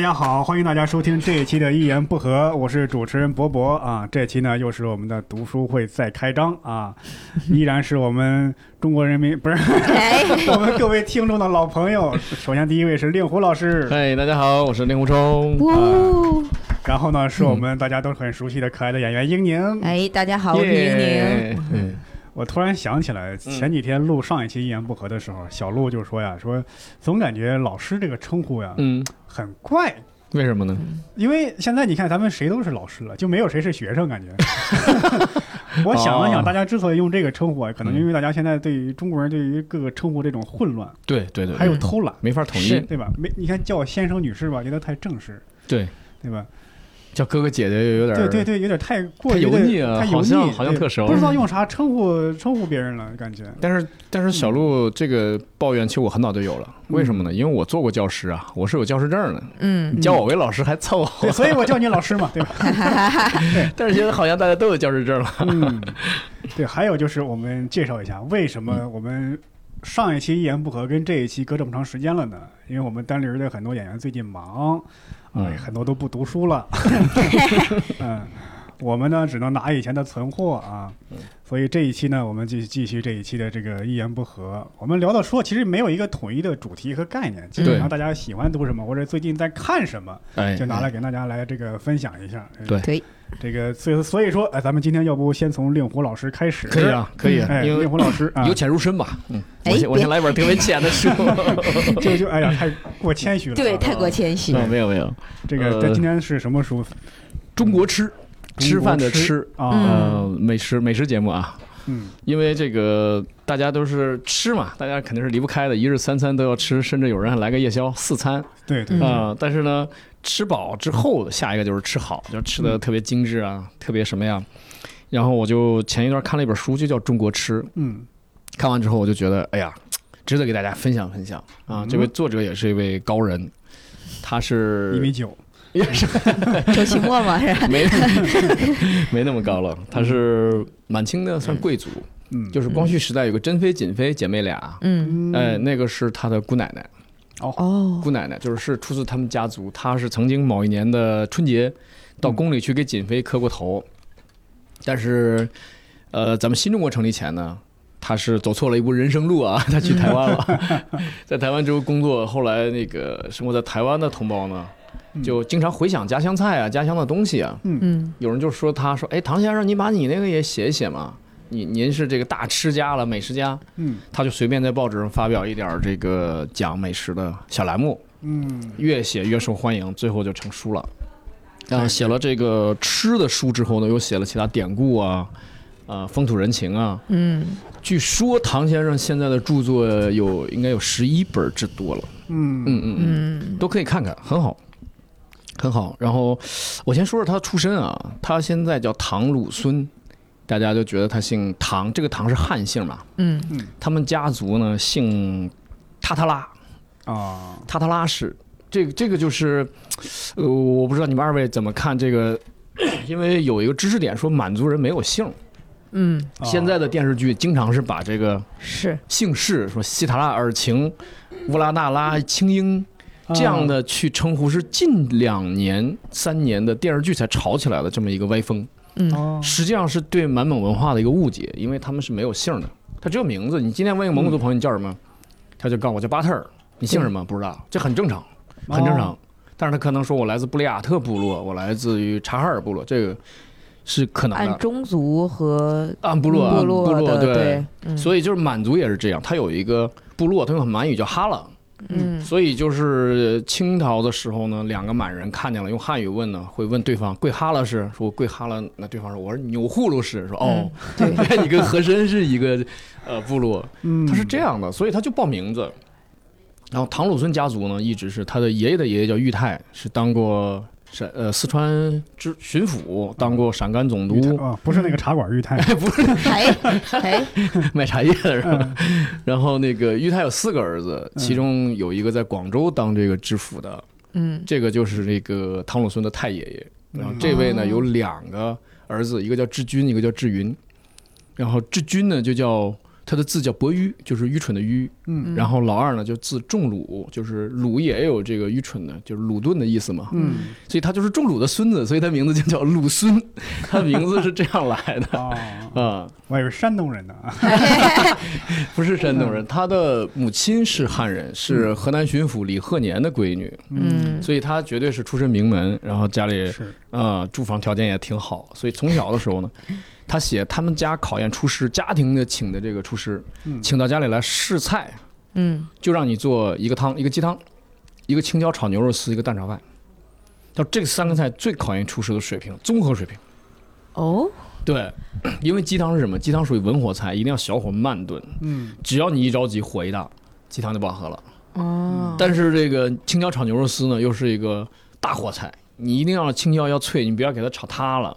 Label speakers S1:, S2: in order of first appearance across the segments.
S1: 家好，欢哎迎大家收听这一期的《一言不合》，我是主持人博博啊。这期呢又是我们的读书会再开张啊，依然是我们中国人民不是 我们各位听众的老朋友。首先第一位是令狐老师，
S2: 嗨，大家好，我是令狐冲。
S3: 呜！
S1: 然后呢是我们大家都很熟悉的可爱的演员英宁。
S3: 哎，大家好，我是宁宁。
S2: 耶嗯
S1: 我突然想起来，前几天录上一期《一言不合》的时候，小鹿就说呀，说总感觉老师这个称呼呀
S2: 嗯，
S1: 很怪，
S2: 为什么呢？
S1: 因为现在你看咱们谁都是老师了，就没有谁是学生，感 觉。我想了
S2: 哦
S1: 想，大家之所以用这个称呼啊，可能因为大家现在对于中国人对于各个称呼这种混乱，
S2: 对对对，
S1: 还有
S2: 嗯
S1: 偷懒，
S2: 没法统一
S3: 是。
S1: 对吧？没，你看叫我先生女士吧，有点太正式，
S2: 对，
S1: 对吧？
S2: 叫哥哥姐姐又有点
S1: 对对对，有点太过
S2: 太
S1: 于
S2: 油
S1: 的
S2: 腻啊
S1: 太油
S2: 好
S1: 腻，
S2: 像好像
S1: 对
S2: 特熟
S1: 不知道用啥称呼称呼别人了，感觉。
S2: 但是但是小鹿这个抱怨，其实我很早就有了。为什么呢？因为我做过教师啊，我是有教师证的。
S3: 嗯
S2: 你叫我为老师还凑合
S1: 对，，所以我叫你老师嘛，对吧？
S2: 但是现在好像大家都有教师证了。
S1: 嗯，对，还有就是我们介绍一下为什么我们上一期一言不合跟这一期隔这么长时间了呢？因为我们单立人的很多演员最近忙，
S2: 嗯
S1: 哎，很多都不读书了，嗯，我们呢只能拿以前的存货啊，所以这一期呢，我们继继续这一期的这个一言不合，我们聊的说其实没有一个统一的主题和概念，基本上大家喜欢读什么或者最近在看什么，
S2: 哎
S1: 就拿来给大家来这个分享一下，哎
S2: 对
S3: 对，
S1: 这个所以所以说，哎，咱们今天要不先从令狐老师开始？
S2: 可以啊，可以啊，
S1: 哎，
S2: 因为
S1: 令狐老师啊
S2: 由，浅入深吧。嗯，
S3: 哎
S2: 我先我
S3: 别
S2: 先来一本特别浅的书。
S1: 就就哎呀，太过谦虚了啊。
S3: 对，太过谦虚。
S2: 没有没有，
S1: 这个这
S2: 呃
S1: 今天是什么书？
S2: 中国吃，吃饭的吃，
S1: 啊，
S2: 呃，美食美食节目啊，
S1: 嗯
S2: 因为这个大家都是吃嘛，大家肯定是离不开的，一日三餐都要吃，甚至有人还来个夜宵四餐啊、
S1: 对对
S3: 嗯，
S2: 但是呢，吃饱之后，下一个就是吃好，就吃的特别精致啊，特别什么呀。然后我就前一段看了一本书，就叫《中国吃》，
S1: 嗯
S2: 看完之后我就觉得，哎呀，值得给大家分享分享啊。
S1: 嗯
S2: 这位作者也是一位高人，他
S1: 嗯一米
S2: 是
S1: 九，
S2: 也是
S3: 周奇墨嘛，是 吧？
S2: 没没那么高了，他是满清的算贵族，
S1: 嗯，
S2: 就是光绪时代有个珍妃、瑾妃姐妹俩。
S1: 嗯
S3: 嗯，
S2: 哎，那个是他的姑奶奶，
S3: 哦，
S2: 姑奶奶就是是出自他们家族，她是曾经某一年的春节到宫里去给瑾妃磕过头，但是，呃，咱们新中国成立前呢，她是走错了一步人生路啊，她去台湾了，在台湾之后工作，后来那个生活在台湾的同胞呢，就经常回想家乡菜啊、家乡的东西啊，
S3: 嗯，
S2: 有人就说他说，哎，唐先生，你把你那个也写一写嘛，你您是这个大吃家了，美食家，
S1: 嗯
S2: 他就随便在报纸上发表一点儿这个讲美食的小栏目，
S1: 嗯
S2: 越写越受欢迎，最后就成书了。然后写了这个吃的书之后呢，又写了其他典故啊，呃，风土人情啊。
S3: 嗯，
S2: 据说唐先生现在的著作有应该有十一本之多了，
S1: 嗯
S2: 嗯嗯嗯，都可以看看，很好，很好。然后我先说说他的出身啊，他现在叫唐鲁孙，大家就觉得他姓唐，这个唐是汉姓嘛。
S3: 嗯，
S2: 他们家族呢姓塔塔拉，
S1: 啊，
S2: 塔塔拉氏，这个这个就是，呃，我不知道你们二位怎么看这个，因为有一个知识点说满族人没有姓，
S3: 嗯，
S1: 啊
S2: 现在的电视剧经常是把这个
S3: 是，
S2: 姓氏说西塔拉尔晴、乌拉那拉青英
S1: 啊
S2: 这样的去称呼，是近两年三年的电视剧才炒起来的这么一个歪风，
S3: 嗯，
S1: 哦
S2: 实际上是对满蒙文化的一个误解，因为他们是没有姓的，他只有名字。你今天问一个蒙古族朋友你叫什么，他就告诉我叫巴特尔，你姓什么不知道，这很正常。很正常。但是他可能说我来自布里亚特部落，我来自于察哈尔部落，这个是可能
S3: 按
S2: 的。
S3: 宗族和
S2: 按部落，按部
S3: 部落
S2: 落，
S3: 的，
S2: 对
S3: 对。，嗯
S2: 所以就是满族也是这样，他有一个部落，他用满语叫哈拉。
S3: 嗯，
S2: 所以就是清朝的时候呢，两个满人看见了，用汉语问呢，会问对方贵哈拉是，说我贵哈拉，那对方说我是钮祜禄氏，说哦，
S3: 嗯对，
S2: 原来你跟和珅是一个呃部落。
S1: 嗯，
S2: 他是这样的，所以他就报名字。然后唐鲁孙家族呢，一直是他的爷爷的爷爷叫裕泰，是当过陕呃四川知巡抚，当过陕甘总
S1: 裕泰
S2: 督，
S1: 啊，不是那个茶馆裕 泰，
S2: 不是
S3: 哎哎，
S2: 卖茶叶的人。
S1: 嗯
S2: 然后那个裕泰有四个儿子，其中有一个在广州当这个知府的，
S3: 嗯，
S2: 这个就是这个唐鲁孙的太爷爷。然后
S1: 嗯
S2: 这位呢
S3: 哦
S2: 有两个儿子，一个叫志军，一个叫志云。然后志军呢就叫他的字叫伯愚，就是愚蠢的愚。
S1: 嗯
S2: 然后老二呢就字仲鲁，就是鲁也有这个愚蠢的，就是鲁钝的意思嘛。
S1: 嗯，
S2: 所以他就是仲鲁的孙子，所以他名字就叫鲁孙，他名字是这样来的
S1: 哦，
S2: 啊、
S1: 我还以为山东人呢啊，
S2: 不是山东
S1: 嗯
S2: 人，他的母亲是汉人，是河南巡抚李鹤年的闺女，
S3: 嗯
S2: 所以他绝对是出身名门，然后家里
S1: 是，
S2: 啊、住房条件也挺好，所以从小的时候呢，他写他们家考验厨师，家庭的请的这个厨师，
S1: 嗯
S2: 请到家里来试菜，
S3: 嗯
S2: 就让你做一个汤，一个鸡汤，一个青椒炒牛肉丝，一个蛋炒饭。他说这三个菜最考验厨师的水平，综合水平。
S3: 哦
S2: 对， 因为鸡汤是什么？鸡汤属于文火菜，一定要小火慢炖，
S1: 嗯
S2: 只要你一着急，火一大，鸡汤就不好喝了。
S3: 哦，
S2: 但是这个青椒炒牛肉丝呢，又是一个大火菜，你一定要青椒要脆，你不要给它炒塌了。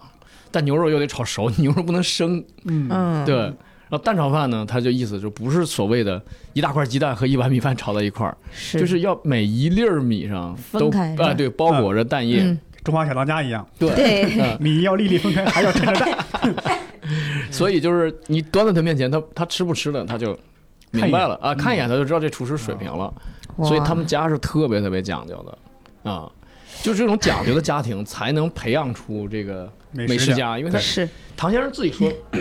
S2: 但牛肉又得炒熟，牛肉不能生。
S1: 嗯
S3: 嗯
S2: 对，然后蛋炒饭呢，它就意思就不是所谓的一大块鸡蛋和一碗米饭炒在一块儿，
S3: 是
S2: 就是要每一粒儿米上
S3: 分
S2: 都
S3: 开
S2: 啊、
S3: 是吧
S2: 对，包裹着蛋液。
S3: 嗯
S1: 中华小当家一样，
S2: 对，
S3: 对
S2: 嗯
S1: 米要粒粒分开，还要趁着蛋，
S2: 所以就是你端到他面前，他他吃不吃的，他就明白了啊，看
S3: 嗯
S2: 一眼他就知道这厨师水平了。所以他们家是特别特别讲究的啊，就是这种讲究的家庭才能培养出这个美食
S1: 食
S2: 家，因为他
S1: 对
S3: 是
S2: 唐先生自己说，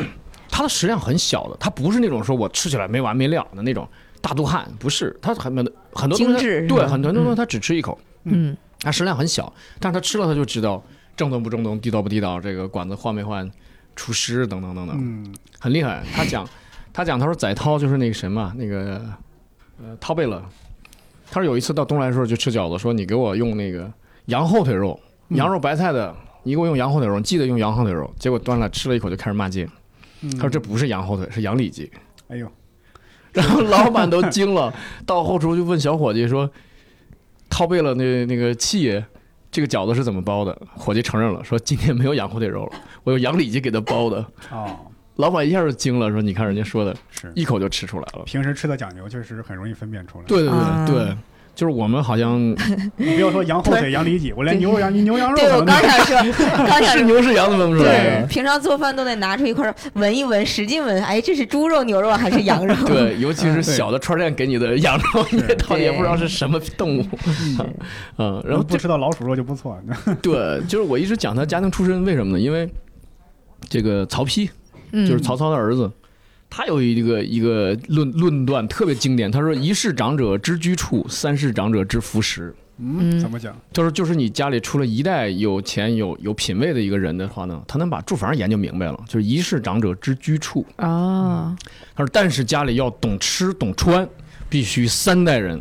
S2: 他的食量很小的，他不是那种说我吃起来没完没了的那种大肚汉，不是，他很很多东西
S3: 精致
S2: 他
S3: 是
S2: 对
S3: 吧
S2: 很多东西他只吃一口，
S3: 嗯
S2: 他食量很小，但是他吃了他就知道正宗不正宗，地道不地道，这个馆子换没换，厨师等等等等，
S1: 嗯
S2: 很厉害。他讲，他讲，他说载涛就是那个什么，那个呃涛贝勒，他说有一次到东来的时候就吃饺子，说你给我用那个羊后腿肉，羊肉白菜的，你给我用羊后腿肉，你记得用羊后腿肉。结果端来吃了一口就开始骂街，
S1: 嗯，
S2: 他说这不是羊后腿，是羊里脊。
S1: 哎 呦，
S2: 然后老板都惊了，到后厨就问小伙计说：“涛贝勒那那个七爷，这个饺子是怎么包的？”伙计承认了，说：“今天没有羊后腿肉了，我用羊里脊给他包的。
S1: 哦，”
S2: 老板一下就惊了，说：“你看人家说的，
S1: 是，
S2: 一口就吃出来了。
S1: 平时吃的讲究，确实很容易分辨出来。”，
S2: 对对
S3: 啊
S2: 对对，就是我们好像
S1: 你不要说羊后腿、羊里脊，我连
S3: 对
S1: 牛肉羊牛羊肉
S3: 对
S1: 可
S3: 我
S1: 能
S3: 刚
S1: 都
S3: 想说刚想
S2: 是
S3: 说。
S2: 牛是羊都分不出
S3: 对
S2: 来，。
S3: 平常做饭都得拿出一块儿闻一闻，使劲闻，哎，这是猪肉、牛肉还是羊肉？
S2: 对，尤其是
S1: 嗯对
S2: 小的串儿店给你的羊肉，你
S1: 是
S2: 到底也不知道是什么动物， 嗯，然后
S1: 能不吃到老鼠肉就不错。 嗯
S2: 对，就是我一直讲他家庭出身，为什么呢？因为这个曹丕
S3: 嗯，
S2: 就是曹操的儿子，他有一个一个论论断特别经典，他说一世长者之居处，三世长者之服食。
S1: 嗯，怎么讲？
S2: 他说就是你家里出了一代有钱有有品位的一个人的话呢，他能把住房研究明白了，就是一世长者之居处。
S3: 哦，
S2: 他说但是家里要懂吃懂穿，必须三代人。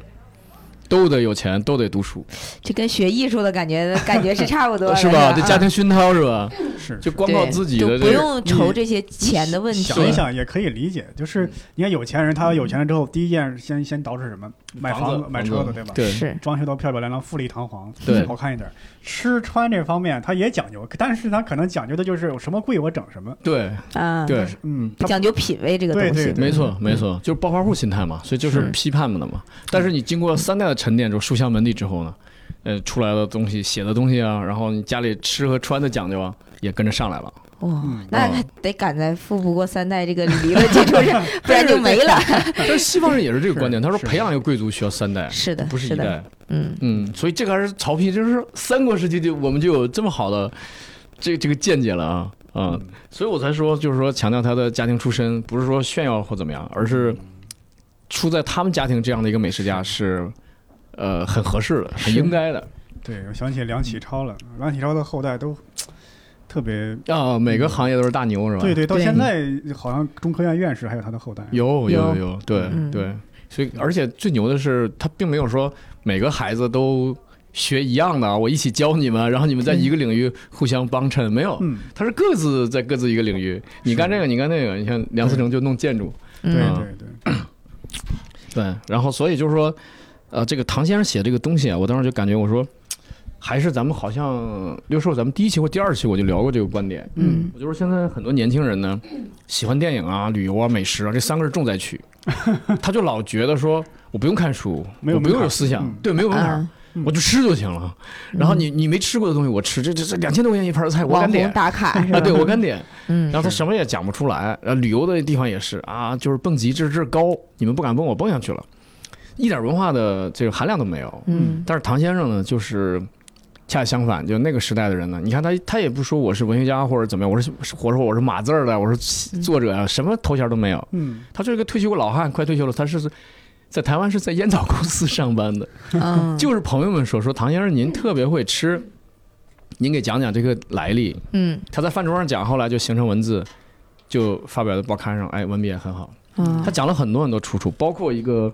S2: 都得有钱，都得读书，
S3: 这跟学艺术的感觉感觉是差不多 的，
S2: 是吧？
S3: 吧
S2: 这家庭熏陶是吧？
S1: 是
S2: 就光靠
S3: 对
S2: 自己
S3: 就
S2: 的
S3: 不
S2: 这个，嗯
S3: 用愁这些钱的问题。嗯
S1: 想一想也可以理解，就是你看有钱人，他有钱了之后，第一件先先捯饬什么？买
S2: 房
S1: 房
S2: 子
S1: 买车
S2: 房
S1: 子，
S2: 子
S1: 对吧？
S2: 对
S3: 是，
S1: 装修到漂漂亮亮、富丽堂皇，
S2: 对
S1: 好看一点。吃穿这方面他也讲究，但是他可能讲究的就是我什么贵我整什么。
S2: 对
S3: 啊，
S2: 对，
S1: 嗯，
S3: 不
S1: 他
S3: 讲究品味这个东
S1: 对对，
S3: 西
S2: 没错，没错，就是暴发户心态嘛，所以就是
S3: 是
S2: 批判的嘛。但是你经过三代的沉淀之后，书香门第之后呢，呃，出来的东西、写的东西啊，然后你家里吃和穿的讲究啊，也跟着上 来了。
S3: 哇
S1: 嗯，
S3: 那
S2: 哦
S3: 他得赶在富不过三代这个理论基 础上，不然就没了。
S2: 但是西方人也是这个观点，
S1: 是
S2: 他说
S1: 是
S2: 培养一个贵族需要三代，
S3: 是的，
S2: 不是
S3: 是
S2: 一
S3: 的，
S2: 代。
S3: 嗯，
S2: 嗯，所以这个还是曹丕，就是三国时期就我们就有这么好的这这个见解了啊。嗯，所以我才说，就是说强调他的家庭出身，不是说炫耀或怎么样，而是出在他们家庭这样的一个美食家是，呃，很合适的，很应该的。
S1: 对我想起梁启超了，梁启超的后代都特别
S2: 啊，每个行业都是大牛是吧？
S1: 对对，到
S3: 对
S1: 现在好像中科院院士还有他的后代。
S2: 有有
S3: 有
S2: 有，对
S3: 嗯
S2: 对，所以而且最牛的是，他并没有说每个孩子都学一样的，啊我一起教你们，然后你们在一个领域互相帮衬，没有，
S1: 嗯，
S2: 他是各自在各自一个领域，你干这个，你干那个，你看梁思成就弄建筑，
S1: 对
S3: 嗯，
S1: 对对，
S2: 对，然后所以就是说，呃，这个唐先生写这个东西啊，我当时就感觉我说，还是咱们好像六兽，咱们第一期或第二期我就聊过这个观点，
S3: 嗯，
S2: 我就是现在很多年轻人呢，喜欢电影啊、旅游啊、美食啊，这三个是 重灾区。他就老觉得说，我不用看书，
S1: 没有
S2: 我不
S1: 门
S2: 用
S1: 槛
S2: 有思想，
S1: 嗯
S2: 对，没有门槛。
S3: 啊，
S2: 我就吃就行了。然后你你没吃过的东西我吃，这这这两千多块钱一盘菜，我
S3: 网
S2: 敢
S3: 红
S2: 点
S3: 打 卡是吧？
S2: 啊，对我敢点。
S3: 嗯
S2: 然后他什么也讲不出来。然后旅游的地方也是啊，就是蹦极这这高，你们不敢蹦，我蹦下去了，一点文化的这个含量都没有。
S3: 嗯
S2: 但是唐先生呢，就是恰恰相反，就那个时代的人呢，你看他他也不说我是文学家或者怎么样，我是我说我是码字儿的，我是作者啊，什么头衔都没有，
S1: 嗯，
S2: 他就是一个退休老汉，快退休了，他是。在台湾是在烟草公司上班的，
S3: 嗯，
S2: 就是朋友们说说唐先生您特别会吃，您给讲讲这个来历。
S3: 嗯
S2: 他在饭桌上讲，后来就形成文字，就发表在报刊上，哎，文笔也很好。他
S3: 嗯
S2: 讲了很多很多出处，包括一个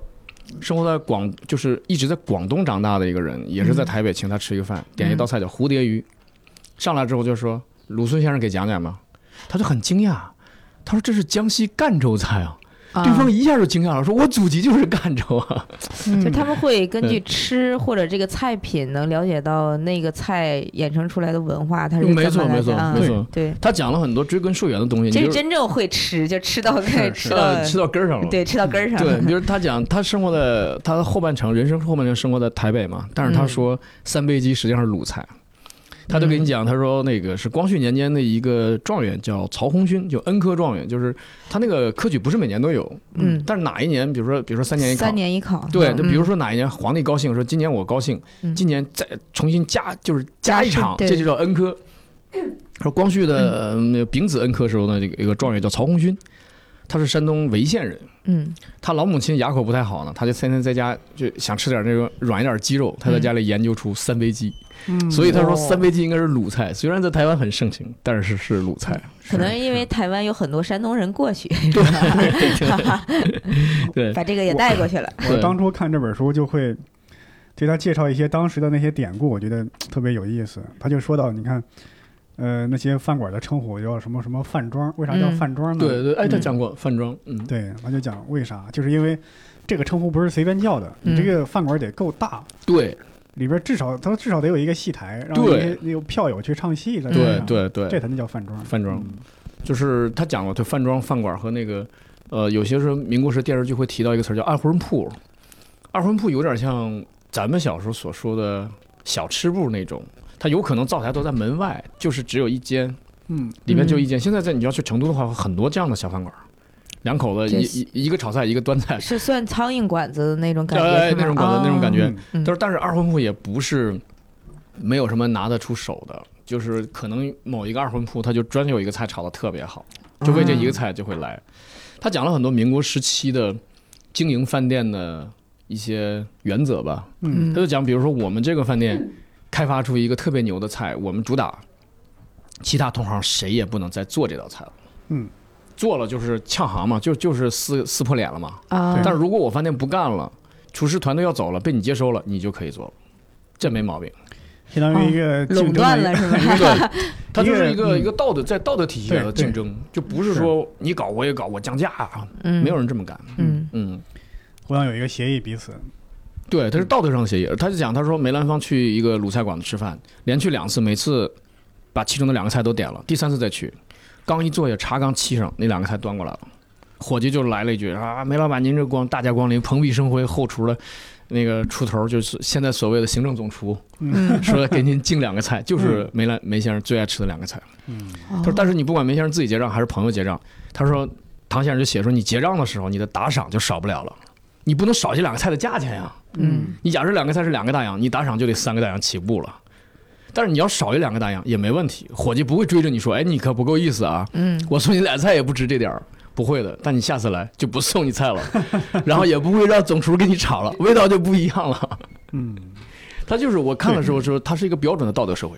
S2: 生活在广，就是一直在广东长大的一个人，也是在台北请他吃一个饭，
S3: 嗯
S2: 点一道菜叫蝴蝶鱼，上来之后就说：“鲁孙先生给讲讲吧。”他就很惊讶，他说：“这是江西赣州菜啊！”
S3: 啊
S2: 对方一下就惊讶了，说：“我祖籍就是赣州 啊
S3: 就
S1: 嗯
S3: 他们会根据吃或者这个菜品，能了解到那个菜衍生出来的文化，它！”是
S2: 没错，
S3: 怎么来
S2: 没
S3: 的
S2: 错，
S3: 啊
S2: 没错。
S3: 对，
S2: 他讲了很多追根溯源的东西，你
S3: 这
S2: 就是
S3: 真正会吃，就吃到
S1: 是是
S3: 吃到
S2: 呃吃到根儿上了。
S3: 对吃到根儿 上。
S2: 对，比如他讲，他生活在他的后半程，人生后半程生活在台北嘛，但是他
S3: 嗯
S2: 说三杯鸡实际上是鲁菜，他就给你讲，他说那个是光绪年间的一个状元叫曹红勋，就恩科状元，就是他那个科举不是每年都有，
S3: 嗯，
S2: 但是哪一年，比如说比如说三年一考
S3: 三。年一考，
S2: 对，就比如
S3: 说
S2: 说哪一年皇帝高兴，说今年我高兴，
S3: 嗯
S2: 今年再重新加，就是加一场，
S3: 加试对嗯
S2: 这就叫恩科。说光绪的呃丙子恩科时候呢，这个一个状元叫曹红勋，他是山东潍县人，
S3: 嗯
S2: 他老母亲牙口不太好呢，他就天天在家就想吃点那个软一点鸡肉，他在家里研究出三杯鸡，
S1: 嗯
S2: 所以他说
S3: 哦
S2: 三杯鸡应该是鲁菜，虽然在台湾很盛行，但是是鲁菜。
S3: 可能因为台湾有很多山东人 过去，
S2: 对，
S3: 把这个也带过去了。
S1: 我
S2: 对
S1: 当初看这本书就会对他介绍一些当时的那些典故，我觉得特别有意思。他就说到，你看，呃，那些饭馆的称呼叫什么什么饭庄，为啥叫
S3: 嗯
S1: 饭庄呢？
S2: 对对，哎，他讲过饭庄，嗯，
S1: 对，他就讲为啥，就是因为这个称呼不是随便叫的，你这
S3: 嗯
S1: 个饭馆得够大，
S2: 对
S1: 里边至少他说至少得有一个戏台，让那
S2: 对
S1: 些有票友去唱戏在这
S2: 对
S1: 上，
S2: 对
S1: 这
S2: 对，
S1: 才能叫饭庄。
S2: 饭庄
S1: 嗯
S2: 就是他讲过，他饭庄饭馆和那个呃，有些时候民国时电视剧会提到一个词儿叫二婚铺，二婚铺有点像咱们小时候所说的小吃部那种，它有可能灶台都在门外，就是只有一间。
S1: 嗯，
S2: 里面就一间。现在在你要去成都的话，有很多这样的小饭馆儿，两口子
S3: 这
S2: 一
S3: 是
S2: 一一个炒菜，一个端菜，
S3: 是算苍蝇馆子的那种感觉，
S2: 哎
S3: 是吗
S2: 那种馆子那种感觉
S1: 嗯
S3: 嗯
S2: 但是但是二婚铺也不是没有什么拿得出手的，就是可能某一个二婚铺他就专有一个菜炒的特别好，就为这一个菜就会来。他讲了很多民国时期的经营饭店的一些原则吧，
S1: 嗯
S2: 他就讲，比如说我们这个饭店开发出一个特别牛的菜，我们主打，其他同行谁也不能再做这道菜了。
S1: 嗯，
S2: 做了就是呛行嘛，就就是撕撕破脸了嘛。
S3: 啊，
S2: 但是如果我饭店不干了，厨师团队要走了，被你接收了，你就可以做了，这没毛病。
S1: 相当于一个竞
S3: 垄
S1: 争
S3: 断
S1: 的
S3: 了
S1: 一
S3: 是吧？
S2: 对，它就是一
S1: 一个
S2: 个
S1: 嗯
S2: 一个道德在道德体系下的
S1: 对
S2: 竞争，就不是说你搞我也搞，我降价啊，
S3: 嗯，
S2: 没有人这么干。
S3: 嗯
S2: 嗯。
S1: 互相有一个协议彼此。
S2: 对，他是道德上的协议。他就讲，他说梅兰芳去一个鲁菜馆子吃饭，连去两次，每次把其中的两个菜都点了，第三次再去，刚一坐下，茶刚沏上，那两个菜端过来了，伙计就来了一句啊，梅老板您这光大驾光临，蓬荜生辉，后厨的那个出头就是现在所谓的行政总厨，
S3: 嗯，
S2: 说给您敬两个菜，就是梅兰梅先生最爱吃的两个菜。
S1: 嗯，
S2: 他
S3: 哦
S2: 说，但是你不管梅先生自己结账还是朋友结账，他说唐先生就写说，你结账的时候你的打赏就少不了了，你不能少这两个菜的价钱呀、
S3: 嗯
S2: 你假设两个菜是两个大洋，你打赏就得三个大洋起步了。但是你要少一两个大洋也没问题，伙计不会追着你说，哎，你可不够意思啊，
S3: 嗯
S2: 我送你俩菜也不值这点儿，不会的。但你下次来就不送 你菜了，然后也不会让总厨跟你吵了，味道就不一样了。
S1: 嗯，
S2: 他就是我看的时候说，他是一个标准的道德社会，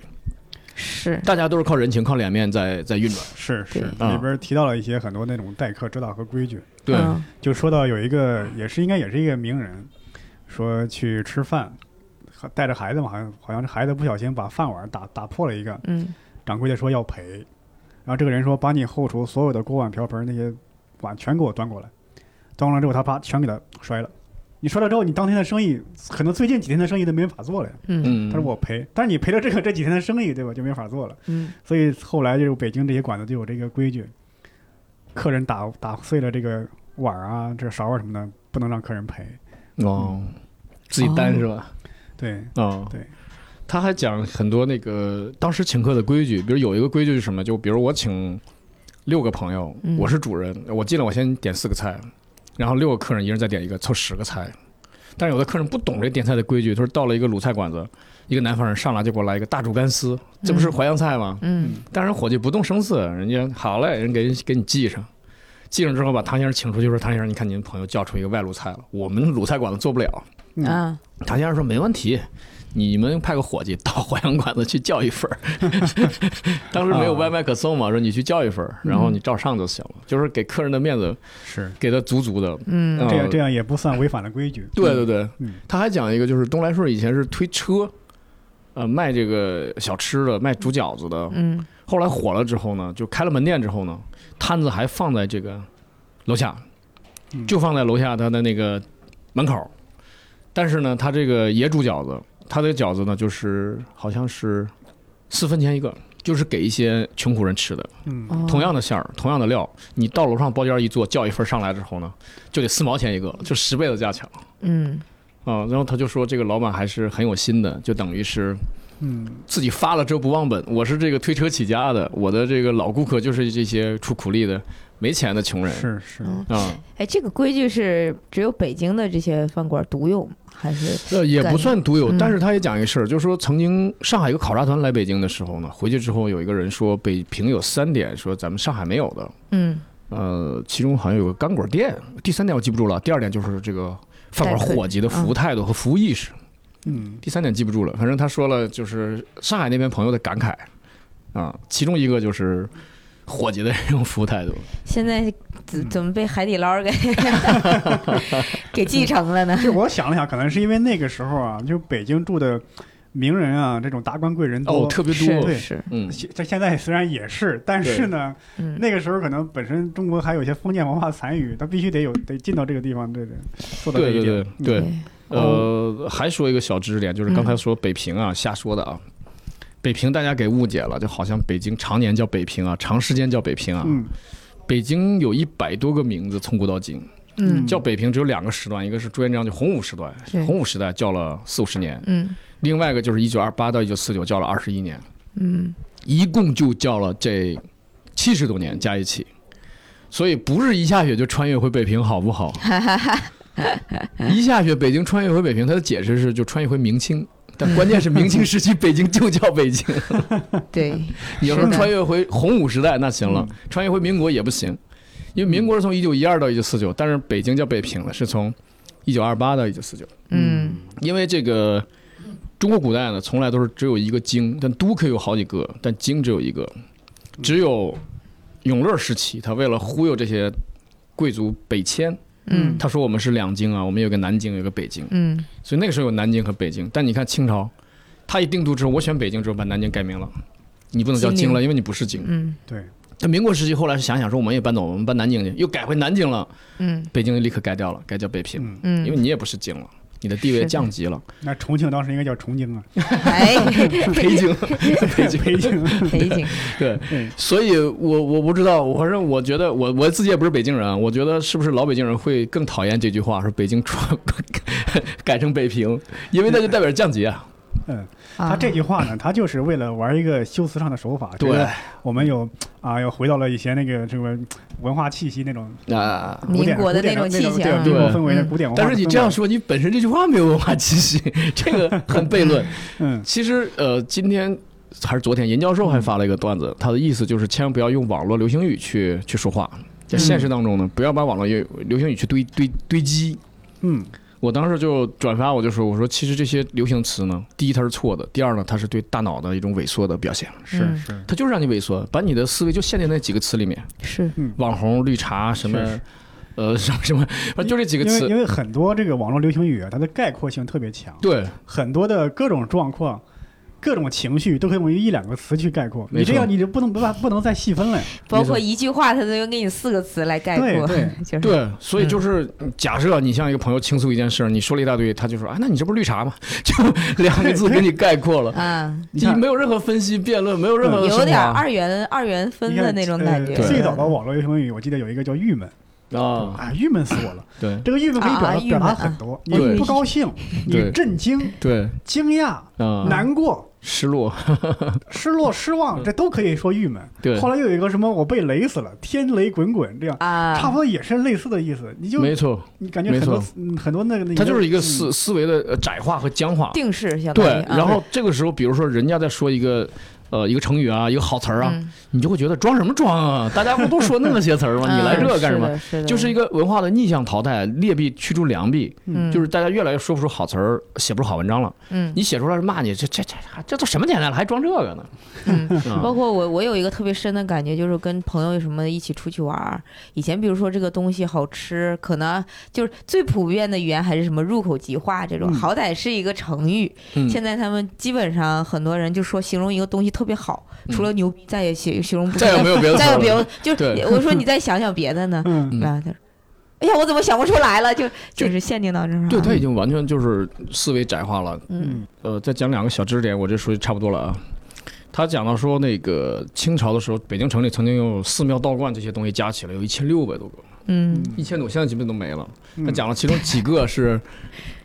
S3: 是，
S2: 大家都是靠人情、靠脸面在在运转。
S1: 是是，
S2: 对
S1: 里边提到了一些很多那种待客之道和规矩。
S2: 对，
S3: 嗯
S1: 就说到有一个也是应该也是一个名人，说去吃饭，带着孩子嘛，好像好像这孩子不小心把饭碗打打破了一个，
S3: 嗯
S1: 掌柜的说要赔，然后这个人说把你后厨所有的锅碗瓢盆那些碗全给我端过来，端完了之后他啪全给他摔了。你摔了之后，你当天的生意可能最近几天的生意都没法做了呀。
S2: 嗯，
S3: 嗯
S1: 他说我赔，但是你赔了这个这几天的生意，对吧？就没法做了。
S3: 嗯
S1: 所以后来就是北京这些馆子就有这个规矩，客人打打碎了这个碗儿啊、这个勺啊什么的，不能让客人赔。
S2: 哦，自己担是吧？
S1: 对，
S2: 啊，
S1: 对。
S2: 他还讲很多那个当时请客的规矩，比如有一个规矩是什么？就比如我请六个朋友，
S3: 嗯
S2: 我是主人，我进来我先点四个菜，然后六个客人一人再点一个，凑十个菜。但是有的客人不懂这点菜的规矩，他说到了一个鲁菜馆子，一个南方人上来就给我来一个大煮干丝，这不是淮扬菜吗？
S3: 嗯
S2: 当然伙计不动声色，人家好嘞，人给给你记上，记上之后把唐先生请出去说：“唐先生，你看您朋友叫出一个外鲁菜了，我们鲁菜馆子做不了。”
S1: 嗯
S3: 啊，
S2: 唐先生说没问题，你们派个伙计到淮扬馆子去叫 一份儿。当时没
S1: 啊
S2: 有外卖可送嘛，说你去叫一份儿，然后
S1: 嗯
S2: 你照上就行了，就是给客人的面子
S1: 是
S2: 给的足足的。
S3: 嗯
S1: 这
S2: 呃
S1: 样这样也不算违反了规矩。
S2: 对对对
S1: 嗯，
S2: 他还讲一个，就是东来顺以前是推车，呃，卖这个小吃的，卖煮饺子的。
S3: 嗯
S2: 后来火了之后呢，就开了门店之后呢，摊子还放在这个楼下，
S1: 嗯
S2: 就放在楼下他的那个门口。但是呢，他这个也煮饺子，他的饺子呢就是好像是四分钱一个，就是给一些穷苦人吃的。
S1: 嗯，
S3: 哦
S2: 同样的馅儿，同样的料，你到楼上包间一坐，叫一份上来之后呢，就得四毛钱一个，就十倍的价钱
S3: 嗯
S2: 啊、然后他就说，这个老板还是很有心的，就等于是
S1: 嗯，
S2: 自己发了之后不忘本。我是这个推车起家的，我的这个老顾客就是这些出苦力的、没钱的穷人
S1: 是是，
S3: 嗯，
S2: 啊。
S3: 哎，这个规矩是只有北京的这些饭馆独有吗？还是
S2: 呃，也不算独有，
S3: 嗯
S2: 但是他也讲一个事儿，就是说曾经上海有个考察团来北京的时候呢，回去之后有一个人说北平有三点，说咱们上海没有的。
S3: 嗯
S2: 呃，其中好像有个干果店，第三点我记不住了，第二点就是这个饭馆
S3: 待客
S2: 伙计的服务态度和服务意识。
S1: 嗯
S2: 第三点记不住了，反正他说了，就是上海那边朋友的感慨啊，其中一个就是伙计的这种服务态度。
S3: 现在怎怎么被海底捞给给继承了呢？
S1: 这我想了想，可能是因为那个时候啊，就北京住的名人啊，这种达官贵人多。
S2: 哦，特别多，
S3: 是
S1: 对
S3: 是，
S2: 嗯，
S1: 现这现在虽然也是，但是呢，
S3: 嗯，
S1: 那个时候可能本身中国还有一些封建文化残余，他必须得有得进到这个地方，对对，做到这
S2: 对
S1: 一
S2: 对
S1: 点
S2: 对。对，
S3: 哦，
S2: 呃，还说一个小知识点，就是刚才说北平啊，瞎说的啊。北平大家给误解了，就好像北京常年叫北平啊，长时间叫北平啊。
S1: 嗯
S2: 北京有一百多个名字，从古到今。
S3: 嗯
S2: 叫北平只有两个时段，一个是朱元璋就洪武时代
S3: 对，
S2: 洪武时代叫了四五十年，
S3: 嗯
S2: 另外一个就是一九二八到一九四九叫了二十一年，
S3: 嗯
S2: 一共就叫了这七十多年加一起，所以不是一下雪就穿越回北平，好不好？ 一下雪北京穿越回北平，他的解释是就穿越回明清。但关键是明清时期北京就叫北 京，
S3: 对，
S2: 你要说
S3: 是的
S2: 穿越回洪武时代那行了
S1: 嗯，
S2: 穿越回民国也不行，因为民国是从一九一二到一九四九，但是北京叫北平了，是从一九二八到一九四九。
S3: 嗯
S2: 因为这个中国古代呢，从来都是只有一个京，但都可以有好几个，但京只有一个。只有永乐时期，他为了忽悠这些贵族北迁，
S3: 嗯
S2: 他说我们是两京啊，我们有个南京，有个北京，
S3: 嗯
S2: 所以那个时候有南京和北京。但你看清朝，他一定都之后，我选北京之后把南京改名了，你不能叫京了，因为你不是京。
S3: 嗯
S1: 对，
S2: 但民国时期后来想想说，我们也搬走，我们搬南京去，又改回南京了，
S3: 嗯
S2: 北京就立刻改掉了，改叫北平，
S1: 嗯，
S3: 嗯，
S2: 因为你也不是京了，你的地
S3: 是
S2: 位
S3: 的
S2: 降级 了，
S1: 那重庆当时应该叫重京啊，
S3: 哎，
S2: 北京，北京，
S1: 北京，
S3: 北京，
S2: 对，
S1: 对，
S2: 所以我我不知道，反正我觉得我我自己也不是北京人啊，我觉得是不是老北京人会更讨厌这句话，说北京川改成北平，因为那就代表降级啊。
S1: 嗯，
S3: 啊
S1: 他这句话呢，他就是为了玩一个修辞上的手法，
S2: 对
S1: 觉得我们有啊，又回到了以前那个这个文化气息那种
S2: 啊，
S1: 古典
S3: 民国的
S1: 古典
S3: 那种气息
S1: 对
S3: 啊
S1: 民国
S2: 对
S1: 氛围的
S3: 嗯
S1: 古典文化。
S2: 但是你这样，说，你本身这句话没有文化气息，这个很悖论。
S1: 嗯
S2: 其实呃，今天还是昨天，严教授还发了一个段子，他的意思就是千万不要用网络流行语去去说话，在现实当中呢，不要把网络流流行语去堆堆堆积，
S1: 嗯
S2: 我当时就转发，我就说，我说其实这些流行词呢，第一它是错的，第二呢，它是对大脑的一种萎缩的表现，
S1: 是
S3: 嗯
S1: 是，
S2: 它就是让你萎缩，把你的思维就限在那几个词里面，
S3: 是
S2: 网红、绿茶什么
S1: 是是，
S2: 呃，什么什么， 反正就这几个
S1: 因为
S2: 词。
S1: 因为很多这个网络流行语啊，它的概括性特别强，
S2: 对，
S1: 很多的各种状况。各种情绪都可以用一两个词去概括，
S2: 没错
S1: 你这样你就不能不不能再细分了呀。
S3: 包括一句话，他都能给你四个词来概括，
S1: 对
S3: 就是
S2: 对，
S1: 嗯
S2: 所以就是假设你向一个朋友倾诉一件事儿，你说了一大堆，他就说啊，那你这不是绿茶吗？ 就两个字给你概括了，
S3: 啊，
S1: 你
S2: 就
S1: 看
S2: 没有任何分析辩论，没有任何
S1: 嗯
S2: 升
S3: 有点
S2: 华
S3: 二元二元分
S1: 你
S3: 的
S1: 看
S3: 那种
S1: 呃
S3: 感觉。啊
S2: 对
S1: 最早的网络流行语，我记得有一个叫“郁闷”，
S2: 啊，
S1: 啊，郁闷死我了！
S2: 对
S1: 这个郁闷可以表达
S3: 啊啊郁
S1: 表达
S3: 闷
S1: 很多，你
S2: 对
S1: 不高兴，
S2: 对
S1: 你震惊、
S2: 对
S1: 惊讶、
S2: 啊，
S1: 难过、
S2: 失落，
S1: 失落、失望，这都可以说郁闷。
S2: 嗯对
S1: 后来又有一个什么，我被雷死了，天雷滚滚，这样
S3: 啊，
S1: 差不多也是类似的意思。你就
S2: 没错，
S1: 你感觉很
S2: 没
S1: 多
S2: 错
S1: 嗯很多那个，那
S2: 它就是一个
S1: 嗯
S2: 思思维的呃窄化和僵化。
S3: 定式相当
S2: 对
S3: 于啊，
S2: 然后这个时候，比如说人家在说一个呃一个成语啊，一个好词儿啊，
S3: 嗯
S2: 你就会觉得装什么装啊？大家不都说那些词儿吗？ 你来这干什么？？
S3: 嗯是的
S2: 就是一
S3: 个
S2: 个文化的逆向淘汰，劣币驱逐良币，
S3: 嗯
S2: 就是大家越来越说不出好词儿，写不出好文章了。
S3: 嗯
S2: 你写出来是骂你，这这这这都什么年代了，还装这个 呢？
S3: 嗯
S2: 啊
S3: 包括我，我有一个特别深的感觉，就是跟朋友什么一起出去玩儿。以前比如说这个东西好吃，可能就是最普遍的语言还是什么入口即化这种，
S1: 嗯，
S3: 好歹是一个成语。
S2: 嗯
S3: 现在他们基本上很多人就说形容一个东西特别好，
S2: 嗯
S3: 除了牛逼，再也形形容不出
S2: 再
S3: 来。
S2: 也没有别的词
S3: 再
S2: 儿
S3: 有别
S2: 了。
S3: 的，就
S2: 对
S3: 是我说你再想想别的呢
S1: 嗯
S2: 嗯
S3: 啊，他说，哎呀，我怎么想不出来了？就
S2: 就
S3: 就是限定到这儿了。
S2: 对，他已经完全就是思维窄化了。
S3: 嗯
S2: 呃，再讲两个小知识点，我这属于差不多了啊。他讲到说，那个清朝的时候，北京城里曾经有寺庙、道观这些东西加起来有一千六百多个，
S3: 嗯
S2: 一千多，现在基本都没了。
S1: 嗯
S2: 他讲了其中几个是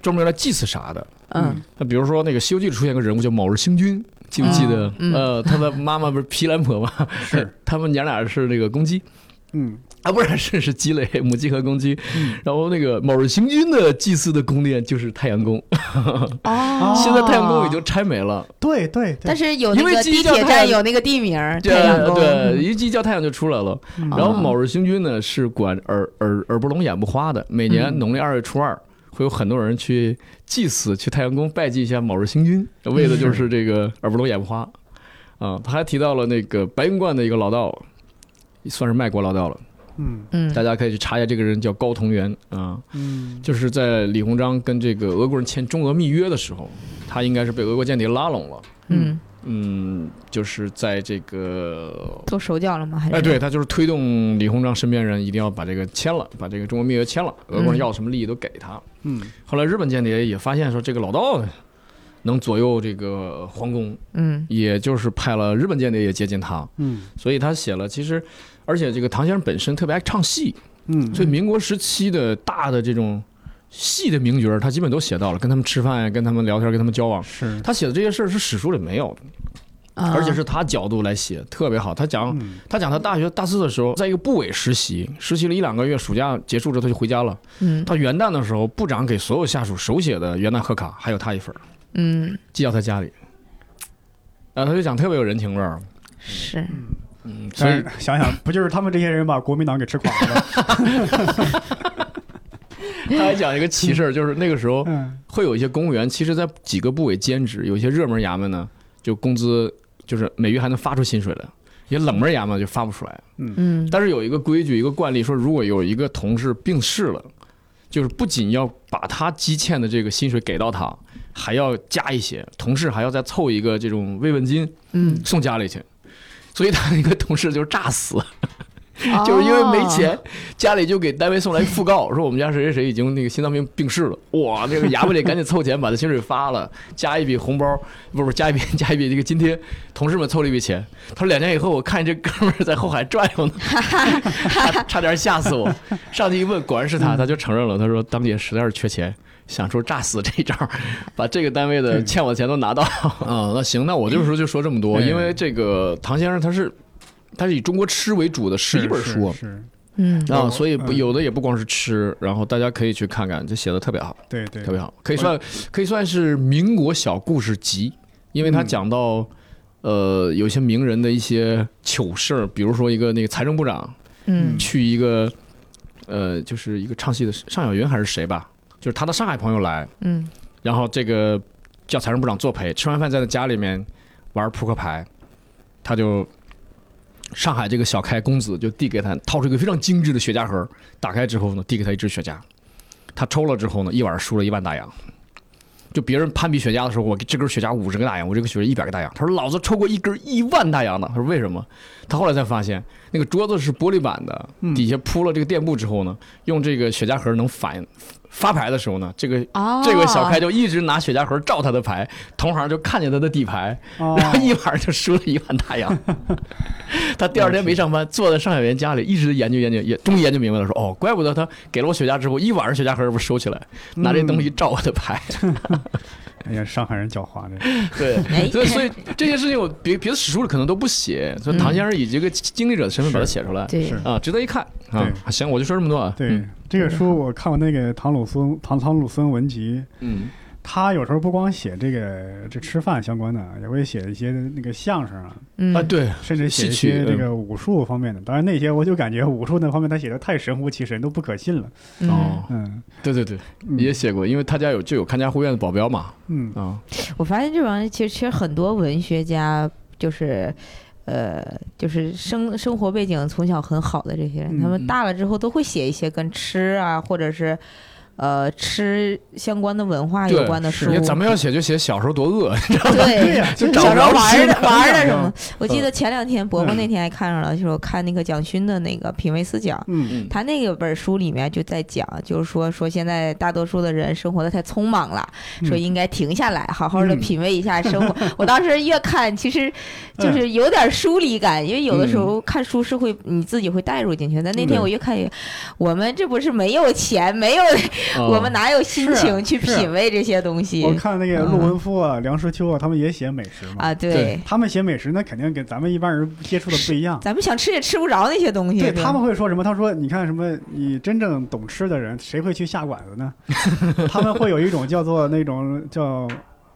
S2: 专门用来祭祀啥的。
S3: 嗯
S2: 那比如说那个《西游记》里出现个人物叫卯日星君，记不记得
S3: 嗯？嗯
S2: 呃，他的妈妈不是毗蓝婆吗？
S1: 啊 是
S2: 他们娘俩是那个公鸡
S1: 嗯
S2: 啊，不是是是鸡肋，母鸡和公鸡。然后那个卯日星君的祭祀的宫殿就是太阳宫，
S3: 哦
S2: 嗯现在太阳宫已经拆没了。
S1: 对对对
S3: 但，是有那
S2: 因为
S3: 个
S2: 基于
S3: 地
S2: 叫
S3: 铁
S2: 太阳
S3: 站有那个地名儿，
S2: 这
S3: 太阳宫。
S2: 对，一鸡叫太阳就出来了。
S1: 嗯
S3: 哦
S2: 然后卯日星君呢是管耳耳耳不聋眼不花的，每年
S3: 嗯
S2: 农历二月初二。会有很多人去祭祀，去太阳宫拜祭一下卯日星君，为的
S3: 嗯
S2: 就是这个耳不聋眼不花。啊，他还提到了那个白云观的一个老道，算是卖国老道了，
S1: 嗯
S3: 嗯
S2: 大家可以去查一下，这个人叫高同源啊，
S1: 嗯
S2: 就是在李鸿章跟这个俄国人签中俄密约的时候，他应该是被俄国间谍拉拢了。
S3: 嗯，
S2: 嗯，就是在这个
S3: 做手脚了吗？还是
S2: 哎，对，他就是推动李鸿章身边人一定要把这个签了，把这个中国密约签了，俄国人
S3: 嗯
S2: 要什么利益都给他。
S1: 嗯
S2: 后来日本间谍也发现说，这个老道能左右这个皇宫，
S3: 嗯
S2: 也就是派了日本间谍也接近他，
S1: 嗯
S2: 所以他写了，其实而且这个唐先生本身特别爱唱戏，
S1: 嗯
S2: 所以民国时期的大的这种戏的名角儿，他基本都写到了，跟他们吃饭呀，跟他们聊天，跟他们交往。
S1: 是
S2: 他写的这些事儿是史书里没有的，
S3: 啊，
S2: 而且是他角度来写，特别好。他讲
S1: 嗯
S2: 他讲他大学大四的时候，在一个部委实习，实习了一两个月，暑假结束之后他就回家了。
S3: 嗯
S2: 到元旦的时候，部长给所有下属手写的元旦贺卡，还有他一份儿，
S3: 嗯
S2: 寄到他家里。啊，他就讲特别有人情味儿，
S3: 是
S2: 嗯，所
S1: 但
S2: 以
S1: 是想想，不就是他们这些人把国民党给吃垮了 吗？
S2: 他还讲一个奇事儿，就是那个时候
S1: 嗯
S2: 会有一些公务员，其实在几个部委兼职，有一些热门衙门呢，就工资就是每月还能发出薪水来，也冷门衙门就发不出来。
S3: 嗯
S2: 但是有一个规矩，一个惯例，说如果有一个同事病逝了，就是不仅要把他积欠的这个薪水给到他，还要加一些，同事还要再凑一个这种慰问金
S3: 嗯，
S2: 送家里去。所以他那个同事就诈死， 就是因为没
S3: 哦
S2: 钱，家里就给单位送来讣告，说我们家谁谁谁已经那个心脏病病逝了。哇，这个衙门得赶紧凑钱把他薪水发了，加一笔红包，不不加一笔 加一笔这个津贴，同事们凑了一笔钱。他说两年以后我看见这哥们儿在后海转悠呢，差差点吓死我。上去一问，果然是他，他就承认了。他说当年实在是缺钱，想出诈死这一招儿，把这个单位的欠我的钱都拿到。 哎啊，那行，那我这个时候就说这么多，
S1: 嗯
S2: 因为这个唐先生他是。他是以中国吃为主的十一本书，
S1: 是是
S3: 嗯
S2: 啊，
S1: 我
S2: 所以不
S1: 嗯
S2: 有的也不光是吃，然后大家可以去看看，这写的特别好，
S1: 对对嗯
S2: 特别好，可以算可以算是民国小故事集，因为他
S1: 嗯
S2: 讲到，呃，有些名人的一些糗事儿，比如说一个那个财政部长
S3: 嗯
S2: 去一个，呃，就是一个唱戏的尚小云还是谁吧，就是他的上海朋友来，
S3: 嗯
S2: 然后这个叫财政部长作陪，吃完饭在他家里面玩扑克牌，他就上海这个小开公子就递给他，掏出一个非常精致的雪茄盒，打开之后呢，递给他一支雪茄，他抽了之后呢，一晚上输了一万大洋。就别人攀比雪茄的时候，我这根雪茄五十个大洋，我这个雪茄一百个大洋。他说：“老子抽过一根一万大洋的。”他说：“为什么？”他后来才发现，那个桌子是玻璃板的，
S1: 嗯
S2: 底下铺了这个垫布之后呢，用这个雪茄盒能反发牌的时候呢，这个
S3: 哦，
S2: 这个小开就一直拿雪茄盒照他的牌，同行就看见他的底牌，
S1: 哦
S3: 哦
S2: 然后一晚上就输了一万大 洋。他第二天没上班，坐在上小员家里一直研究研究，也终于研究明白了，说哦，怪不得他给了我雪茄之后，一晚上雪茄盒不收起来，
S3: 嗯
S2: 拿这东西照我的牌。
S1: 哎呀，上海人狡猾 的，
S3: 哎
S2: 对，所以所以这些事情我别别的史书里可能都不写，所以唐先生以这个经历者的身份把它写出来
S3: 嗯对
S1: 是
S2: 啊，值得一看啊。
S1: 对
S2: 行，我就说这么多啊。
S1: 对这个书我看过那个唐鲁孙唐唐鲁孙文集，
S2: 嗯，
S1: 他有时候不光写这个这吃饭相关的，也会写一些那个相声啊，
S3: 嗯
S2: 嗯啊，对，
S1: 甚至写一
S2: 戏曲
S1: 些
S2: 嗯
S1: 这个武术方面的。当然那些我就感觉武术那方面他写的太神乎其神，都不可信了。
S3: 嗯
S2: 哦，
S1: 嗯
S2: 对对对，
S1: 嗯
S2: 也写过，因为他家有就有看家护院的保镖嘛，
S1: 嗯，
S2: 啊，
S3: 我发现这玩意儿其实其实很多文学家就是。呃，就是生生活背景从小很好的这些人，
S1: 嗯
S3: 他们
S2: 嗯
S3: 大了之后都会写一些跟吃啊，或者是呃吃相关的文化有
S2: 对
S3: 关的
S1: 是
S3: 书
S2: 因。为咱们要写就写小时候多 饿，
S1: 对
S3: 对，
S1: 呀，
S2: 就找
S3: 小
S2: 不
S3: 时候
S2: 着
S3: 玩
S2: 吃
S3: 儿的
S2: 的
S3: 玩儿的
S1: 啊
S3: 什
S2: 嗯
S3: 么？我记得前两天伯伯那天还看上了，就是我看那个蒋勋的那个《品味思想》，
S1: 嗯
S3: 他那个本书里面就在讲，就是说说现在大多数的人生活的太匆忙了，说应该停下来，好好的
S1: 嗯
S3: 品味一下生活。 我当时越看，其实就是有点疏离感，因为有的时候看书是会你自己会带入进去。但那天
S2: 嗯
S3: 我越看越，我们这不是没有钱，没有， 我们哪有心
S1: 是
S3: 情去
S1: 是
S3: 品味这些东西
S1: 哦我看那个陆文夫啊、梁实秋啊，他们也写美食嘛。
S3: 嗯啊？
S2: 对
S1: 他们写美食，那肯定跟咱们一般人接触的不一样。
S3: 咱们想吃也吃不着那些东西。
S1: 对
S3: 吧
S1: 他们会说什么？他说：“你看什么？你真正懂吃的人，谁会去下馆子呢？ 他们会有一种叫做那种叫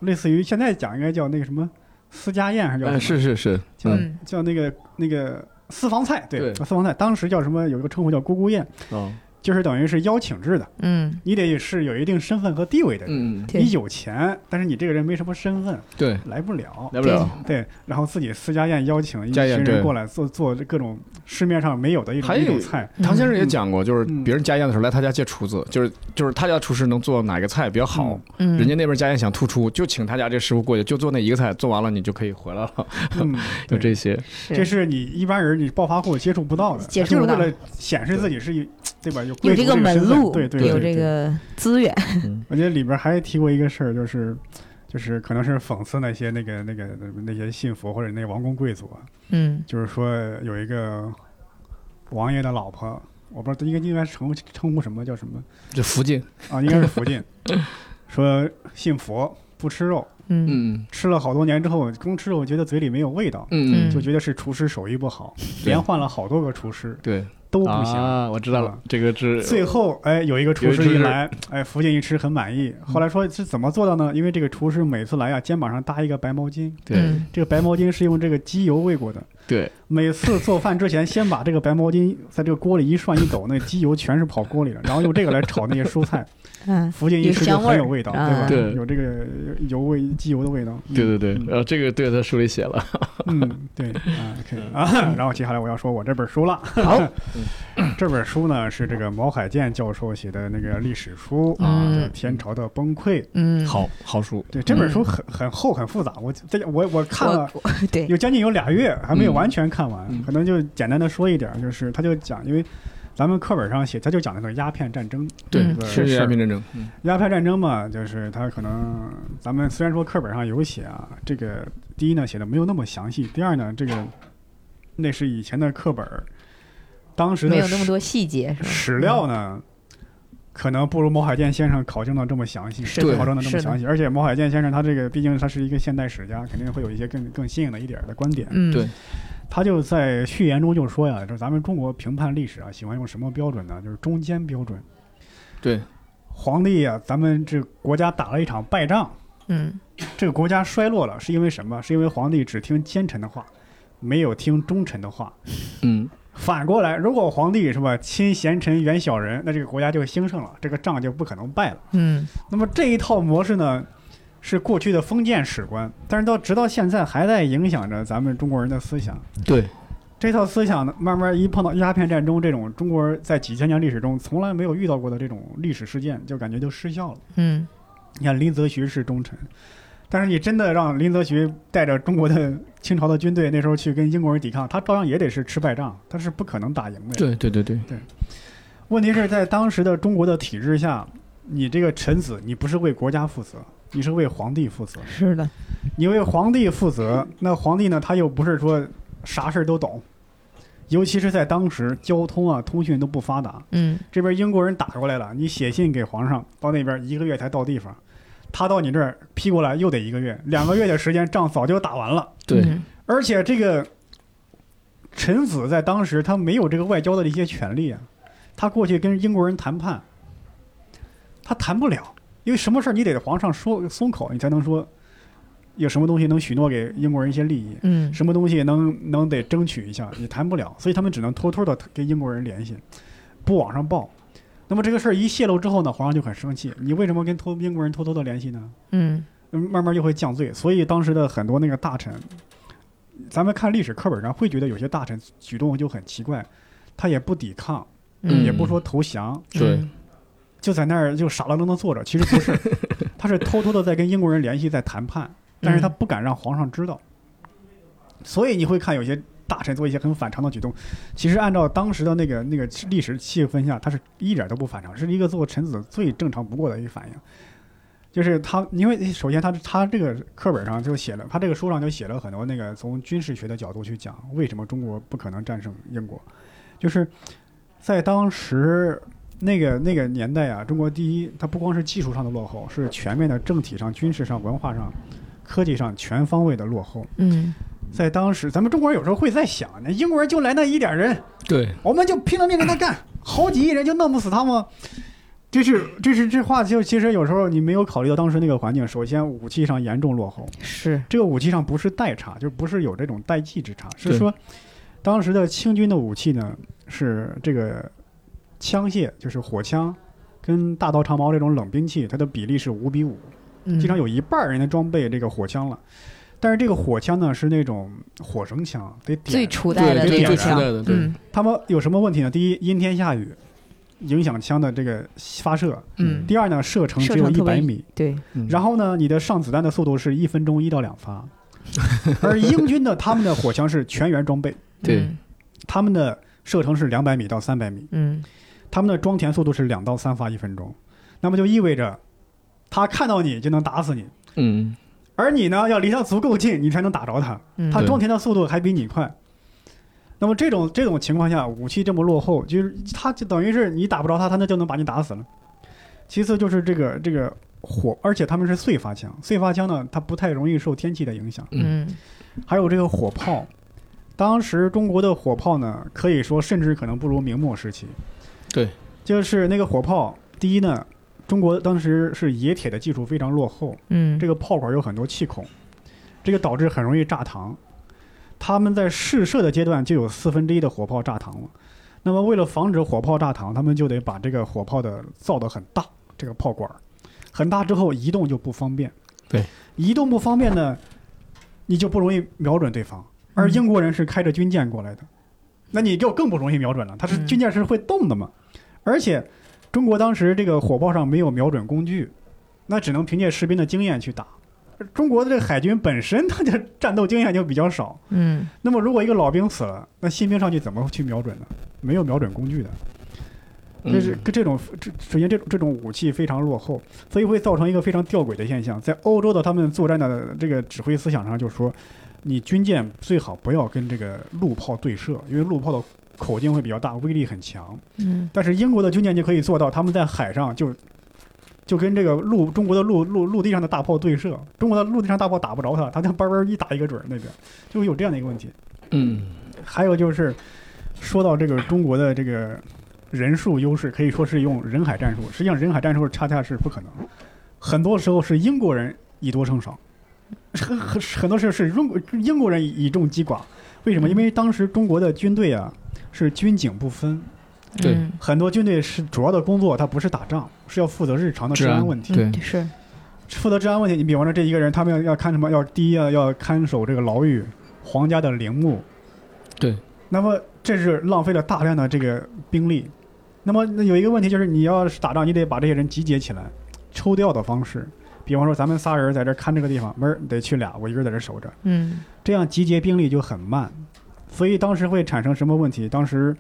S1: 类似于现在讲应该叫那个什么私家宴，还是叫什
S2: 嗯，
S1: 么？
S2: 是是是，嗯，
S3: 嗯
S1: 叫那个那个私房菜，对，
S2: 对
S1: 私房菜。当时叫什么？有一个称呼叫姑姑宴，
S2: 哦，
S1: 就是等于是邀请制的，
S3: 嗯，
S1: 你得是有一定身份和地位的人。
S2: 嗯，
S3: 对
S1: 你有钱，但是你这个人没什么身份，
S2: 对，
S1: 来不了。
S2: 来不了，
S1: 对，然后自己私家宴邀请一
S2: 嗯家
S1: 群
S2: 宴对
S1: 人过来做做各种市面上没有的一种
S2: 还有
S1: 一种菜，
S2: 唐先生也讲过，就是
S1: 嗯
S2: 别人家宴的时候来他家借厨子，就是就是他家厨师能做哪个菜比较好，
S3: 嗯
S2: 人家那边家宴想突出，就请他家这师傅过去，就做那一个菜，做完了你就可以回来了，
S1: 嗯，
S2: 就
S1: 对
S2: 这些，
S3: 是
S1: 这是你一般人你暴发户接触不到的，
S3: 接触不
S1: 就
S3: 到
S1: 是为了显示自己是一对吧？有
S3: 有
S1: 贵
S3: 这
S1: 族
S3: 个门
S1: 身份
S3: 路，
S1: 对对对
S3: 有
S1: 对
S3: 这个资源，
S1: 我觉得里边还提过一个事儿，就是就是可能是讽刺那些那个那个那些信佛或者那王公贵族啊，
S3: 嗯
S1: 就是说有一个王爷的老婆，我不知道应该应该称称呼什么叫什么
S2: 这福建，
S1: 啊，应该是福 晋，说信佛不吃肉，
S3: 嗯
S2: 嗯
S1: 吃了好多年之后，光吃肉觉得嘴里没有味道，
S2: 嗯嗯，
S1: 就觉得是厨师手艺不好，
S2: 对
S1: 连换了好多个厨师
S2: 对，
S1: 都不行。
S2: 啊，我知道了
S1: 啊，
S2: 这个是
S1: 最后，哎，有一个厨
S2: 有一
S1: 师
S2: 只
S1: 一来，哎，福建一吃很满意。后来说是怎么做到呢？因为这个厨师每次来啊，肩膀上搭一个白毛巾，
S2: 对
S3: 嗯
S1: 这个白毛巾是用这个机油喂过的。
S2: 对，
S1: 每次做饭之前，先把这个白毛巾在这个锅里一涮一抖，那机油全是跑锅里了，然后用这个来炒那些蔬菜。
S3: 嗯
S1: 福建一吃就很有味道，
S3: 有香味儿
S1: 对吧？
S2: 对
S1: 有这个油味、机油的味道。嗯
S2: 对对对，
S1: 嗯
S2: 然后这个对他书里写了，
S1: 嗯，对啊，OK 啊， 然后接下来我要说我这本书了。
S2: 好，
S1: 这本书呢是这个毛海建教授写的那个历史书啊，
S3: 嗯
S1: 叫《天朝的崩溃》。
S3: 嗯，
S2: 好好书，
S1: 对，这本书很
S2: 嗯
S1: 很厚很复杂，我在我我看
S3: 我
S1: 了
S3: 我对，
S1: 有将近有俩月，还没有
S2: 嗯
S1: 完全看完，
S2: 嗯
S1: 可能就简单的说一点儿，就是他就讲，因为咱们课本上写，他就讲那个鸦片战争，
S2: 对
S3: 嗯，
S2: 是嗯
S1: 是
S2: 鸦片战争，
S1: 鸦片战争嘛，就是它可能咱们虽然说课本上有写啊，这个第一呢写的没有那么详细，第二呢这个那是以前的课本儿，当时
S3: 没
S1: 的
S3: 有那么
S1: 史
S3: 多细节，是吧？
S1: 史料呢，可能不如毛海建先生考证的这么详细，
S3: 是
S2: 的
S1: 考证的这
S3: 是
S1: 么
S3: 的
S1: 详细，而且毛海建先生他这个毕竟他是一个现代史家，肯定会有一些更更新颖的一点儿的观点。
S3: 嗯，
S2: 对
S1: 他就在序言中就说呀，就是咱们中国评判历史啊，喜欢用什么标准呢？就是中间标准。
S2: 对，
S1: 皇帝啊，咱们这国家打了一场败仗，
S3: 嗯
S1: 这个国家衰落了，是因为什么？是因为皇帝只听奸臣的话，没有听忠臣的话。
S2: 嗯，
S1: 反过来，如果皇帝是吧亲贤臣远小人，那这个国家就兴盛了，这个仗就不可能败了。
S3: 嗯
S1: 那么这一套模式呢，是过去的封建史观，但是到直到现在还在影响着咱们中国人的思想。
S2: 对，
S1: 这套思想呢，慢慢一碰到鸦片战争这种中国在几千年历史中从来没有遇到过的这种历史事件，就感觉就失效了。
S3: 嗯
S1: 你看林则徐是忠臣，但是你真的让林则徐带着中国的清朝的军队那时候去跟英国人抵抗，他照样也得是吃败仗，他是不可能打赢的呀。
S2: 对对对对，
S1: 问题是在当时的中国的体制下，你这个臣子，你不是为国家负责，你是为皇帝负责。
S3: 是的，
S1: 你为皇帝负责，那皇帝呢，他又不是说啥事儿都懂，尤其是在当时交通啊、通讯都不发达，
S3: 嗯，
S1: 这边英国人打过来了，你写信给皇上，到那边一个月才到地方，他到你这儿批过来又得一个月，两个月的时间仗早就打完了。
S2: 对，
S3: 嗯
S1: 而且这个臣子在当时他没有这个外交的一些权利啊，他过去跟英国人谈判，他谈不了，因为什么事儿你得皇上说松口，你才能说有什么东西能许诺给英国人一些利益。
S3: 嗯
S1: 什么东西能能得争取一下，也谈不了，所以他们只能偷偷的跟英国人联系，不往上报。那么这个事儿一泄露之后呢，皇上就很生气，你为什么跟偷英国人偷偷的联系呢？
S3: 嗯
S1: 嗯慢慢就会降罪。所以当时的很多那个大臣，咱们看历史课本上会觉得有些大臣举动就很奇怪，他也不抵抗，
S3: 嗯
S1: 也不说投降，
S2: 对
S3: 嗯
S1: 就在那儿就傻愣愣的坐着。其实不是，他是偷偷的在跟英国人联系，在谈判，但是他不敢让皇上知道。所以你会看有些大臣做一些很反常的举动，其实按照当时的那个那个历史气氛下，他是一点都不反常，是一个做臣子最正常不过的一个反应。就是他，因为首先他他这个课本上就写了，他这个书上就写了很多那个从军事学的角度去讲为什么中国不可能战胜英国，就是在当时那个那个年代啊，中国第一，它不光是技术上的落后，是全面的政体上、军事上、文化上、科技上全方位的落后。
S3: 嗯
S1: 在当时，咱们中国人有时候会在想，那英国人就来那一点人，
S2: 对，
S1: 我们就拼了命跟他干，好几亿人就弄不死他吗？这是这是这话就其实有时候你没有考虑到当时那个环境，首先武器上严重落后，
S3: 是
S1: 这个武器上不是代差，就不是有这种代际之差，是
S2: 对
S1: 说当时的清军的武器呢是这个枪械，就是火枪跟大刀长矛这种冷兵器，它的比例是五比五，
S3: 嗯
S1: 经常有一半儿人的装备这个火枪了。但是这个火枪呢是那种火绳枪，得
S3: 最
S1: 点。
S3: 初代的
S1: 对
S3: 这
S1: 最
S3: 个
S1: 初
S3: 枪
S2: 代的对
S3: 嗯
S1: 他们有什么问题呢？第一，阴天下雨，影响枪的这个发射；
S3: 嗯
S1: 第二呢，射程只有
S3: 射程
S1: 一
S3: 特别
S1: 百米，
S3: 对
S2: 嗯
S1: 然后呢，你的上子弹的速度是一分钟一到两发，而英军的他们的火枪是全员装备，
S2: 对
S3: 嗯
S1: 他们的射程是两百米到三百米，
S3: 嗯
S1: 他们的装填速度是两到三发一分钟，那么就意味着他看到你就能打死你，
S2: 嗯，
S1: 而你呢要离他足够近，你才能打着他，
S3: 嗯
S1: 他
S2: 对
S1: 装填的速度还比你快。那么这种这种情况下，武器这么落后，就是他就等于是你打不着他，他那就能把你打死了。其次就是这个这个火，而且他们是燧发枪，燧发枪呢，它不太容易受天气的影响。
S3: 嗯
S1: 还有这个火炮，当时中国的火炮呢，可以说甚至可能不如明末时期。
S2: 对，
S1: 就是那个火炮，第一呢，中国当时是冶铁的技术非常落后，
S3: 嗯
S1: 这个炮管有很多气孔，这个导致很容易炸膛。他们在试射的阶段就有四分之一的火炮炸膛了。那么为了防止火炮炸膛，他们就得把这个火炮的造得很大，这个炮管儿很大之后移动就不方便。
S2: 对，
S1: 移动不方便呢，你就不容易瞄准对方。而英国人是开着军舰过来的，那你就更不容易瞄准了。它是
S3: 嗯
S1: 军舰是会动的嘛，而且中国当时这个火炮上没有瞄准工具，那只能凭借士兵的经验去打。而中国的这个海军本身它的战斗经验就比较少，
S3: 嗯
S1: 那么如果一个老兵死了，那新兵上去怎么去瞄准呢？没有瞄准工具的，这是
S2: 嗯
S1: 跟这种这首先这种这种武器非常落后，所以会造成一个非常吊诡的现象。在欧洲的他们作战的这个指挥思想上，就说你军舰最好不要跟这个陆炮对射，因为陆炮的口径会比较大，威力很强。
S3: 嗯
S1: 但是英国的军舰就可以做到，他们在海上就就跟这个陆中国的陆陆陆地上的大炮对射，中国的陆地上大炮打不着它，它就叭叭一打一个准儿那边，就会有这样的一个问题。
S2: 嗯
S1: 还有就是，说到这个中国的这个人数优势，可以说是用人海战术。实际上，人海战术恰恰是不可能，很多时候是英国人以多胜少，很很很多时候是英国英国人以众击寡。为什么？因为当时中国的军队啊是军警不分，
S2: 对
S3: 嗯
S1: 很多军队是主要的工作，它不是打仗，是要负责日常的治
S2: 治安
S1: 安问题。
S2: 对
S3: 嗯是
S1: 负责治安问题，你比方说这一个人，他们要要看什么？要第一要要看守这个牢狱、皇家的陵墓。
S2: 对。
S1: 那么这是浪费了大量的这个兵力。那么那有一个问题就是，你要是打仗，你得把这些人集结起来，抽调的方式。比方说，咱们仨人在这看这个地方，门儿得去俩，我一个人在这守着，
S3: 嗯
S1: 这样集结兵力就很慢。所以当时会产生什么问题？当时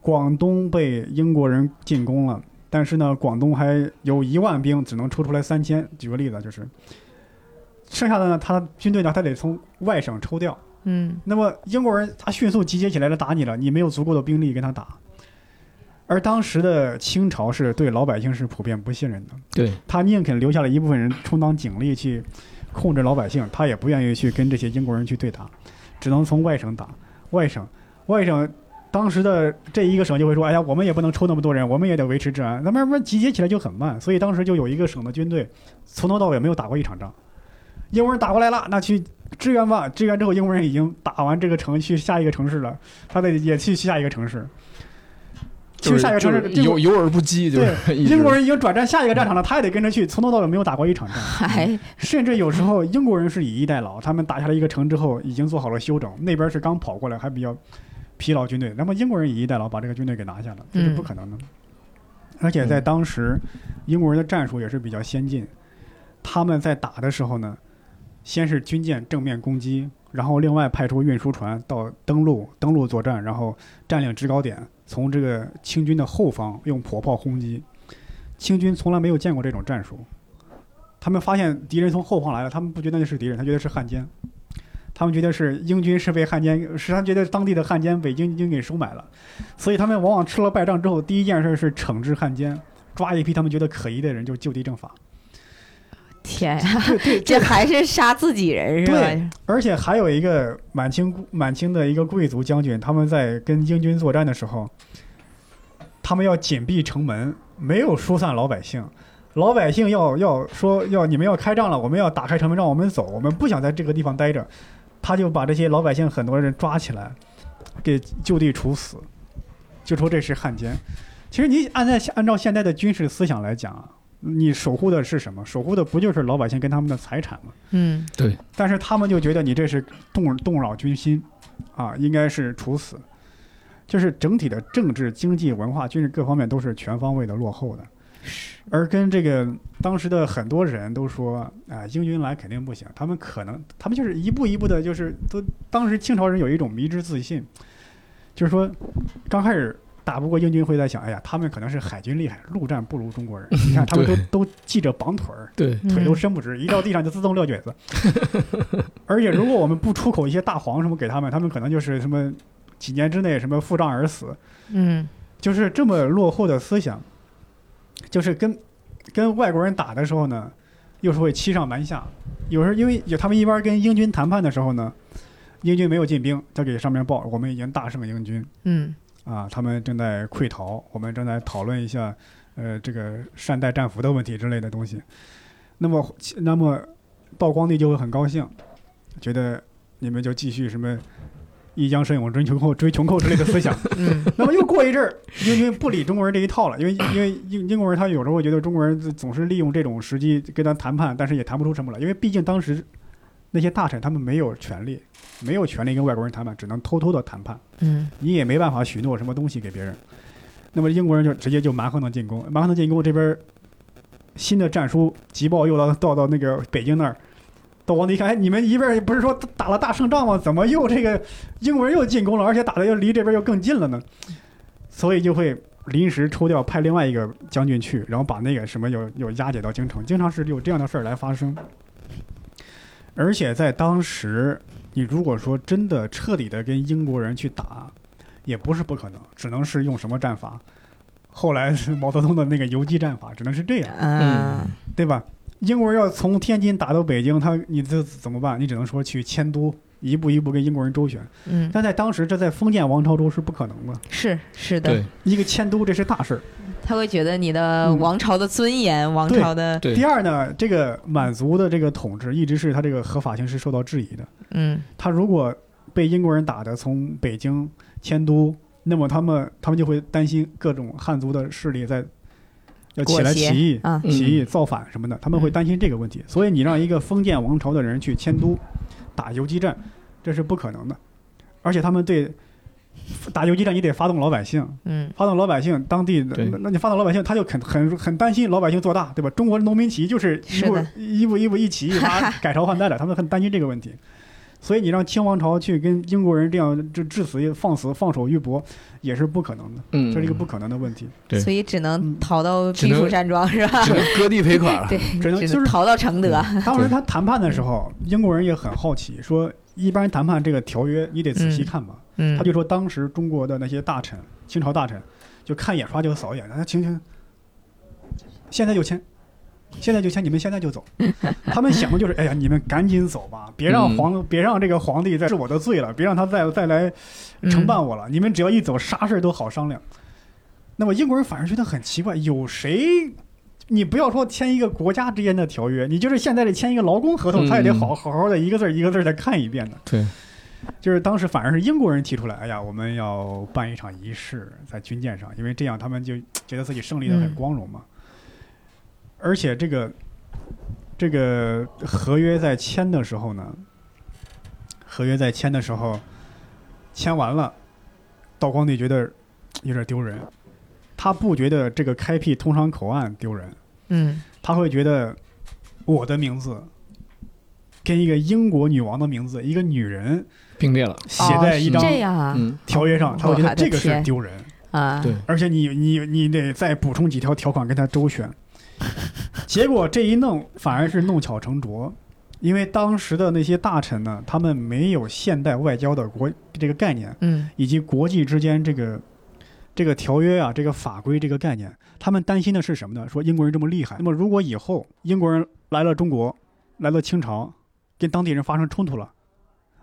S1: 广东被英国人进攻了，但是呢，广东还有一万兵，只能抽出来三千。举个例子，就是剩下的呢，他军队呢，他得从外省抽调。
S3: 嗯
S1: 那么英国人他迅速集结起来了，打你了，你没有足够的兵力跟他打。而当时的清朝是对老百姓是普遍不信任的，
S2: 对，
S1: 他宁肯留下了一部分人充当警力去控制老百姓，他也不愿意去跟这些英国人去对打，只能从外省打。外省，外省，当时的这一个省就会说：“哎呀，我们也不能抽那么多人，我们也得维持治安。”那慢慢集结起来就很慢，所以当时就有一个省的军队从头到尾没有打过一场仗。英国人打过来了，那去支援吧。支援之后，英国人已经打完这个城，去下一个城市了，他得也去下一个城市。
S2: 就
S1: 去
S2: 是
S1: 下一个城市，
S2: 就
S1: 这
S2: 是
S1: 个
S2: 有有而不击，就
S1: 对
S2: 是 一直
S1: 英国人已经转战下一个战场了，他也得跟着去，从头到尾没有打过一场仗。
S3: 还
S1: 甚至有时候英国人是以逸待劳，他们打下来一个城之后，已经做好了休整，那边是刚跑过来，还比较疲劳军队。那么英国人以逸待劳，把这个军队给拿下了，这是不可能的。而且在当时，英国人的战术也是比较先进，他们在打的时候呢，先是军舰正面攻击，然后另外派出运输船到登陆，登陆作战，然后占领制高点，从这个清军的后方用火炮轰击。清军从来没有见过这种战术，他们发现敌人从后方来了，他们不觉得那是敌人，他觉得是汉奸，他们觉得是英军是被汉奸，是他们觉得当地的汉奸被英军给收买了，所以他们往往吃了败仗之后，第一件事是惩治汉奸，抓一批他们觉得可疑的人就就地正法。
S3: 天呀，
S1: 对对，
S3: 这还是杀自己人是
S1: 对
S3: 吧？
S1: 而且还有一个满清满清的一个贵族将军，他们在跟英军作战的时候，他们要紧闭城门，没有疏散老百姓。老百姓要要说要你们要开仗了，我们要打开城门让我们走，我们不想在这个地方待着。他就把这些老百姓很多人抓起来，给就地处死，就说这是汉奸。其实你按在按照现在的军事思想来讲啊，你守护的是什么？守护的不就是老百姓跟他们的财产吗？
S3: 嗯
S1: 但是他们就觉得你这是动动扰军心，啊，应该是处死。就是整体的政治、经济、文化、军事各方面都是全方位的落后的。而跟这个当时的很多人都说啊，英军来肯定不行，他们可能他们就是一步一步的，就是都当时清朝人有一种迷之自信，就是说刚开始打不过英军会在想，哎呀，他们可能是海军厉害，陆战不如中国人。你看他们都都系着绑腿儿，
S2: 对
S1: 腿都
S3: 嗯
S1: 伸不直，一到地上就自动撂蹶子。 而且如果我们不出口一些大黄什么给他们，他们可能就是什么几年之内什么腹胀而死，
S3: 嗯
S1: 就是这么落后的思想，就是跟跟外国人打的时候呢，又是会欺上瞒下。有时候因为有他们一边跟英军谈判的时候呢，英军没有进兵，他给上面报我们已经大胜英军
S3: 嗯
S1: 啊，他们正在溃逃，我们正在讨论一下呃这个善待战俘的问题之类的东西。那么那么道光帝就会很高兴，觉得你们就继续什么一江生有追穷寇追穷寇之类的思想。
S3: 嗯
S1: 那么又过一阵儿，英军不理中国人这一套了，因为因为英英国人他有时候会觉得中国人总是利用这种时机跟他谈判，但是也谈不出什么来，因为毕竟当时那些大臣他们没有权利，没有权利跟外国人谈判，只能偷偷的谈判，
S3: 嗯
S1: 你也没办法许诺什么东西给别人。那么英国人就直接就蛮横的进攻，蛮横的进攻这边儿新的战书急报又到到到那个北京那儿。到皇帝一看，哎，你们一边儿不是说打了大胜仗吗？怎么又这个英国人又进攻了，而且打的又离这边又更近了呢？所以就会临时抽调派另外一个将军去，然后把那个什么有有押解到京城，经常是有这样的事儿来发生。而且在当时，你如果说真的彻底的跟英国人去打，也不是不可能，只能是用什么战法？后来是毛泽东的那个游击战法，只能是这样。
S2: 嗯
S3: 啊
S1: 对吧？英国人要从天津打到北京，他你这怎么办？你只能说去迁都，一步一步跟英国人周旋。
S3: 嗯
S1: 但在当时，这在封建王朝中是不可能的。
S3: 是是的
S2: 对，
S1: 一个迁都，这是大事儿。
S3: 他会觉得你的
S1: 嗯
S3: 王朝的尊严，王
S1: 对
S3: 朝的
S2: 对
S1: 第二呢，这个满族的这个统治一直是他这个合法性是受到质疑的。
S3: 嗯
S1: 他如果被英国人打的从北京迁都，那么他们他们就会担心各种汉族的势力在要起来
S3: 裹挟
S1: 起义，
S3: 啊
S2: 嗯
S1: 起义、造反什么的，他们会担心这个问题。所以你让一个封建王朝的人去迁都、打游击战，这是不可能的。而且他们对打游击战，你得发动老百姓，
S3: 嗯
S1: 发动老百姓当地的
S2: 对，
S1: 那那你发动老百姓，他就很很很担心老百姓做大，对吧？中国农民起义就是一
S3: 是
S1: 步
S3: 的
S1: 一步一步一起义发改朝换代的，他们很担心这个问题，所以你让清王朝去跟英国人这样就致死放死放手一搏，也是不可能的，
S2: 嗯，
S1: 这是一个不可能的问题，
S2: 对嗯
S3: 所以只能逃到
S2: 只
S3: 避
S2: 能
S3: 暑山庄是吧？
S2: 只能割地 赔款了。
S3: 对，
S1: 只能就是
S3: 逃到承德。
S1: 当时他谈判的时候，英国人也很好奇，说一般谈判这个条约你得仔细看吧。
S3: 嗯
S1: 他就说当时中国的那些大臣，清朝大臣，就看眼刷就扫一眼，啊，行行，现在就签，现在就签，你们现在就走。他们想的就是，哎呀，你们赶紧走吧，别让皇，别让这个皇帝再治我的罪了，别让他再再来惩办我了。你们只要一走，啥事儿都好商量。那么英国人反而觉得很奇怪，有谁？你不要说签一个国家之间的条约，你就是现在这签一个劳工合同，
S2: 嗯
S1: 他也得好好好的一个字儿一个字儿的看一遍的。
S2: 对，
S1: 就是当时反而是英国人提出来，哎呀，我们要办一场仪式在军舰上，因为这样他们就觉得自己胜利的很光荣嘛。而且这个这个合约在签的时候呢，合约在签的时候，签完了，道光帝觉得有点丢人，他不觉得这个开辟通商口岸丢人，
S3: 嗯
S1: 他会觉得我的名字跟一个英国女王的名字，一个女人
S2: 并列了。
S1: 写在一张
S3: 哦是这样啊
S2: 嗯，
S1: 条约上，他会觉得
S3: 我的
S1: 这
S3: 天
S1: 个是丢人，
S3: 啊，
S2: 对
S1: 而且你你你得再补充几条条款跟他周旋。结果这一弄反而是弄巧成拙，因为当时的那些大臣呢，他们没有现代外交的国这个概念，
S3: 嗯
S1: 以及国际之间这个这个条约啊、这个法规这个概念，他们担心的是什么呢？说英国人这么厉害，那么如果以后英国人来了中国，来了清朝，跟当地人发生冲突了，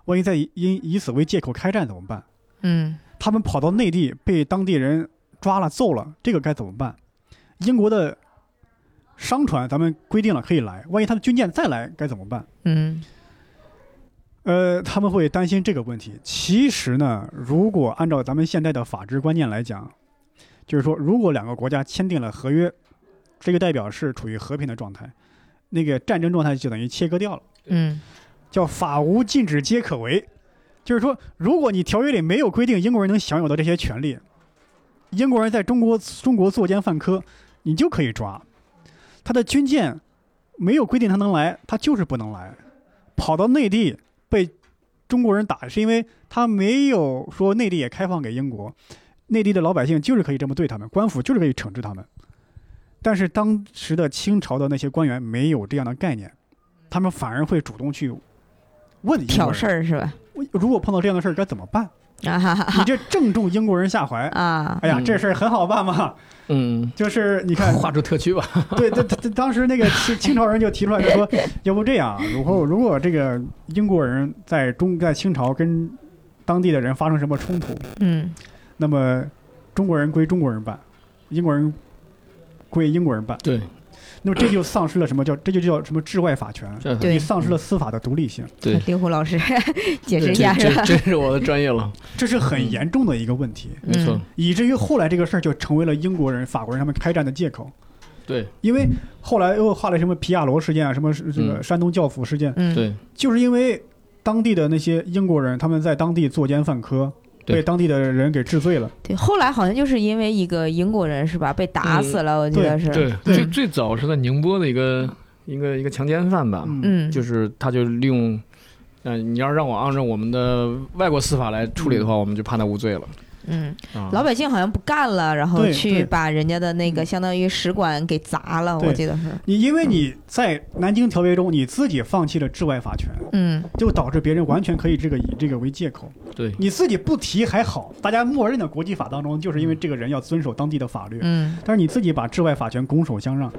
S1: 万一再以因以此为借口开战怎么办？
S3: 嗯
S1: 他们跑到内地被当地人抓了揍了，这个该怎么办？英国的商船咱们规定了可以来，万一他们军舰再来该怎么办？
S3: 嗯
S1: 呃，他们会担心这个问题。其实呢，如果按照咱们现在的法治观念来讲，就是说，如果两个国家签订了合约，这个代表是处于和平的状态，那个战争状态就等于切割掉了，
S3: 嗯
S1: 叫法无禁止皆可为。就是说，如果你条约里没有规定英国人能享有的这些权利，英国人在中国中国作奸犯科，你就可以抓。他的军舰没有规定他能来，他就是不能来。跑到内地被中国人打，是因为他没有说内地也开放给英国，内地的老百姓就是可以这么对他们，官府就是可以惩治他们。但是当时的清朝的那些官员没有这样的概念，他们反而会主动去问英国人
S3: 挑事儿是吧？
S1: 如果碰到这样的事儿该怎么办？
S3: 啊哈哈
S1: 你这正中英国人下怀。
S3: 啊，
S1: 哎呀，
S2: 嗯
S1: 这事儿很好办嘛，
S2: 嗯，
S1: 就是你看，
S2: 划出特区吧。
S1: 对，对对，对当时那个清清朝人就提出来就说，要不这样啊，如果如果这个英国人在中在清朝跟当地的人发生什么冲突，
S3: 嗯
S1: 那么中国人归中国人办，英国人归英国人办，
S2: 对，
S1: 那么这就丧失了什么叫这就叫什么治外法权，
S2: 这
S3: 对
S1: 你丧失了司法的独立性，
S2: 对
S3: 刘虎老师 解释
S2: 这
S3: 一下是吧
S2: 这？真是我的专业了，
S1: 这是很严重的一个问题，
S2: 没错
S3: 嗯。
S1: 以至于后来这个事儿就成为了英国人、法国人他们开战的借口。
S2: 对
S1: 因为后来又画了什么皮亚罗事件啊，什么是这个
S2: 嗯
S1: 山东教父事件，
S3: 嗯，
S2: 对，
S1: 就是因为当地的那些英国人，他们在当地作奸犯科，
S2: 对
S1: 被当地的人给治罪了。
S3: 对，后来好像就是因为一个英国人是吧，被打死了，我记得是。
S2: 嗯对，
S1: 对
S2: 最最早是在宁波的一个一个一个强奸犯吧，
S1: 嗯，
S3: 嗯，
S2: 就是他就利用，呃，你要让我按照我们的外国司法来处理的话，我们就判他无罪了。
S3: 嗯，
S2: 啊
S3: 老百姓好像不干了，然后
S1: 对
S3: 去
S1: 对
S3: 把人家的那个
S1: 嗯
S3: 相当于使馆给砸了，我
S1: 对
S3: 记得是。
S1: 你因为你在南京条约中你自己放弃了治外法权，
S3: 嗯
S1: 就导致别人完全可以这个以这个为借口。
S2: 对
S1: 你自己不提还好，大家默认的国际法当中，就是因为这个人要遵守当地的法律。
S3: 嗯
S1: 但是你自己把治外法权拱手相让，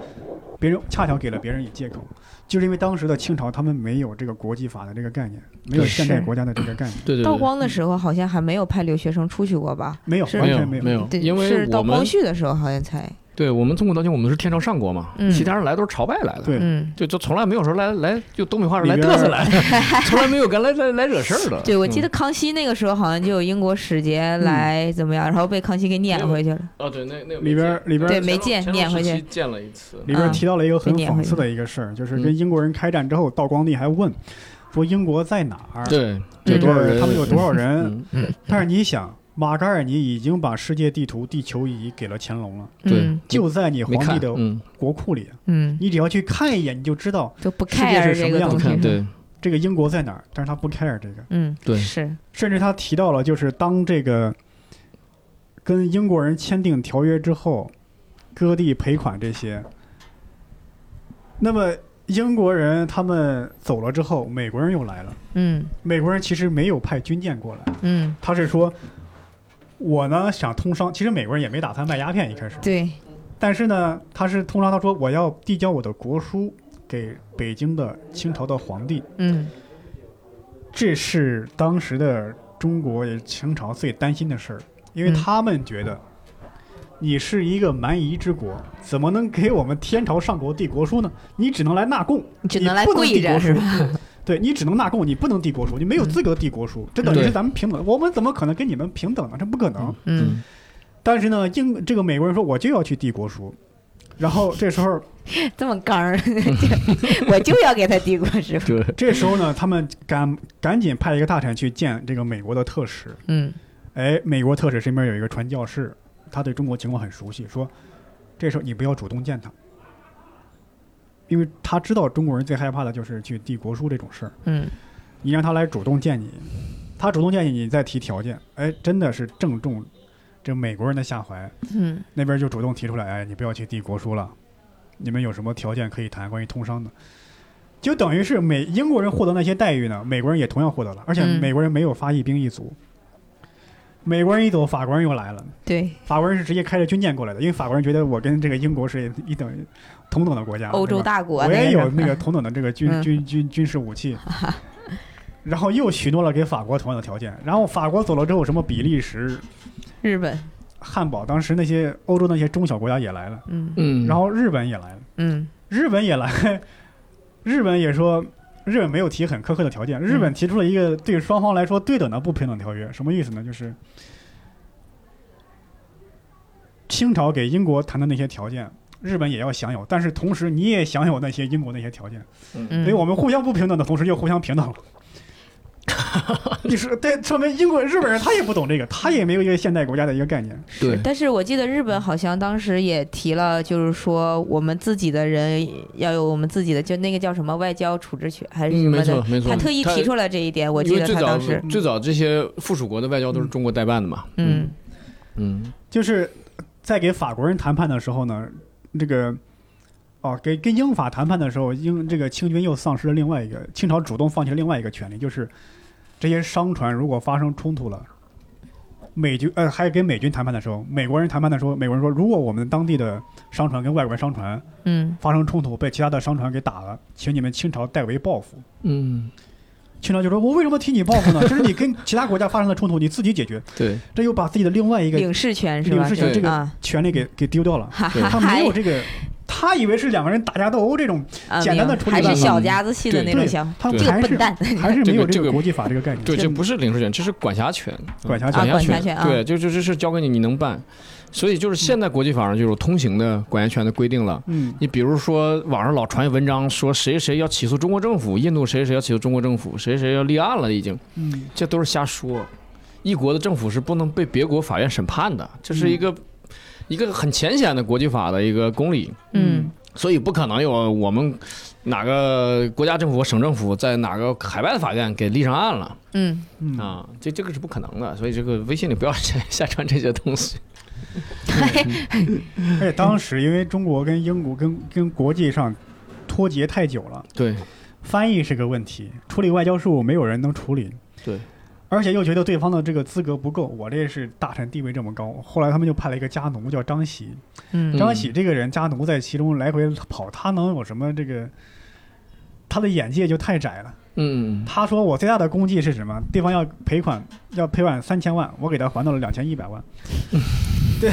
S1: 别人恰巧给了别人以借口，就是因为当时的清朝他们没有这个国际法的这个概念，没有现代国家的这个概念，
S2: 对对，
S3: 道
S2: 对
S3: 光的时候好像还没有派留学生出去过吧？
S1: 没有，
S3: 是
S1: 完
S2: 没有
S1: 全没
S2: 没有，
S3: 对，
S2: 因为
S3: 是
S2: 我
S3: 到光
S2: 们
S3: 绪的时候好像才。
S2: 对我们从古到今我们是天朝上国嘛，
S3: 嗯
S2: 其他人来都是朝拜来的。
S1: 对
S3: 嗯，
S2: 就就从来没有说来来就东北话是来
S1: 里边
S2: 嘚瑟来 的，从来没有敢来来来惹事儿的。嗯
S3: 对，我记
S1: 嗯
S3: 得康熙那个时候好像就有英国使节来怎么样，然后被康熙给撵回去了。
S2: 哦，对，那那个没
S1: 里边
S2: 见
S1: 里边
S3: 对没见
S2: 乾隆
S3: 撵回去
S2: 乾隆时期见了一次，
S1: 里边
S3: 嗯
S1: 提到了一个很
S3: 被撵回
S1: 讽
S3: 去
S1: 刺的一个事儿，就是
S2: 嗯
S1: 跟英国人开战之后，道光帝还问说英国在哪儿？
S2: 对，
S1: 这
S2: 有
S3: 嗯
S1: 个
S2: 多少人？
S1: 他们有多少人？
S2: 嗯？
S1: 但是你想，马戛尔尼已经把世界地图、地球仪给了乾隆了，
S2: 对
S3: 嗯，
S1: 就在你
S2: 没
S1: 皇帝
S2: 看，
S1: 的
S2: 嗯，
S1: 国库里，啊
S3: 嗯，
S1: 你只要去看一眼，你就知道
S3: 就不
S1: 世界
S3: care
S1: 是
S3: 这
S1: 什么
S3: 个
S1: 样
S3: 东
S1: 子
S2: 不
S3: 西
S2: 看，
S3: 是吧，
S2: 对，
S1: 这个英国在哪儿，但是他不 care 这个，
S3: 嗯，
S2: 对
S3: 是，
S1: 甚至他提到了，就是当这个跟英国人签订条约之后，割地赔款这些，那么英国人他们走了之后，美国人又来了，
S3: 嗯
S1: 美国人其实没有派军舰过来。
S3: 嗯，
S1: 他是说，我呢想通商，其实美国人也没打算卖鸦片一开始，
S3: 对，
S1: 但是呢，他是通商，他说我要递交我的国书给北京的清朝的皇帝，
S3: 嗯
S1: 这是当时的中国也清朝最担心的事儿，因为
S3: 嗯
S1: 他们觉得。你是一个蛮夷之国，怎么能给我们天朝上国递国书呢？你只能来纳贡，
S3: 你只能来
S1: 你不能
S3: 跪
S1: 递
S3: 着
S1: 国书
S3: 是吧？ 嗯
S1: 对你只能纳贡，你不能递国书，你没有资格递国书，这等于
S2: 对
S1: 是咱们平等。我们怎么可能跟你们平等呢？这不可能。
S3: 嗯，
S1: 但是呢，英这个美国人说我就要去递国书，然后这时候
S3: 这么刚儿， 就我就要给他递过 是吧？
S2: 对，
S1: 这时候呢，他们赶赶紧派一个大臣去见这个美国的特使。
S3: 嗯
S1: 哎，美国特使身边有一个传教士，他对中国情况很熟悉，说这时候你不要主动见他，因为他知道中国人最害怕的就是去递国书这种事儿。
S3: 嗯
S1: 你让他来主动见你，他主动见你，你再提条件，哎，真的是正中这美国人的下怀。
S3: 嗯
S1: 那边就主动提出来，哎，你不要去递国书了，你们有什么条件可以谈关于通商的？就等于是美英国人获得那些待遇呢，美国人也同样获得了，而且
S3: 嗯
S1: 美国人没有发一兵一卒。美国人一走，法国人又来了。
S3: 对，
S1: 法国人是直接开着军舰过来的，因为法国人觉得我跟这个英国是一等同等的国家，
S3: 欧洲
S1: 对吧
S3: 大国啊
S1: 我也
S3: 那
S1: 有
S3: 个
S1: 那
S3: 是
S1: 个
S3: 吧
S1: 同等的这个军、
S3: 嗯
S1: 军军军事武 器，然后又许诺了给法国同样的条件。然后法国走了之后，什么比利时、
S3: 日本，
S1: 汉堡，当时那些欧洲那些中小国家也来了。
S3: 嗯
S2: 嗯，
S1: 然后日本也来了，
S3: 嗯
S1: 日本也来， 日本也说，日本没有提很苛刻的条件，日本提出了一个对双方来说对等的不平等条约，什么意思呢？就是清朝给英国谈的那些条件。日本也要享有，但是同时你也享有那些英国那些条件，
S3: 嗯，
S1: 所以我们互相不平等的同时又互相平等了。你说对，说明英国日本人他也不懂这个，他也没有一个现代国家的一个概念。
S2: 对，
S3: 但是我记得日
S1: 嗯
S3: 本好像当时也提了，就是说我们自己的人要有我们自己的，就那个叫什么外交处置权还是什
S2: 嗯，没
S3: 么的
S2: 错，没错，
S3: 他特意提出来这一点，我记
S2: 因为
S3: 得
S2: 最
S3: 他
S2: 早
S3: 当时，
S2: 最早这些附属国的外交都是中国代办的嘛，
S3: 嗯
S2: 嗯，
S1: 就是在给法国人谈判的时候呢，这个哦，给跟英法谈判的时候，英这个清军又丧失了另外一个清朝主动放弃了另外一个权利，就是这些商船如果发生冲突了，美军呃，还有跟美军谈判的时候，美国人谈判的时候，美国人说，如果我们当地的商船跟外国商船
S3: 嗯
S1: 发生冲突，被其他的商船给打了，请你们清朝代为报复。
S2: 嗯，
S1: 清朝就说：“我为什么替你报复呢？这是你跟其他国家发生的冲突，你自己解决。
S2: 对，
S1: 这又把自己的另外一个
S3: 领事权是吧？
S1: 领事权
S2: 这
S1: 个
S3: 啊，
S1: 权利给给丢掉了。”
S3: 哈
S2: 对
S3: 哈
S1: 他
S3: 还
S1: 没有这 个，他以为是两个人打架斗殴这种，
S3: 啊
S1: 简单的
S3: 明
S1: 处理
S3: 还是
S1: 办法
S3: 小家子气的那种
S1: 对
S3: 想法，
S1: 他
S2: 对
S3: 这
S1: 还
S3: 个
S1: 是
S3: 笨蛋，
S1: 还是没有
S2: 这个这
S1: 这
S2: 个
S1: 个国际法这个概念。
S2: 对，
S3: 这
S2: 这不是领事权，这是管辖权，
S1: 管辖权
S2: 嗯管
S3: 啊管
S2: 权，
S3: 辖权啊
S2: 对，就就这是交给你，你能办。所以就是现在国际法上就有通行的管辖权的规定了。
S1: 嗯，
S2: 你比如说，网上老传文章说谁谁要起诉中国政府，印度谁谁要起诉中国政府，谁谁要立案了，已经，
S1: 嗯
S2: 这都是瞎说。一国的政府是不能被别国法院审判的，这是一
S3: 嗯
S2: 个、一个很浅显的国际法的一个公理。
S3: 嗯
S2: 所以不可能有我们哪个国家政府、省政府在哪个海外的法院给立上案了
S3: 嗯，
S1: 嗯，
S2: 啊，这这个是不可能的。所以这个微信里不要 下下传这些东西。
S1: 而且当时因为中国跟英国跟跟国际上脱节太久了，
S2: 对
S1: 翻译是个问题，处理外交事务没有人能处理，
S2: 对，
S1: 而且又觉得对方的这个资格不够，我这是大臣地位这么高，后来他们就派了一个家奴叫张喜，
S3: 嗯
S1: 张喜这个人家奴在其中来回跑，他能有什么这个？他的眼界就太窄了。
S2: 嗯，
S1: 他说我最大的功绩是什么？对方要赔款，要赔款三千万，我给他还到了两千一百 万。对，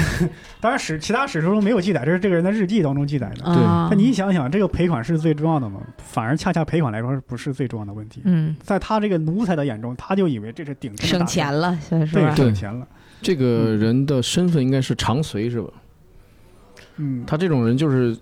S1: 当然史其他史书中没有记载，这是这个人的日记当中记载的。
S3: 啊
S1: 那你想想，这个赔款是最重要的吗？反而恰恰赔款来说是不是最重要的问题？
S3: 嗯
S1: 在他这个奴才的眼中，他就以为这是顶天的
S3: 省
S1: 大事
S3: 钱，了，是
S1: 对，
S3: 吧？
S1: 省钱了。
S2: 这个人的身份应该是长随是吧？
S1: 嗯，
S2: 他这种人就是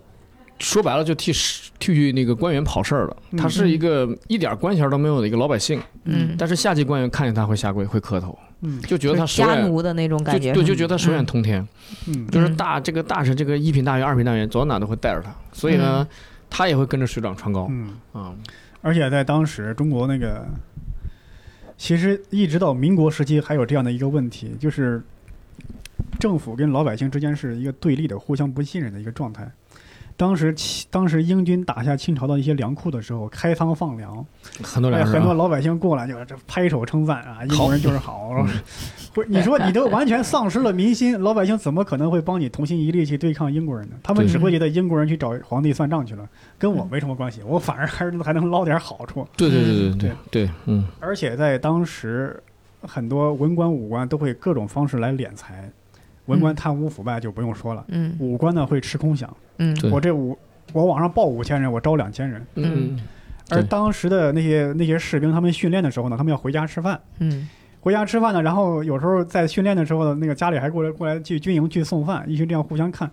S2: 说白了就替替去那个官员跑事儿了。
S1: 嗯
S2: 他是一个一点官衔都没有的一个老百姓，
S3: 嗯，
S2: 但是下级官员看见他会下跪，会磕头，
S1: 嗯
S2: 就觉得他手
S3: 家
S2: 眼
S3: 奴的那种感
S2: 就
S3: 觉，
S2: 对，就觉得他手眼通天。
S1: 嗯
S2: 就是大这个大臣，这个嗯一品大员、二品大员，走到哪都会带着他，所以呢，他也会跟着水涨船高
S1: 嗯，
S2: 啊。
S1: 而且在当时中国那个，其实一直到民国时期还有这样的一个问题，就是政府跟老百姓之间是一个对立的、互相不信任的一个状态。当时清，当时英军打下清朝的一些粮库的时候，开仓放粮，
S2: 很多
S1: 哎，
S2: 粮食
S1: 很多
S2: 啊，
S1: 老百姓过来就这拍手称赞啊，英国人就是好
S2: 嗯。
S1: 会，你说你都完全丧失了民心，老百姓怎么可能会帮你同心一力去对抗英国人呢？他们
S2: 对
S1: 只会觉得英国人去找皇帝算账去了，跟我没什么关
S2: 嗯
S1: 系，我反而还是还能捞点好处。
S2: 对对对对对对，嗯，
S1: 而且在当时，很多文官武官都会各种方式来敛财，文
S2: 嗯
S1: 官贪污腐败就不用说了，
S3: 嗯
S1: 武官呢会吃空饷，
S3: 嗯
S2: 对
S1: 我这五我往上报五千人，我招两千人。
S2: 嗯嗯
S1: 而
S2: 对
S1: 当时的那些那些士兵，他们训练的时候呢，他们要回家吃饭，
S3: 嗯
S1: 回家吃饭呢，然后有时候在训练的时候呢，那个家里还过来过来去军营去送饭，一群这样互相看，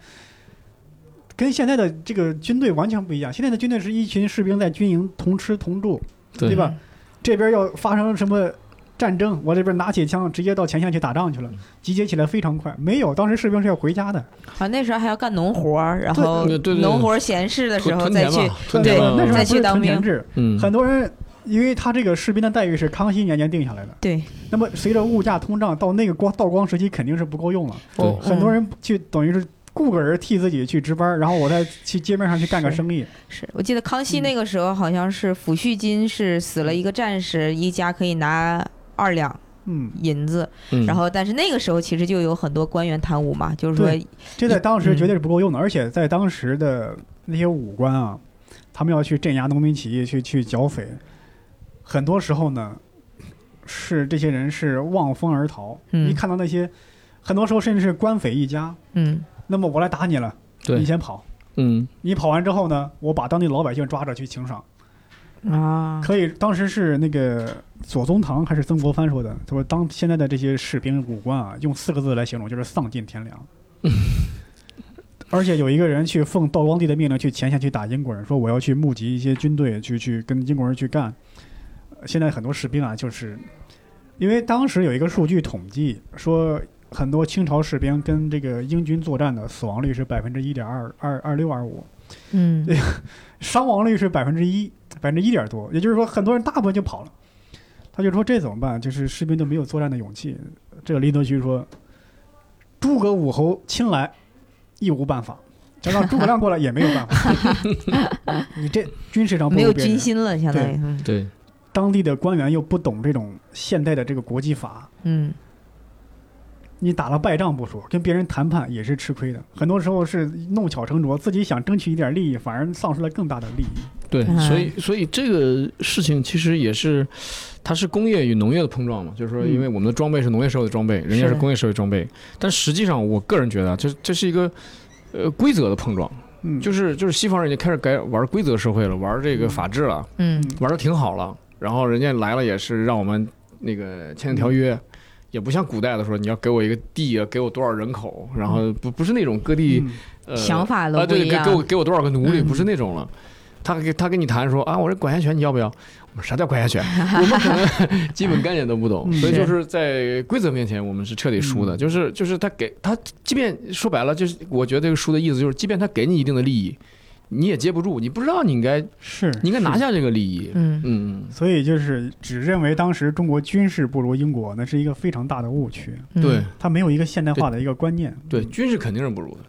S1: 跟现在的这个军队完全不一样。现在的军队是一群士兵在军营同吃同住，
S2: 对
S1: 对吧？这边要发生什么战争，我这边拿起枪直接到前线去打仗去了，集结起来非常快。没有，当时士兵是要回家的，
S3: 啊，那时候还要干农活儿，然后
S2: 对对对
S3: 农活儿闲适的时
S2: 屯
S3: 候
S2: 屯
S3: 再
S2: 田
S3: 去
S2: 嘛，，屯
S3: 对
S2: 田
S1: 那时候
S2: 嘛，
S3: 再
S1: 不
S3: 去
S1: 是
S3: 当
S1: 屯田
S3: 兵
S1: 制，
S2: 嗯，
S1: 很多人。因为他这个士兵的待遇是康熙年间定下来的，
S3: 对
S1: 那么随着物价通胀，到那个光道光时期肯定是不够用了。
S3: 我
S2: 对
S1: 很多
S3: 嗯
S1: 人去等于是雇个人替自己去值班，然后我再去街面上去干个
S3: 是
S1: 生意。
S3: 是我记得康
S2: 嗯
S3: 熙那个时候好像是抚恤金是死了一个战士，一家可以拿二两
S1: 嗯，
S3: 银子，
S2: 嗯
S3: 然后但是那个时候其实就有很多官员贪污嘛，就是说
S1: 对这在当时
S3: 嗯
S1: 绝对是不够用的，而且在当时的那些武官啊，他们要去镇压农民起义，去去剿匪，很多时候呢，是这些人是望风而逃。
S3: 嗯
S1: 一看到那些，很多时候甚至是官匪一家，
S3: 嗯
S1: 那么我来打你了，你
S2: 对，
S1: 先跑。
S2: 嗯，
S1: 你跑完之后呢，我把当地老百姓抓着去请赏。
S3: 啊，
S1: 可以，当时是那个左宗棠还是曾国藩说的，他说当现在的这些士兵武官啊，用四个字来形容就是丧尽天良。而且有一个人去奉道光帝的命令去前线去打英国人，说我要去募集一些军队去去跟英国人去干。呃现在很多士兵啊，就是因为当时有一个数据统计说，很多清朝士兵跟这个英军作战的死亡率是百分之一点二二二六二五，
S3: 嗯
S1: 对伤亡率是百分之一，百分之一点多，也就是说很多人大部分就跑了。他就说这怎么办？就是士兵都没有作战的勇气。这个林则徐说：“诸葛武侯亲来，亦无办 法；想让诸葛亮过来也没有办法。你这军事上不
S3: 没有
S1: 如别人
S3: 军，心了，相当于嗯
S2: 对，
S1: 当地的官员又不懂这种现代的这个国际法，
S3: 嗯
S1: 你打了败仗不说，跟别人谈判也是吃亏的。很多时候是弄巧成拙，自己想争取一点利益，反而丧失了更大的利益。
S2: 对，
S3: 嗯
S2: 所以所以这个事情其实也是，它是工业与农业的碰撞嘛，就是说，
S1: 嗯
S2: 因为我们的装备是农业社会的装备，人家
S3: 是
S2: 是
S3: 的
S2: 工业社会装备，但实际上，我个人觉得啊，这这是一个。呃，规则的碰撞，
S1: 嗯，
S2: 就是就是西方人已经开始改玩规则社会了，玩这个法治了，
S3: 嗯
S2: 玩的挺好了。然后人家来了也是让我们那个签条
S3: 嗯
S2: 约，也不像古代的说你要给我一个地啊，给我多少人口，然
S3: 嗯
S2: 后不不是那种各地、
S1: 嗯
S2: 呃
S3: 想法都
S2: 啊，
S3: 不
S2: 对，
S3: 一
S2: 给
S3: 样
S2: 给，我给我多少个奴隶，
S3: 嗯
S2: 不是那种了。他给他跟你谈说啊，我这管辖权你要不要？我说啥叫管辖权？我们可能 基本概念都不懂，
S1: 嗯
S2: 所以就是在规则面前，我们是彻底输
S3: 嗯
S2: 的。就是就是他给他，即便说白了，就是我觉得这个输的意思就是，即便他给你一定的利益，你也接不住，你不知道你应该你
S1: 是
S2: 应该拿下这个利益。
S3: 嗯
S2: 嗯，
S1: 所以就是只认为当时中国军事不如英国，那是一个非常大的误区。
S3: 嗯
S2: 对
S1: 他没有一个现代化的一个观念。
S2: 对，军事肯定是不如的。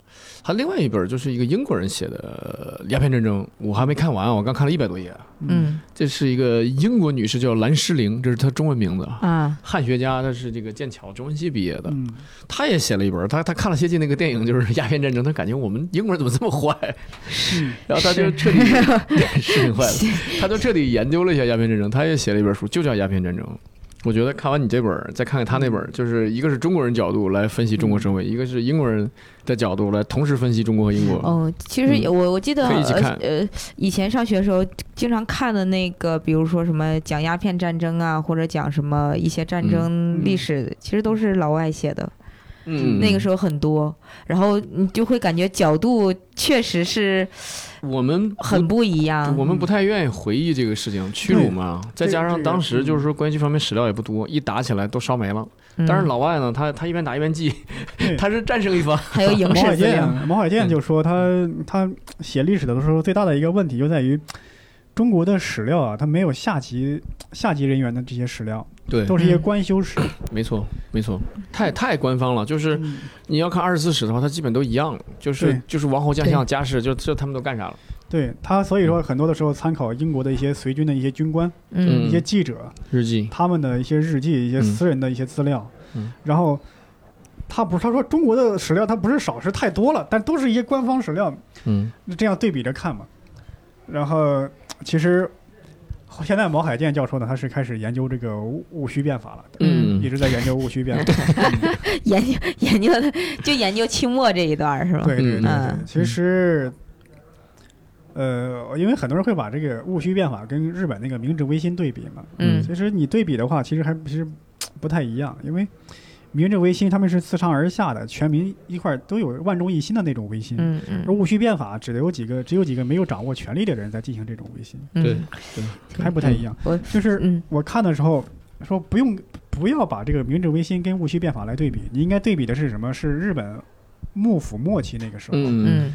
S2: 他另外一本就是一个英国人写的《鸦片战争》，我还没看完，啊我刚看了一百多页。
S3: 嗯
S2: 这是一个英国女士叫蓝诗玲，这是她中文名字啊。
S3: 啊
S2: 汉学家，她是这个剑桥中文系毕业的，
S1: 嗯，
S2: 她也写了一本，她她看了些进那个电影，就是《鸦片战争》，她感觉我们英国人怎么这么坏，
S1: 嗯
S2: 然后她就是彻 底是挺坏的，她就彻底研究了一下鸦片战争，她也写了一本书，就叫《鸦片战争》。我觉得看完你这本儿，再看看他那本儿，就是一个是中国人角度来分析中国社会，一个是英国人的角度来同时分析中国和英国。
S3: 哦，其实
S2: 嗯
S3: 有我我记得
S2: 可以一起
S3: 呃
S2: 看
S3: 呃，以前上学的时候经常看的那个，比如说什么讲鸦片战争啊，或者讲什么一些战
S2: 嗯
S3: 争
S1: 嗯
S3: 历史，其实都是老外写的。
S2: 嗯，
S3: 那个时候很多，然后你就会感觉角度确实是
S2: 我们不
S3: 很不一样。
S2: 我们不太愿意回忆这个事情，屈辱嘛。再
S1: 对
S2: 加上
S1: 这个
S2: 当时
S1: 嗯
S2: 就是说关于这方面史料也不多，一打起来都烧没了。
S3: 嗯
S2: 但是老外呢，他他一边打一边记
S1: 对，
S2: 他是战胜一方。
S3: 还有影
S1: 毛
S3: 视
S1: 海
S3: 资料，嗯
S2: 嗯
S1: 建，毛海建就说他他写历史的时候最大的一个问题就在于，中国的史料啊，它没有下级下级人员的这些史料，
S2: 对，
S1: 都是一些
S3: 嗯
S1: 官修史。
S2: 没错，没错，太太官方了。就是你要看二十四史的话，它基本都一样，就是
S1: 嗯对
S2: 就是王侯将相
S3: 对
S2: 家世，就这他们都干啥了？
S1: 对他，所以
S2: 嗯
S1: 说很多的时候参考英国的一些随军的一些军官、
S3: 嗯
S1: 一些记者，
S2: 日记，
S1: 他们的一些日记、一些
S2: 嗯
S1: 私人的一些资料，
S2: 嗯
S1: 然后。他不是他说中国的史料，它不是少，是太多了，但都是一些官方史料，
S2: 嗯
S1: 那这样对比着看嘛。然后其实现在毛海建教授呢，他是开始研究这个戊戊戌变法了，
S2: 嗯
S1: 一直在研究戊戌变法。
S3: 研究研究的就研究清末这一段儿是吧？
S1: 对对对对，
S3: 嗯
S1: 其实。呃，因为很多人会把这个戊戌变法跟日本那个明治维新对比嘛，
S3: 嗯
S1: 其实你对比的话，其实还其实不太一样，因为明治维新他们是自上而下的，全民一块儿都有万众一心的那种维新，
S3: 嗯
S1: 而
S2: 哦
S3: 嗯
S1: 戊戌变法只有几个只有几个没有掌握权力的人在进行这种维新，
S3: 嗯，
S2: 对
S1: 还不太一样。
S3: 我
S1: 就是
S3: 嗯
S1: 我看的时候说不用不要把这个明治维新跟戊戌变法来对比，你应该对比的是什么？是日本幕府末期那个时候，
S2: 嗯，
S3: 嗯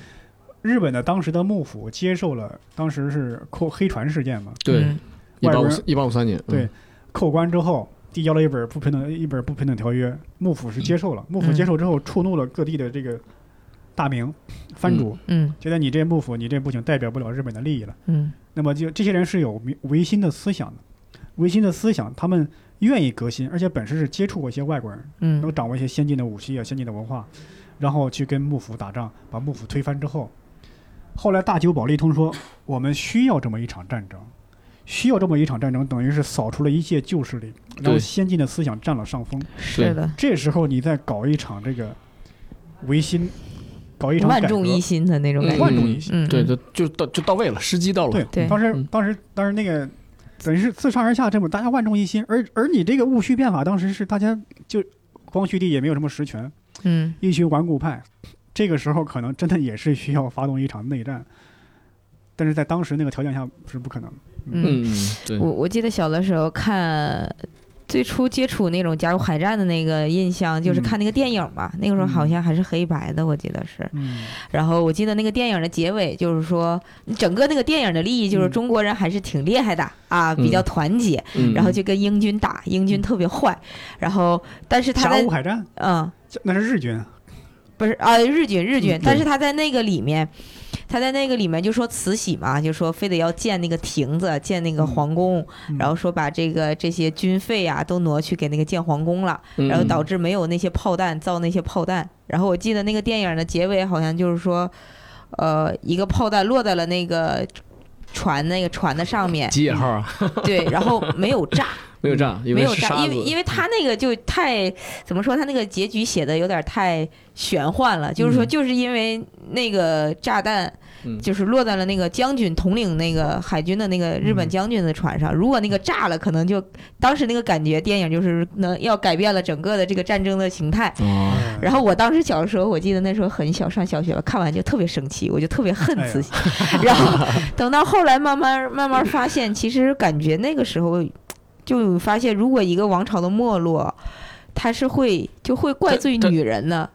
S1: 日本的当时的幕府接受了当时是扣黑船事件嘛，
S2: 对，
S3: 嗯
S2: 一
S1: 外
S2: 八
S1: 国
S2: 五
S1: 人
S2: 一八五三年，嗯
S1: 对扣关之后。递交了一本不平等一本不平等条约，幕府是接受了。幕府接受之后，触怒了各地的这个大名藩主，
S3: 嗯
S1: 觉得你这幕府你这不行，代表不了日本的利益了。
S3: 嗯
S1: 那么就这些人是有民维新的思想的，维新的思想，他们愿意革新，而且本身是接触过一些外国人，能
S3: 嗯
S1: 够掌握一些先进的武器啊、先进的文化，然后去跟幕府打仗，把幕府推翻之后，后来大久保利通说，我们需要这么一场战争，需要这么一场战争，等于是扫除了一切旧势力，然后
S2: 对
S1: 先进的思想占了上风。
S3: 是的，
S1: 这时候你再搞一场这个维新，搞一场
S3: 万
S1: 改
S3: 众
S1: 革
S3: 一心的那种感
S2: 嗯
S3: 觉，
S1: 万众一心。
S3: 嗯
S2: 对，就就到就到位了，时机到了，
S1: 对，
S3: 对
S1: 当时
S2: 嗯
S1: 当时当时那个等于是自上而下这么大家万众一心，而而你这个戊戌变法当时是大家就光绪帝也没有什么实权，
S3: 嗯
S1: 一群顽固派，这个时候可能真的也是需要发动一场内战，但是在当时那个条件下是不可能的。
S3: 嗯。
S2: 嗯，对
S3: 我，我记得小的时候看，最初接触那种加入海战的那个印象，就是
S1: 嗯
S3: 看那个电影嘛。那个时候好像还是黑白的，我记得是。
S1: 嗯，
S3: 然后我记得那个电影的结尾，就是说整个那个电影的利益就是
S1: 嗯
S3: 中国人还是挺厉害的啊，比较
S2: 嗯
S3: 团结，
S2: 嗯
S3: 然后就跟英军打，英
S1: 嗯
S3: 军特别坏。然后，但是他
S1: 甲
S3: 在哦
S1: 午海战
S3: 嗯，
S1: 那是日军，
S3: 不是啊，日军日军
S1: 嗯，
S3: 但是他在那个里面，他在那个里面就说慈禧嘛，就说非得要建那个亭子，建那个
S1: 嗯
S3: 皇宫，
S1: 嗯
S3: 然后说把这个这些军费啊都挪去给那个建皇宫了，
S2: 嗯
S3: 然后导致没有那些炮弹造那些炮弹。然后我记得那个电影的结尾好像就是说，呃，一个炮弹落在了那个船那个船的 上面，
S2: 集野号啊，
S3: 对，然后没有炸，
S2: 没有炸，因为
S3: 没有
S2: 是
S3: 炸，
S2: 沙
S3: 因为
S2: 子，嗯
S3: 因为他那个就太怎么说，他那个结局写的有点太玄幻了，就是说，
S1: 嗯
S3: 就是因为那个炸弹
S2: 嗯，
S3: 就是落在了那个将军统领那个海军的那个日本
S1: 嗯
S3: 将军的船上，如果那个炸了，可能就当时那个感觉，电影就是能要改变了整个的这个战争的形态。
S1: 嗯
S2: 哦，
S3: 然后我当时小的时候，我记得那时候很小，上小学了，看完就特别生气，我就特别恨
S1: 哎呀
S3: 慈禧。然后等到后来慢慢慢慢发现，其实感觉那个时候就发现，如果一个王朝的没落，他是会就会怪罪
S2: 但
S3: 女人的，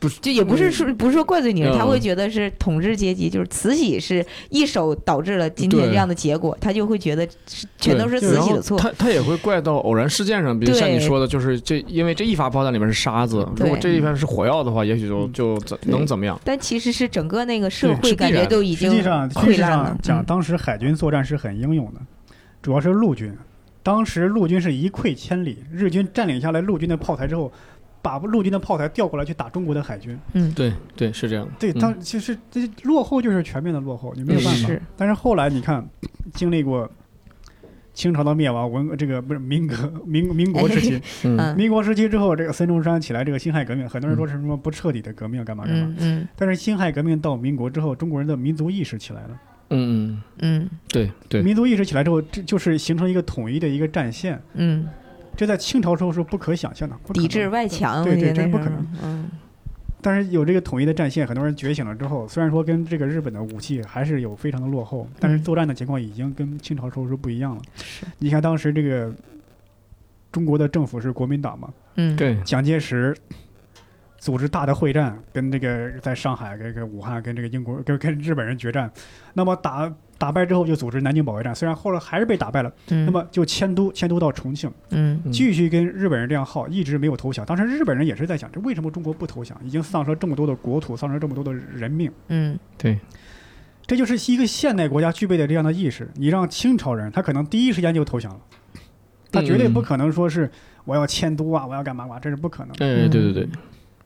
S2: 不是
S3: 就也不是说不是说怪罪女人，
S2: 嗯
S3: 他会觉得是统治阶级，就是慈禧是一手导致了今天
S2: 对
S3: 这样的结果，他就会觉得是全都是
S2: 对
S3: 慈禧的
S2: 然后
S3: 错。
S2: 他他也会怪到偶然事件上，比如
S3: 对嗯
S2: 像你说的，就是这因为这一发炮弹里面是沙子，
S3: 对
S2: 如果这一发是火药的话，也许就就怎
S3: 对
S2: 能怎么样？
S3: 但其实是整个那个社
S2: 对
S3: 会
S2: 是必
S3: 感觉
S2: 然
S3: 都已
S1: 啊实
S3: 经
S1: 际上军
S3: 溃
S1: 事
S3: 烂了
S1: 上。讲，
S3: 嗯
S1: 当时海军作战是很英勇的，主要是陆军。当时陆军是一溃千里，日军占领下来陆军的炮台之后，把陆军的炮台调过来去打中国的海军。
S3: 嗯，
S2: 对对，是这样的。
S1: 对，
S2: 嗯
S1: 当其实这落后就是全面的落后，你没有办法
S3: 是。
S1: 但是后来你看，经历过清朝的灭亡，文这个不是民 革民民国时期，
S2: 嗯
S3: 嗯
S1: 民国时期之后，这个孙中山起来，这个辛亥革命，很多人说是什么不彻底的革命，干嘛干嘛。
S3: 嗯嗯
S1: 但是辛亥革命到民国之后，中国人的民族意识起来了。
S2: 嗯，
S3: 嗯
S2: 对对，
S1: 民族意识起来之后，这就是形成一个统一的一个战线，
S3: 嗯，
S1: 这在清朝时候是不可想象的，不可能
S3: 抵制外强，
S1: 对
S3: 我觉
S1: 对，
S3: 得
S1: 这是
S3: 那
S1: 不
S3: 时
S1: 可
S3: 候
S1: 能。。
S3: 嗯
S1: 但是有这个统一的战线，很多人觉醒了之后，虽然说跟这个日本的武器还是有非常的落后，但是作战的情况已经跟清朝时候是不一样了。你看当时这个中国的政府是国民党嘛，
S3: 嗯，
S2: 对
S1: 蒋介石组织大的会战，跟这个在上海、跟这个武汉、跟这个英国、跟跟日本人决战。那么打打败之后就组织南京保卫战，虽然后来还是被打败了，那
S3: 那
S1: 么就迁都迁都到重庆，
S3: 嗯
S2: 嗯
S1: 继续跟日本人这样耗，一直没有投降。当时日本人也是在想，这为什么中国不投降？已经丧失了这么多的国土，丧失了这么多的人命，
S3: 嗯
S2: 对，
S1: 这就是一个现代国家具备的这样的意识。你让清朝人，他可能第一时间就投降了，他绝对不
S3: 嗯
S1: 可能说是我要迁都啊，我要干嘛嘛，这是不可能的。
S2: 哎，对对对
S3: 嗯，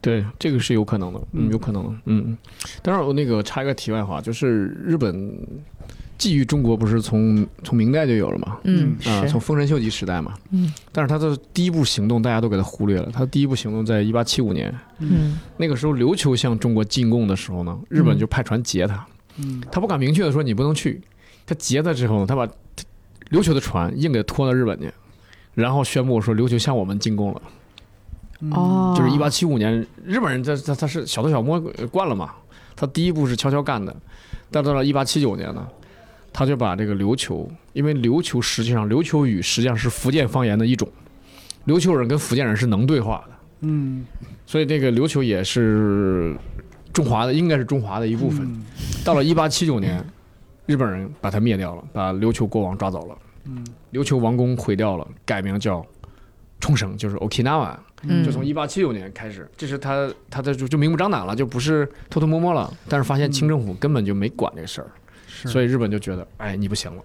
S2: 对，这个是有可能的，嗯，
S1: 嗯
S2: 有可能的，嗯。当然，我那个插一个题外话，就是日本觊觎中国，不是从从明代就有了嘛？
S1: 嗯
S3: 嗯
S2: 啊、
S3: 是
S2: 从丰臣秀吉时代嘛。
S3: 嗯。
S2: 但是他的第一步行动，大家都给他忽略了。他的第一步行动在一八七五年，
S3: 嗯
S2: 那个时候琉球向中国进贡的时候呢，日本
S3: 嗯
S2: 就派船截他，
S1: 嗯
S2: 他不敢明确的说你不能去，他截他之后呢，他把琉球的船硬给拖到日本去，然后宣布说琉球向我们进贡了。
S1: 嗯
S3: 哦，
S2: 就是一八七五年，日本人他他他是小偷小摸呃惯了嘛，他第一步是悄悄干的，但到了一八七九年呢，他就把这个琉球，因为琉球实际上琉球语实际上是福建方言的一种，琉球人跟福建人是能对话的，
S1: 嗯，
S2: 所以这个琉球也是中华的，应该是中华的一部分。
S1: 嗯
S2: 到了一八七九年，日本人把他灭掉了，把琉球国王抓走了，
S1: 嗯
S2: 琉球王宫毁掉了，改名叫冲绳，就是 Okinawa。
S3: 嗯
S2: 就从一八七九年开始，这是他他的就就明目张胆了，就不是偷偷摸摸了。但是发现清政府根本就没管这事儿，
S1: 是
S2: 所以日本就觉得，哎，你不行了，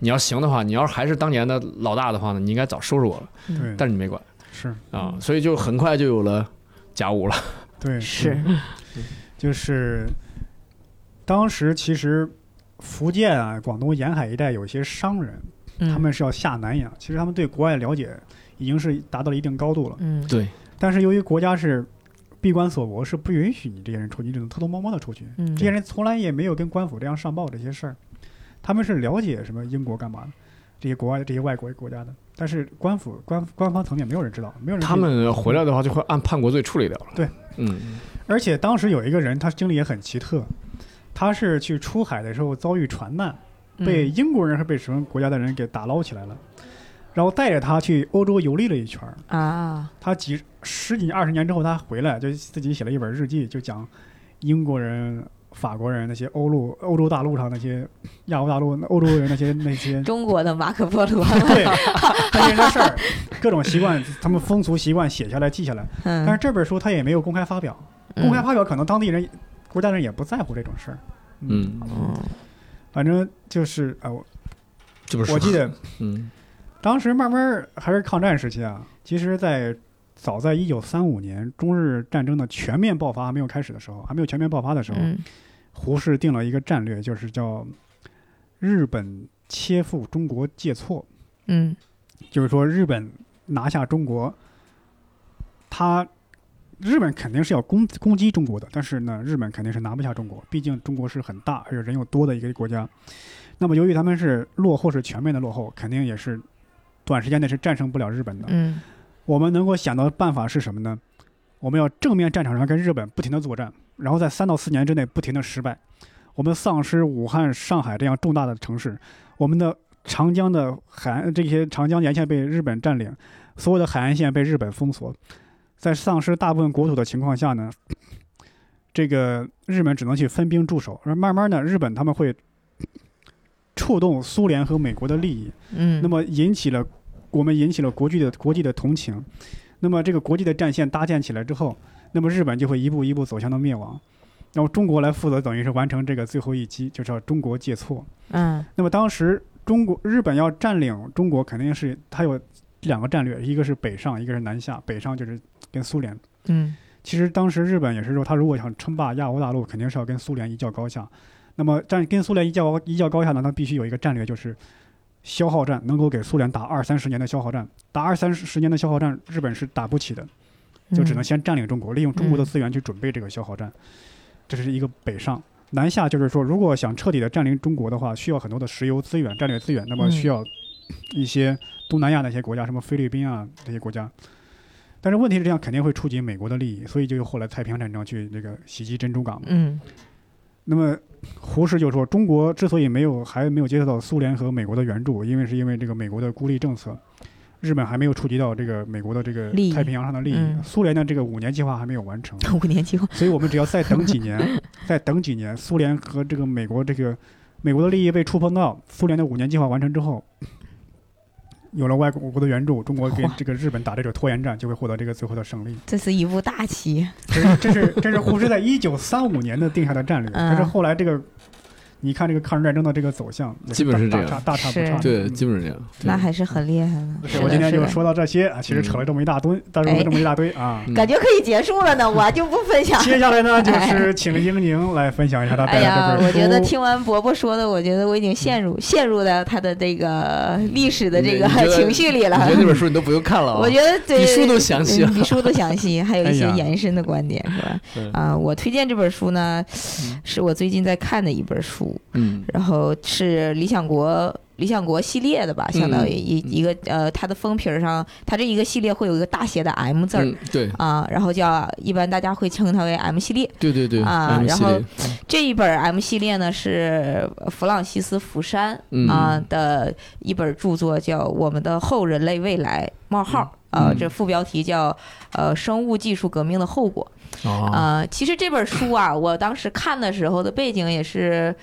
S2: 你要行的话，你要还是当年的老大的话呢，你应该早收拾我了。
S1: 对
S2: 但是你没管
S1: 是
S2: 啊，所以就很快就有了甲午了。
S1: 对嗯
S3: 是
S1: 就是当时其实福建啊、广东沿海一带有一些商人，嗯他
S2: 嗯
S3: 他
S1: 们是要下南洋，其实他们对国外的了解已经是达到了一定高度了。
S3: 嗯
S2: 对，
S1: 但是由于国家是闭关锁国，是不允许你这些人出去，你只能偷偷摸摸的出去。
S3: 嗯
S1: 这些人从来也没有跟官府这样上报这些事儿，他们是了解什么英国干嘛的，这些国外这些外国国家的，但是官府官官方层面没有人知道，没有人
S2: 他们回来的话就会按叛国罪处理掉了。
S1: 对，
S2: 嗯，
S1: 而且当时有一个人，他经历也很奇特，他是去出海的时候遭遇船难，
S3: 嗯
S2: 嗯
S1: 被英国人还是被什么国家的人给打捞起来了，然后带着他去欧洲游历了一圈儿。
S3: 啊
S1: 他几十几二十年之后他回来，就自己写了一本日记，就讲英国人、法国人那些欧陆欧洲大陆上那些亚欧大陆欧洲人那些那 些
S3: 中国的马可波罗，
S1: 对那些人的事儿，各种习惯，他们风俗习惯写下来记下来。但是
S3: 嗯，
S1: 这本书他也没有公开发表，公开发表可能当地人、国家人也不在乎这种事儿。
S2: 嗯，
S1: 反正就是啊、我
S2: 这不是
S1: 我记得
S2: 嗯
S1: 当时慢慢儿还是抗战时期啊，其实在，早在一九三五年中日战争的全面爆发还没有开始的时候，还没有全面爆发的时候，
S3: 嗯
S1: 胡适定了一个战略，就是叫日本切腹中国借错，
S3: 嗯
S1: 就是说日本拿下中国，他日本肯定是要攻攻击中国的，但是呢，日本肯定是拿不下中国，毕竟中国是很大而且人又多的一个国家。那么由于他们是落后是全面的落后，肯定也是短时间内是战胜不了日本的。
S3: 嗯
S1: 我们能够想到的办法是什么呢？我们要正面战场上跟日本不停的作战，然后在三到四年之内不停的失败。我们丧失武汉、上海这样重大的城市，我们的长江的海岸这些长江沿线被日本占领，所有的海岸线被日本封锁。在丧失大部分国土的情况下呢，这个日本只能去分兵驻守。而慢慢呢，日本他们会触动苏联和美国的利益，
S3: 嗯，
S1: 那么引起了我们引起了国际的国际的同情，那么这个国际的战线搭建起来之后，那么日本就会一步一步走向的灭亡，然后中国来负责等于是完成这个最后一击，就叫中国借错。
S3: 嗯
S1: 那么当时中国日本要占领中国，肯定是它有两个战略，一个是北上，一个是南下。北上就是跟苏联。
S3: 嗯
S1: 其实当时日本也是说，他如果想称霸亚欧大陆，肯定是要跟苏联一较高下。那么战跟苏联一较一较高下呢，他必须有一个战略，就是消耗战，能够给苏联打二三十年的消耗战。打二三十年的消耗战，日本是打不起的，
S3: 嗯
S1: 就只能先占领中国，利用中国的资源去准备这个消耗战。这是一个北上。南下就是说，如果想彻底的占领中国的话，需要很多的石油资源、战略资源，那么
S3: 嗯
S1: 需要一些东南亚那些国家，什么菲律宾啊这些国家。但是问题是这样，肯定会触及美国的利益，所以就后来太平洋战争去那个袭击珍珠港嘛。
S3: 嗯
S1: 那么胡适就说，中国之所以没有还没有接受到苏联和美国的援助，因为是因为这个美国的孤立政策，日本还没有触及到这个美国的这个
S3: 利益
S1: 太平洋上的利益，
S3: 嗯
S1: 苏联的这个五年计划还没有完成。
S3: 五年计划，
S1: 所以我们只要再等几年，再等几年，苏联和这个美国这个美国的利益被触碰到，苏联的五年计划完成之后，有了外国的援助，中国跟
S3: 哇
S1: 这个日本打这种拖延战，就会获得这个最后的胜利。
S3: 这是一部大棋，
S1: 这是这是这是胡适在一九三五年的定下的战略，
S3: 嗯
S1: 但是后来这个。你看这个抗日战争的这个走向，也
S2: 基本是
S1: 大
S2: 这样
S1: 大差大差不
S3: 是
S1: 差。
S2: 对，
S1: 嗯
S2: 基本是这样。对
S3: 啊那还是很厉害的。
S1: 是
S3: 的
S1: 我今天
S3: 是
S1: 就
S3: 的
S1: 说到这些啊，其实扯了这么一大堆，但是
S3: 哎
S1: 这么一大堆啊。
S2: 嗯
S3: 感觉可以结束了呢，我就不分享。
S1: 接下来呢，就是请英宁来分享一下她
S3: 哎
S1: 带
S3: 呀
S1: 来，
S3: 我
S1: 这
S3: 觉得
S2: 哦
S1: 本书。
S3: 听完伯伯说的，我觉得我已经陷入 陷入到他的这个历史的这个
S2: 你觉得
S3: 情绪里
S2: 嗯我
S3: 了
S2: 觉得。那本书你都不用看了啊，
S3: 我觉得对
S2: 比书都详细
S3: 嗯
S2: 啊
S3: 比书都详细， 还有一些
S1: 哎呀
S3: 延伸的观点，是吧？
S2: 嗯
S3: 啊、我推荐这本书呢，是我最近在看的一本书，
S2: 嗯
S3: 然后是理想国理想国系列的吧，相当于一
S2: 嗯
S3: 一个呃，它的封皮儿上，它这一个系列会有一个大写的 M 字儿。
S2: 嗯，对
S3: 啊，然后叫一般大家会称它为 M 系列，
S2: 对对对
S3: 啊
S2: M
S3: 然
S2: 系
S3: 后
S2: 列，
S3: 这一本 M 系列呢是弗朗西斯·福山
S2: 嗯
S3: 啊、的一本著作，叫《我们的后人类未来：冒号》呃，
S2: 嗯
S3: 这副标题叫呃生物技术革命的后果
S2: 啊，
S3: 啊、其实这本书啊，我当时看的时候的背景也是，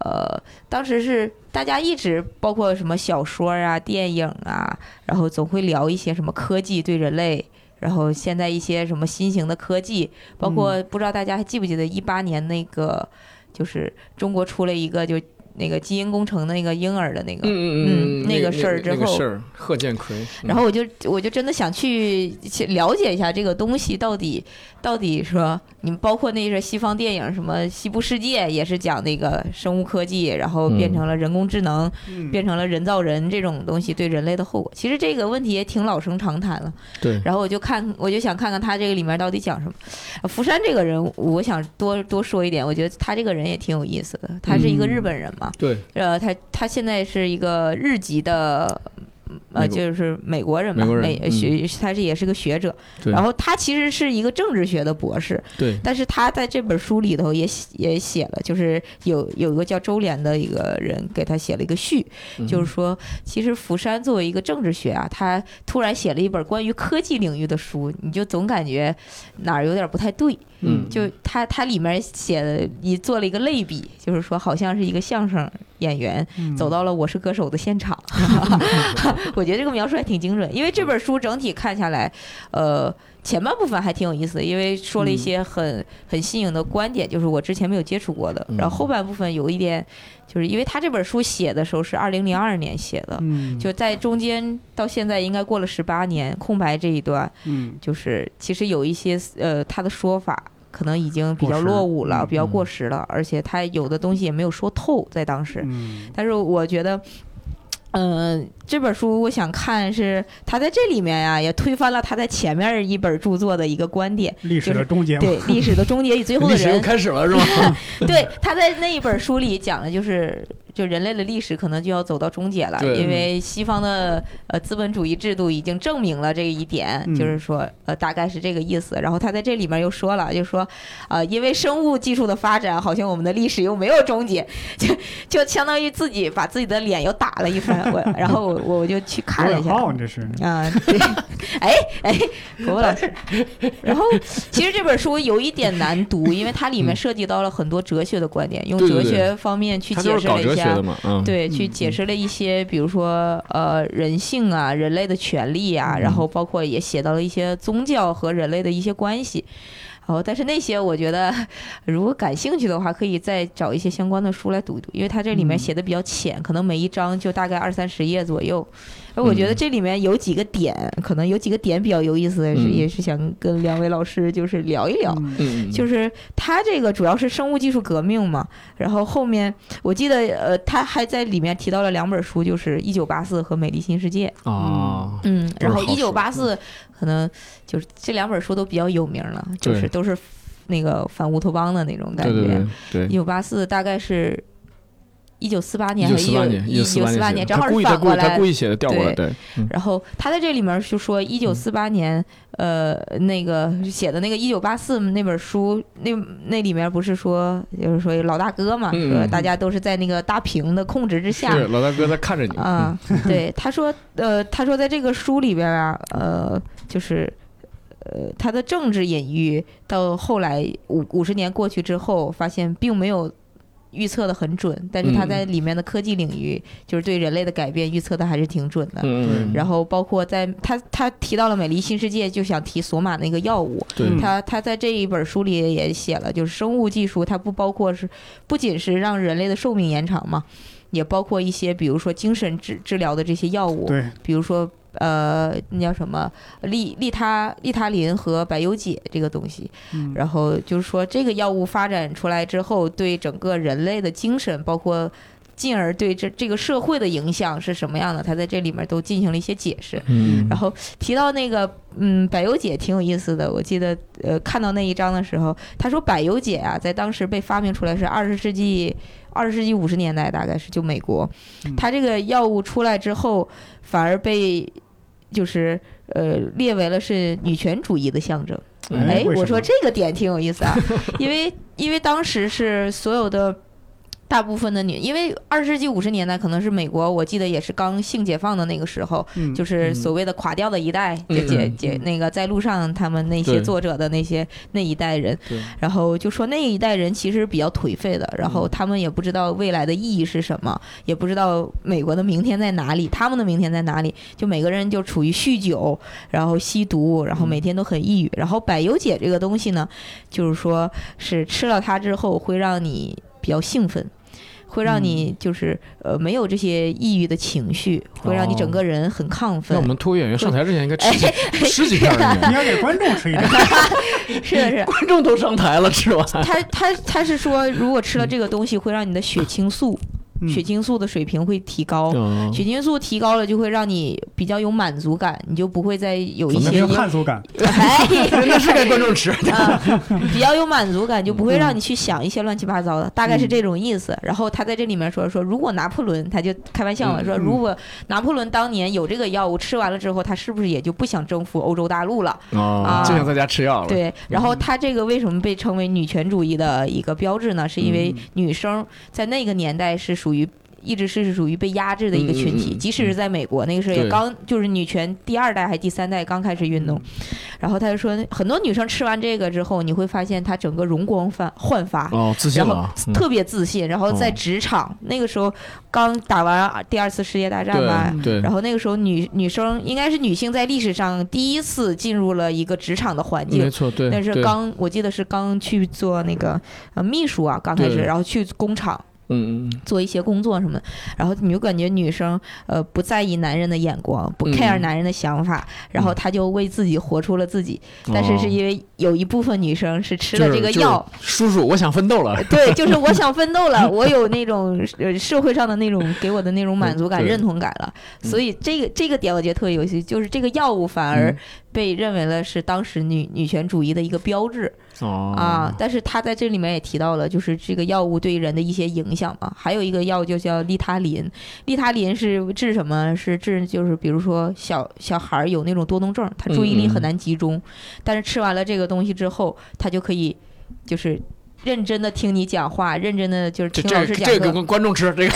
S3: 呃，当时是大家一直包括什么小说啊、电影啊，然后总会聊一些什么科技对人类。然后现在一些什么新型的科技，包括不知道大家还记不记得一八年那个，就是中国出了一个就那个基因工程的那个婴儿的那个，
S2: 嗯
S3: 嗯那个事儿之
S2: 那个
S3: 后
S2: 事儿，贺建奎，嗯
S3: 然后我就我就真的想去去了解一下这个东西到底到底说，你们包括那些西方电影，什么《西部世界》也是讲那个生物科技，然后变成了人工智能，
S1: 嗯
S3: 变成了人造人这种东西对人类的后果。其实这个问题也挺老生常谈了。
S2: 对
S3: 然后我就看，我就想看看他这个里面到底讲什么。呃福山这个人，我想多多说一点，我觉得他这个人也挺有意思的。他是一个日本人嘛，
S2: 对
S3: 呃，他他现在是一个日籍的，呃，
S2: 美国
S3: 就是美国人嘛，
S2: 美国人
S3: 美呃
S2: 嗯
S3: 学，他是也是个学者。
S2: 对
S3: 然后他其实是一个政治学的博士，
S2: 对，
S3: 但是他在这本书里头也写也写了，就是有有一个叫周濂的一个人给他写了一个序，
S2: 嗯
S3: 就是说，其实福山作为一个政治学啊，他突然写了一本关于科技领域的书，你就总感觉哪儿有点不太对。
S2: 嗯
S3: 就他他里面写的，你做了一个类比，就是说好像是一个相声演员
S1: 嗯
S3: 走到了《我是歌手》的 现场，我觉得这个描述还挺精准。因为这本书整体看下来，呃，前半部分还挺有意思的，因为说
S1: 嗯
S3: 了一些很很新颖的观点，就是我之前没有接触过
S1: 嗯
S3: 的。然后后半部分有一点，就是因为他这本书写的时候是二零零二年写的，
S1: 嗯，
S3: 就在中间到现在应该过了十八年空白这一段，
S1: 嗯
S3: 就是其实有一些呃他的说法可能已经比
S1: 过
S3: 较
S1: 时
S3: 落伍了，
S1: 嗯
S3: 比较过时了，而且他有的东西也没有说透，在当时。
S1: 嗯
S3: 但是我觉得。嗯、这本书我想看是他在这里面呀、也推翻了他在前面一本著作的一个观点，
S1: 历史的终结嘛，
S3: 对历史的终结与最后的
S2: 历史又
S3: 人，
S2: 开始了是吧？
S3: 对他在那一本书里讲的就是。就人类的历史可能就要走到终结了，
S2: 对
S3: 因为西方的呃资本主义制度已经证明了这一点，
S1: 嗯
S3: 就是说呃大概是这个意思。然后他在这里面又说了，就说呃因为生物技术的发展，好像我们的历史又没有终结， 就就相当于自己把自己的脸又打了一番。我然后我我就去看了
S1: 罗
S3: 一
S1: 永
S3: 下，
S1: 浩，你这是
S3: 啊，对，哎哎，国国 老师，然后其实这本书有一点难读，因为它里面涉及到了很多哲学的观点，用
S2: 嗯对对
S3: 哲
S2: 对
S3: 学方面去
S2: 他
S3: 解
S2: 就是
S3: 释
S2: 搞
S3: 了
S2: 哲
S3: 一
S2: 学
S3: 下
S2: 的，嘛，嗯，
S3: 对，去
S1: 嗯
S3: 解释了一些，比如说呃人性啊、人类的权利啊，
S1: 嗯
S3: 然后包括也写到了一些宗教和人类的一些关系。然后，但是那些我觉得，如果感兴趣的话，可以再找一些相关的书来读一读，因为它这里面
S1: 嗯
S3: 写的比较浅，可能每一章就大概二三十页左右。而我觉得
S2: 嗯
S3: 这里面有几个点，可能有几个点比较有意思，也是
S2: 嗯
S3: 也是想跟两位老师就是聊一聊。
S1: 嗯
S2: 嗯，嗯，
S3: 就是他这个主要是生物技术革命嘛，然后后面我记得呃，他还在里面提到了两本书，就是《一九八四》和《美丽新世界》。
S2: 啊，
S3: 嗯，然后《
S2: 都
S3: 一
S2: 是
S3: 九
S2: 好
S3: 八
S2: 书
S3: 四》可能就是这两本书都比较有名了，就
S2: 对
S3: 是都是那个反乌托邦的那种感
S2: 对
S3: 觉。
S2: 对对对
S3: 一，九八四大概是一九四八年和
S2: 四八年，
S3: 一九
S2: 四
S3: 八
S2: 年写的，
S3: 正好
S2: 他故
S3: 是
S2: 意他
S3: 反
S2: 故
S3: 过
S2: 意他
S3: 来
S2: 故。意写的调过来，
S3: 对
S2: 对，
S3: 然后他在这里面就说，一
S2: 嗯
S3: 九四八年，呃，那个写的那个一九八四那本书，那那里面不是说，就是说有老大哥嘛，
S2: 嗯
S3: 说
S2: 嗯
S3: 大家都是在那个大屏的控制之下。
S2: 是嗯老大哥在看着你，
S3: 啊，对，他说，呃，他说在这个书里边啊，呃，就是，呃，他的政治隐喻到后来五五十年过去之后，发现并没有预测的很准，但
S2: 嗯
S3: 是他在里面的科技领域，就是对人类的改变预测的还是挺准的。
S2: 嗯，
S3: 然后包括在他他提到了美丽新世界，就想提索马那个药物。
S2: 对
S1: 嗯
S3: 他他在这一本书里也写了，就是生物技术它不包括是不仅是让人类的寿命延长嘛，也包括一些比如说精神治治疗的这些药物，
S1: 嗯对，
S3: 比如说呃那叫什么利利他利他林和百忧解这个东西。
S1: 嗯
S3: 然后就是说，这个药物发展出来之后，对整个人类的精神，包括进而对这这个社会的影响是什么样的，他在这里面都进行了一些解释。
S2: 嗯，
S3: 然后提到那个，嗯，柏油姐挺有意思的。我记得，呃，看到那一章的时候，她说柏油姐啊，在当时被发明出来是二十世纪二十世纪五十年代，大概是就美国
S1: 嗯，
S3: 它这个药物出来之后，反而被就是呃列为了是女权主义的象征。
S1: 哎
S3: 哎，
S1: 为什
S3: 我
S1: 么
S3: 说这个点挺有意思 啊，因为因为当时是所有的。大部分的女，因为二十世纪五十年代可能是美国，我记得也是刚性解放的那个时候，
S1: 嗯
S3: 就是所谓的垮掉的一代，
S2: 嗯
S3: 就解
S2: 嗯
S3: 解那个在路上他们那些
S2: 对
S3: 作者的那些那一代人，
S2: 对
S3: 然后就说那一代人其实比较颓废的，然
S2: 嗯
S3: 后他们也不知道未来的意义是什么，也不知道美国的明天在哪里，他们的明天在哪里，就每个人就处于酗酒，然后吸毒，然后每天都很抑郁。然后柏油姐这个东西呢，就是说是吃了它之后会让你比较兴奋。会让
S2: 嗯
S3: 你就是呃没有这些抑郁的情绪，会
S2: 哦
S3: 让你整个人很亢奋。
S2: 那我们脱口演员上台之前应该吃
S3: 哎
S2: 几吃几片儿应
S1: 你
S2: 该，
S1: 要给观众 吃一点，
S3: 是的，是的，
S2: 观众都上台了，吃完
S3: 他他他是说，如果吃了这个东西，会让你的血清素、
S1: 嗯
S3: 血清素的水平会提高。
S2: 嗯
S3: 血清素提高了，就会让你比较有满足感，你就不会再有一
S1: 有
S3: 些
S1: 没有 汉族感？
S3: 哎，
S2: 那是该观众吃。
S3: 啊，比较有满足感，就不会让你去想一些乱七八糟的，大概是这种意
S2: 嗯
S3: 思。然后他在这里面说说，如果拿破仑，他就开玩笑嘛，
S2: 嗯
S3: 说如果拿破仑当年有这个药物，吃完了之后，他是不是也就不想征服欧洲大陆了？
S2: 啊，就想在家吃药了。，
S3: 对，然后她这个为什么被称为女权主义的一个标志呢？是
S2: 嗯
S3: 因为女生在那个年代是属于。一直是属于被压制的一个群体，
S2: 嗯嗯嗯
S3: 即使是在美国，那个时候也
S2: 对嗯
S3: 刚就是女权第二代还是第三代刚开始运动，然后她就说，很多女生吃完这个之后，你会发现她整个容光焕焕发，
S2: 哦，自信
S3: 然
S2: 了
S3: 后
S2: 啊，嗯
S3: 特别自信，然后在
S2: 哦
S3: 职场、那个时候刚打完第二次世界大战吧，
S2: 对
S3: 然后那个时候女女生应该是女性在历史上第一次进入了一个职场的环
S2: 对，没
S3: 境。
S2: 错，对，
S3: 那是
S2: 对
S3: 刚，我记得是刚去做那个呃秘书啊，刚开始，
S2: 对
S3: 然后去工厂
S2: 嗯嗯
S3: 做一些工作什么的，然后你就感觉女生呃不在意男人的眼光，不
S2: 嗯
S3: care 男人的想法，然后
S2: 嗯
S3: 她就为自己活出了自己。
S2: 嗯，
S3: 但是是
S2: 哦
S3: 因为有一部分女生是吃
S2: 就
S3: 了
S2: 是
S3: 这个
S2: 就是
S3: 药，
S2: 叔叔，我想奋斗了。
S3: 对，就是我想奋斗了，我有那种呃社会上的那种给我的那种满足感、
S2: 嗯对
S3: 认同感了。
S2: 嗯
S3: 所以这个这个点我觉得特别有趣，就是这个药物反而
S2: 嗯
S3: 被认为了是当时女女权主义的一个标志
S2: 哦
S3: 啊。，但是他在这里面也提到了，就是这个药物对人的一些影响嘛。还有一个药就叫利他林，利他林是治什么？是治就是比如说小小孩儿有那种多动症，他注意力
S2: 嗯嗯
S3: 很难集中，但是吃完了这个东西之后，他就可以就是认真的听你讲话，认真的就是
S2: 这
S3: 听老
S2: 这
S3: 师讲
S2: 这
S3: 课
S2: 个，跟观众吃 这个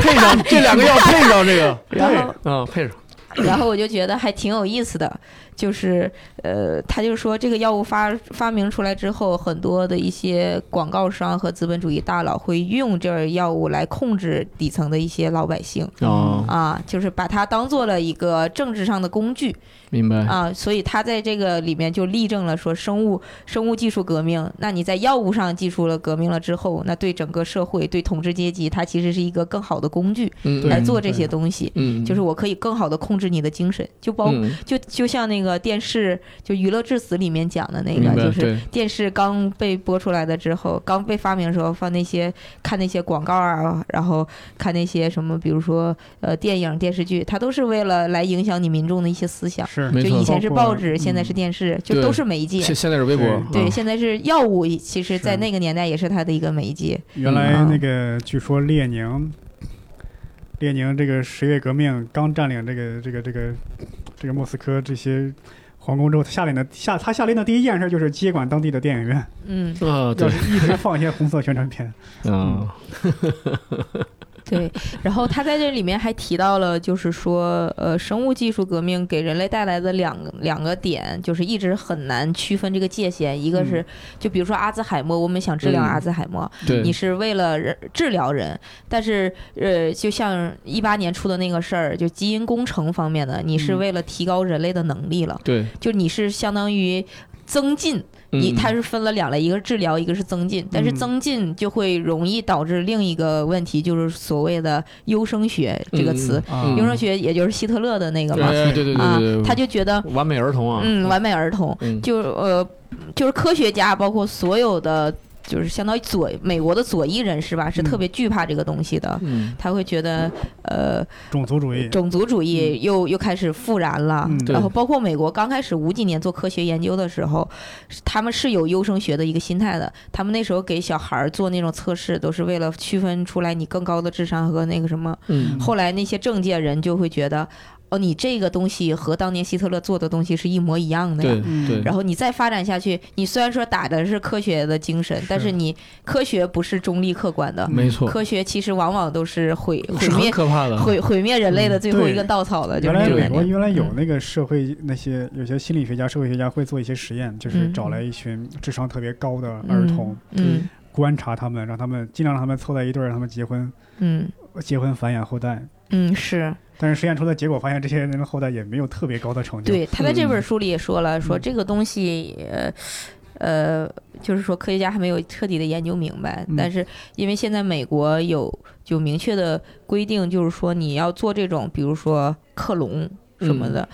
S2: 配上这两个药配上这个，
S3: 然后
S2: 嗯，配上
S3: 然后我就觉得还挺有意思的，就是呃，他就说这个药物发发明出来之后，很多的一些广告商和资本主义大佬会用这儿药物来控制底层的一些老百姓
S2: 哦，
S3: 啊，就是把它当做了一个政治上的工具。
S2: 明
S1: 嗯
S2: 白
S3: 啊，所以他在这个里面就例证了说生物生物技术革命。那你在药物上技术了革命了之后，那对整个社会、对统治阶级，它其实是一个更好的工具
S2: 嗯，
S3: 来
S1: 对
S3: 做这些东西。
S2: 嗯，
S3: 就是我可以更好的控制你的精神，就包、
S2: 嗯
S3: 就就像那个电视就《娱乐至死》里面讲的那
S2: 明
S3: 个，
S2: 白
S3: 就是
S2: 对
S3: 电视刚被播出来的之后，刚被发明的时候，放那些看那些广告啊，然后看那些什么，比如说呃电影、电视剧，它都是为了来影响你民众的一些思想。
S1: 是
S2: 没
S3: 就
S2: 错
S3: 以前是报
S1: 包括
S3: 纸，现在是
S1: 嗯
S3: 电视，就
S2: 对
S3: 都是媒介
S2: 现。现在是微博，
S3: 对，
S2: 嗯
S3: 现在是药物，其
S1: 是
S3: 实，在那个年代也是它的一个媒介。
S1: 原来那个据说列宁，列宁这个十月革命刚占领这个这个这个这个莫斯科这些皇宫之后，他下令的下他下令的第一件事就是接管当地的电影院，
S3: 嗯，
S2: 啊，
S1: 要
S2: 对，
S1: 是一直放一些红色宣传片，
S2: 嗯，
S3: 对，然后他在这里面还提到了，就是说，呃，生物技术革命给人类带来的两个两个点，就是一直很难区分这个界限。一个是，就比如说阿兹海默，我们想治疗
S2: 嗯
S3: 阿兹海默，
S2: 对，
S3: 你是为了人治疗人，但是呃，就像一八年出的那个事儿，就基因工程方面的，你是
S1: 嗯
S3: 为了提高人类的能力了，
S2: 对，
S3: 就你是相当于增进你
S2: 嗯
S3: 它是分了两类，一个是治疗，一个是增进。但是
S1: 嗯
S3: 增进就会容易导致另一个问题，就是所谓的优生学这个词。
S1: 啊
S2: 嗯
S3: 优生学也就是希特勒的那个嘛，
S2: 对对对
S3: 啊
S2: 对，，
S3: 他就觉得
S2: 完美儿童啊，
S3: 嗯，完美儿童
S2: 嗯
S3: 就呃就是科学家，包括所有的就是相当于左美国的左翼人士吧，是特
S1: 嗯
S3: 别惧怕这个东西的。
S2: 嗯，
S3: 他会觉得，呃，
S1: 种族主义，
S3: 种族主义又又开始复燃了，
S1: 嗯
S2: 嗯对
S3: 然后包括美国刚开始五几年做科学研究的时候，是他们是有优生学的一个心态的。他们那时候给小孩儿做那种测试，都是为了区分出来你更高的智商和那个什么。
S2: 嗯
S3: 后来那些政界人就会觉得，哦，你这个东西和当年希特勒做的东西是一模一样的呀。
S2: 对
S1: 嗯
S2: 对，
S3: 然后你再发展下去，你虽然说打的是科学的精神，但是你科学不是中立客观的，
S2: 没错，
S3: 科学其实往往都是毁毁
S2: 是很
S3: 灭
S2: 可怕的，
S3: 毁毁灭人类的最后一个稻草的，就
S1: 嗯原来
S3: 是这个嗯
S1: 美
S3: 感
S1: 国
S3: 觉。
S1: 原来有那个社会那些有些心理学家、社会学家会做一些实验，就是
S3: 嗯
S1: 找来一群智商特别高的儿童，
S3: 嗯
S1: 观察他们，让他们尽量让他们凑在一对儿，让他们结婚，
S3: 嗯
S1: 结婚繁衍后代。
S3: 嗯，是
S1: 但是实验出的结果发现，这些人的后代也没有特别高的成就。
S3: 对。他在这本书里也说了，说这个东西，呃呃，就是说科学家还没有彻底的研究明白，
S1: 嗯
S3: 但是因为现在美国有就明确的规定，就是说你要做这种，比如说克隆什么的，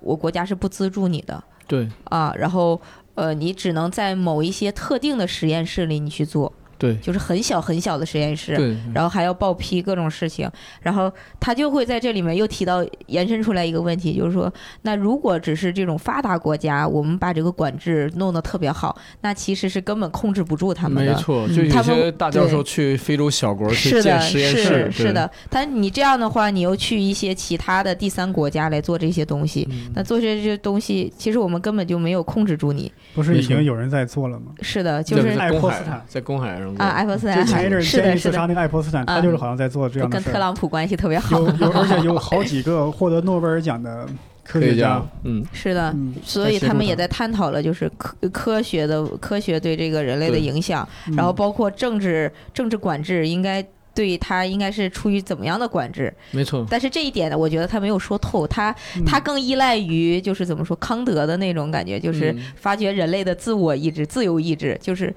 S3: 我国家是不资助你的
S2: 对
S3: 啊，然后。呃，你只能在某一些特定的实验室里你去做，
S2: 对
S3: 就是很小很小的实验室。
S2: 对，
S3: 然后还要报批各种事情，然后他就会在这里面又提到延伸出来一个问题，就是说，那如果只是这种发达国家，我们把这个管制弄得特别好，那其实是根本控制不住他们
S2: 没
S3: 的。嗯
S2: 错，就有
S3: 他
S2: 些
S3: 们
S2: 大教授去非洲小国去
S3: 是的，
S2: 建实验
S3: 是
S2: 室，
S3: 是的，但你这样的话，你又去一些其他的第三国家来做这些东西，
S2: 嗯
S3: 那做这些东西，其实我们根本就没有控制住你。
S1: 不是已
S2: 没
S1: 经
S2: 错
S1: 有人在做了吗？
S3: 是的，就
S2: 在
S3: 是
S1: 爱
S2: 在公
S1: 泼斯
S2: 海
S1: 坦，
S2: 在公海上过
S3: 啊，爱泼斯
S1: 就
S3: 坦
S1: 前一阵儿
S3: 是
S1: 监
S3: 的，
S1: 狱
S3: 是
S1: 自杀
S3: 的，
S1: 那个爱泼斯坦，他
S3: 嗯
S1: 就是好像在做这
S3: 我
S1: 样的
S3: 跟
S1: 事
S3: 特
S1: 儿。
S3: 朗普关系特别好
S1: 有，有，而且有好几个获得诺贝尔奖的科
S2: 科学
S1: 学
S2: 家，嗯，
S3: 是的，
S1: 嗯，
S3: 所以他们也在探讨了，就是科呃科学的科学对这个人类的影响，
S1: 嗯
S3: 然后包括政治政治管制应该。对它应该是出于怎么样的管制？
S2: 没错，
S3: 但是这一点呢，我觉得他没有说透，他
S1: 嗯
S3: 他更依赖于就是怎么说康德的那种感觉，就是
S2: 嗯
S3: 发掘人类的自我意志、自由意志，就是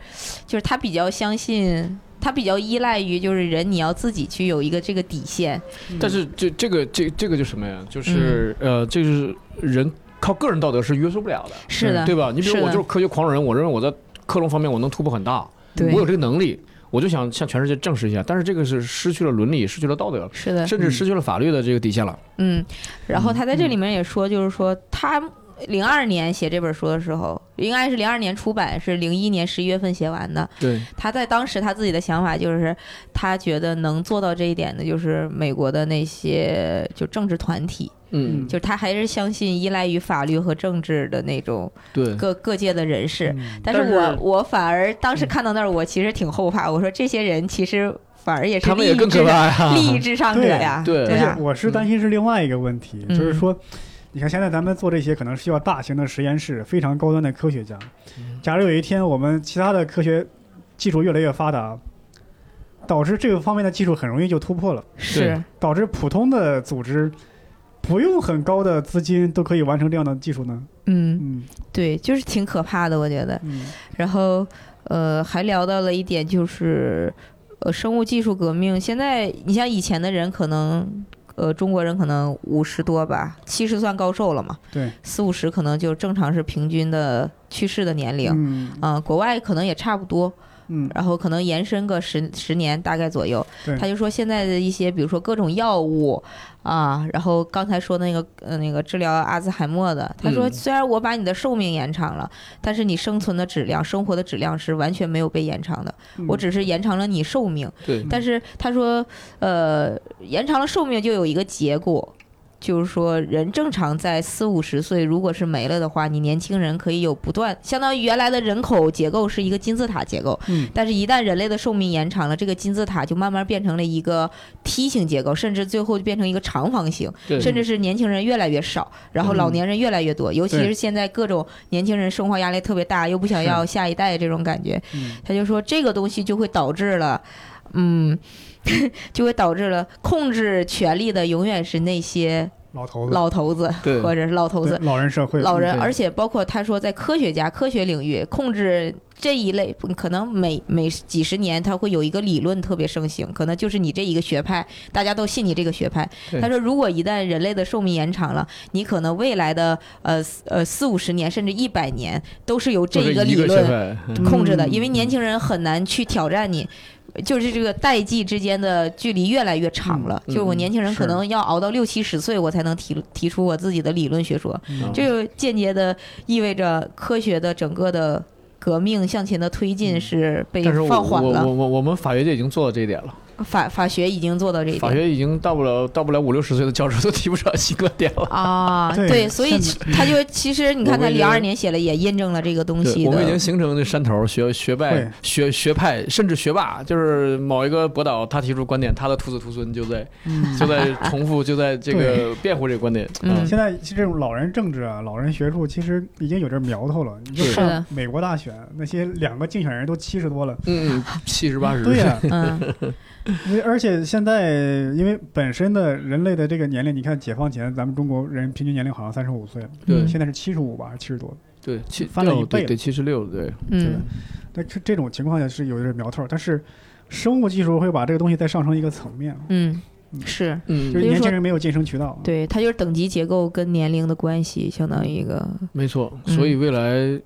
S3: 就是他比较相信，他比较依赖于就是人你要自己去有一个这个底线，
S1: 嗯
S2: 但是这这个这这个就什么呀？
S3: 嗯
S2: 就是、呃，这就是人靠个人道德是约束不了的，
S3: 是的，
S2: 对吧？你比
S3: 啊是
S2: 如
S3: 的
S2: 我就是科学狂人，我认为我在克隆方面我能突破很大，
S3: 对
S2: 我有这个能力，我就想向全世界证实一下。但是这个是失去了伦理，失去了道德，
S3: 是的，
S2: 甚至失去了法律的这个底线了。
S3: 嗯，然后他在这里面也说，就是说他零二年写这本书的时候，应该是零二年出版，是零一年十一月份写完的。
S2: 对，
S3: 他在当时他自己的想法就是，他觉得能做到这一点的，就是美国的那些就政治团体，
S2: 嗯，
S3: 就是他还是相信依赖于法律和政治的那种
S2: 对，
S3: 各各界的人士。
S1: 嗯
S3: 但是
S2: 嗯但
S3: 我
S2: 是嗯
S3: 我反而当时看到那儿，我其实挺后怕，我说这些人其实反而也是
S2: 他们
S3: 利
S2: 也
S3: 益
S2: 更
S3: 至
S2: 可
S3: 上，
S2: 怕呀。
S3: 利益至上者
S1: 对
S3: 呀，
S2: 对
S1: 而
S3: 呀
S1: 且，我是担心是另外一个问题，
S3: 嗯
S1: 就是说，你看现在咱们做这些可能需要大型的实验室，非常高端的科学家。
S2: 嗯
S1: 假如有一天我们其他的科学技术越来越发达，导致这个方面的技术很容易就突破了，
S3: 是。
S1: 导致普通的组织不用很高的资金都可以完成这样的技术呢？
S3: 嗯，
S1: 嗯
S3: 对，就是挺可怕的，我觉得。
S1: 嗯
S3: 然后，呃，还聊到了一点，就是呃，生物技术革命。现在你像以前的人，可能呃，中国人可能五十多吧，七十算高寿了嘛，
S1: 对，
S3: 四五十可能就正常是平均的去世的年龄。
S1: 嗯
S3: 啊、国外可能也差不多，
S1: 嗯
S3: 然后可能延伸个十十年大概左右
S1: 对。
S3: 他就说现在的一些，比如说各种药物啊，然后刚才说的那个呃那个治疗阿兹海默的，他说
S2: 嗯
S3: 虽然我把你的寿命延长了，但是你生存的质量、生活的质量是完全没有被延长的，
S1: 嗯
S3: 我只是延长了你寿命。
S2: 对
S3: 但是他说，呃，延长了寿命就有一个结果。就是说人正常在四五十岁，如果是没了的话，你年轻人可以有不断，相当于原来的人口结构是一个金字塔结构，
S1: 嗯
S3: 但是一旦人类的寿命延长了，这个金字塔就慢慢变成了一个梯形结构，甚至最后就变成一个长方形，
S2: 对
S3: 甚至是年轻人越来越少，然后老年人越来越多，尤其
S1: 嗯对
S3: 是现在各种年轻人生活压力特别大，又不想
S1: 是
S3: 要下一代这种感觉，
S1: 嗯
S3: 他就说这个东西就会导致了，嗯， 就会导致了控制权力的永远是那些
S1: 老头子，
S3: 老头子
S2: 对
S3: 或者是老头
S1: 对
S3: 子、
S1: 老人社会，
S3: 老人，
S2: 对
S3: 而且包括他说在科学家、科学领域控制。这一类可能每每几十年，他会有一个理论特别盛行，可能就是你这一个学派，大家都信你这个学派。
S2: 对
S3: 他说，如果一旦人类的寿命延长了，你可能未来的呃呃四五十年甚至一百年都是由这
S2: 就
S3: 一
S2: 个
S3: 理
S2: 学
S3: 论
S2: 派，嗯
S3: 控制的，
S1: 嗯
S3: 因为年轻人很难去挑战你。就是这个代际之间的距离越来越长了，
S2: 嗯
S3: 就是我年轻人
S1: 是
S3: 可能要熬到六七十岁，我才能提提出我自己的理论学说，
S1: 嗯
S3: 这就间接的意味着科学的整个的革命向前的推进是被
S2: 嗯但是我
S3: 放缓
S2: 我
S3: 了
S2: 我。我我们法学界已经做到这一点了，
S3: 法法学已经做到这一
S2: 法
S3: 点
S2: 学已经到不了到不了五六十岁的教授都提不上新观 点了。
S3: 啊，
S1: 对
S3: 对，所以
S1: 现
S3: 他就其实你看
S2: 我
S3: 他
S2: 们已
S3: 零
S2: 经
S3: 二年写了，也印证了这个东
S2: 对，
S3: 西
S2: 我们已经
S3: 的。
S2: 形成这山头学学
S1: 对
S2: 派、学学派，甚至学霸，就是某一个博导他提出观点，他的徒子徒孙就在
S1: 嗯
S2: 就在重复，就在这个辩护这个观点。啊
S3: 嗯
S1: 现在这种老人政治啊，老人学术其实已经有这苗头了。你就是看
S3: 的
S1: 美国大选那些两个竞选人都七十多了，
S2: 嗯，七十八十。
S1: 对 呀、
S3: 嗯，
S1: 因为而且现在因为本身的人类的这个年龄，你看解放前咱们中国人平均年龄好像三十五岁，
S2: 对
S1: 现在是七十五吧，还是七十多？
S2: 对，七
S1: 翻了一
S2: 哦对
S1: 倍
S2: 对，七十六，对，
S1: 对吧
S3: 嗯，
S1: 那这这种情况下是有点苗头，但是生物技术会把这个东西再上升一个层面，
S3: 嗯，是。
S1: 就
S2: 嗯，
S1: 是
S3: 比如
S1: 年
S3: 说
S1: 轻人没有晋升渠道。
S3: 对，它就是等级结构跟年龄的关系，相当于一个，
S2: 没错。
S3: 嗯
S2: 所以未来。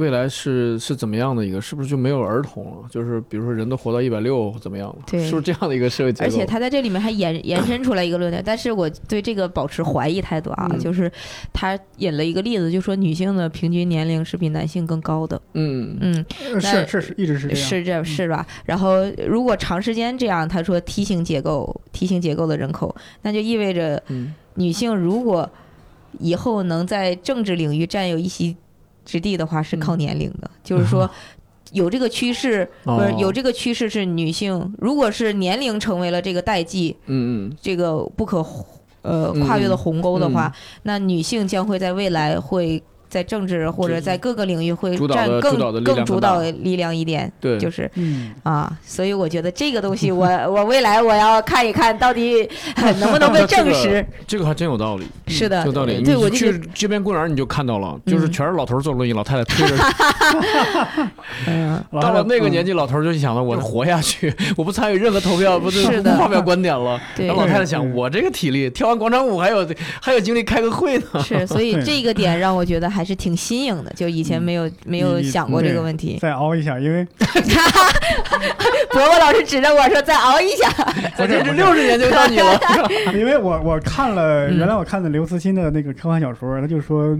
S2: 未来是是怎么样的一个？是不是就没有儿童了？就是比如说人都活到一百六怎么样了？
S3: 对
S2: 是不是这样的一个社会结构？
S3: 而且它在这里面还延延伸出来一个论点，但是我对这个保持怀疑态度啊，
S2: 嗯
S3: 就是他引了一个例子，就说女性的平均年龄是比男性更高的，
S2: 嗯，
S3: 嗯，
S1: 呃是
S3: 那
S1: 是是，一直是这样。
S3: 是这是吧？然后如果长时间这样，他说梯形结构，梯形结构的人口，那就意味着
S2: 嗯
S3: 女性如果以后能在政治领域占有一席之地的话，是靠年龄的，就是说有这个趋势。
S2: 嗯，
S3: 不是有
S2: 哦
S3: 这个趋势是女性，如果是年龄成为了这个代际，
S2: 嗯嗯
S3: 这个不可呃
S2: 嗯
S3: 跨越的鸿沟的话，那女性将会在未来会在政治或者在各个领域会
S2: 主导
S3: 占
S2: 的
S3: 更
S2: 主导的力量
S3: 更主
S2: 更大
S3: 导力量一点，
S2: 对，
S3: 就是
S1: 嗯，
S3: 啊，所以我觉得这个东西我 我未来我要看一看到底能不能被证实，
S2: 这个还真有道理。
S3: 是的，
S2: 有道理。
S3: 呃对我
S2: 你
S3: 就嗯
S2: 去
S3: 觉得
S2: 街边公园你就看到了，就是全是老头儿坐轮椅，老太太推着。
S3: 嗯
S1: 老
S2: 到了那个年
S1: 纪，
S2: 纪，老头儿就想了，我活下去， 我不参与任何投票，不
S3: 是的
S2: 不发表观点了。
S3: 对
S2: 然后老太太
S1: 对
S2: 想，
S1: 对
S2: 我这个体力跳完广场舞还有还有精力开 个会呢。
S3: 是，所 以
S1: 对
S3: 这个点让我觉得还是挺新颖的，就以前没有没有
S1: 你你
S3: 想过这
S1: 对
S3: 个问题。
S1: 嗯再熬一下，因为
S3: 伯伯老师指着我说：“再熬一下。
S2: 我这这六十年就到 你了。
S1: 因为我我看了，
S2: 嗯
S1: 原来我看的刘慈欣的那个科幻小说，他就说，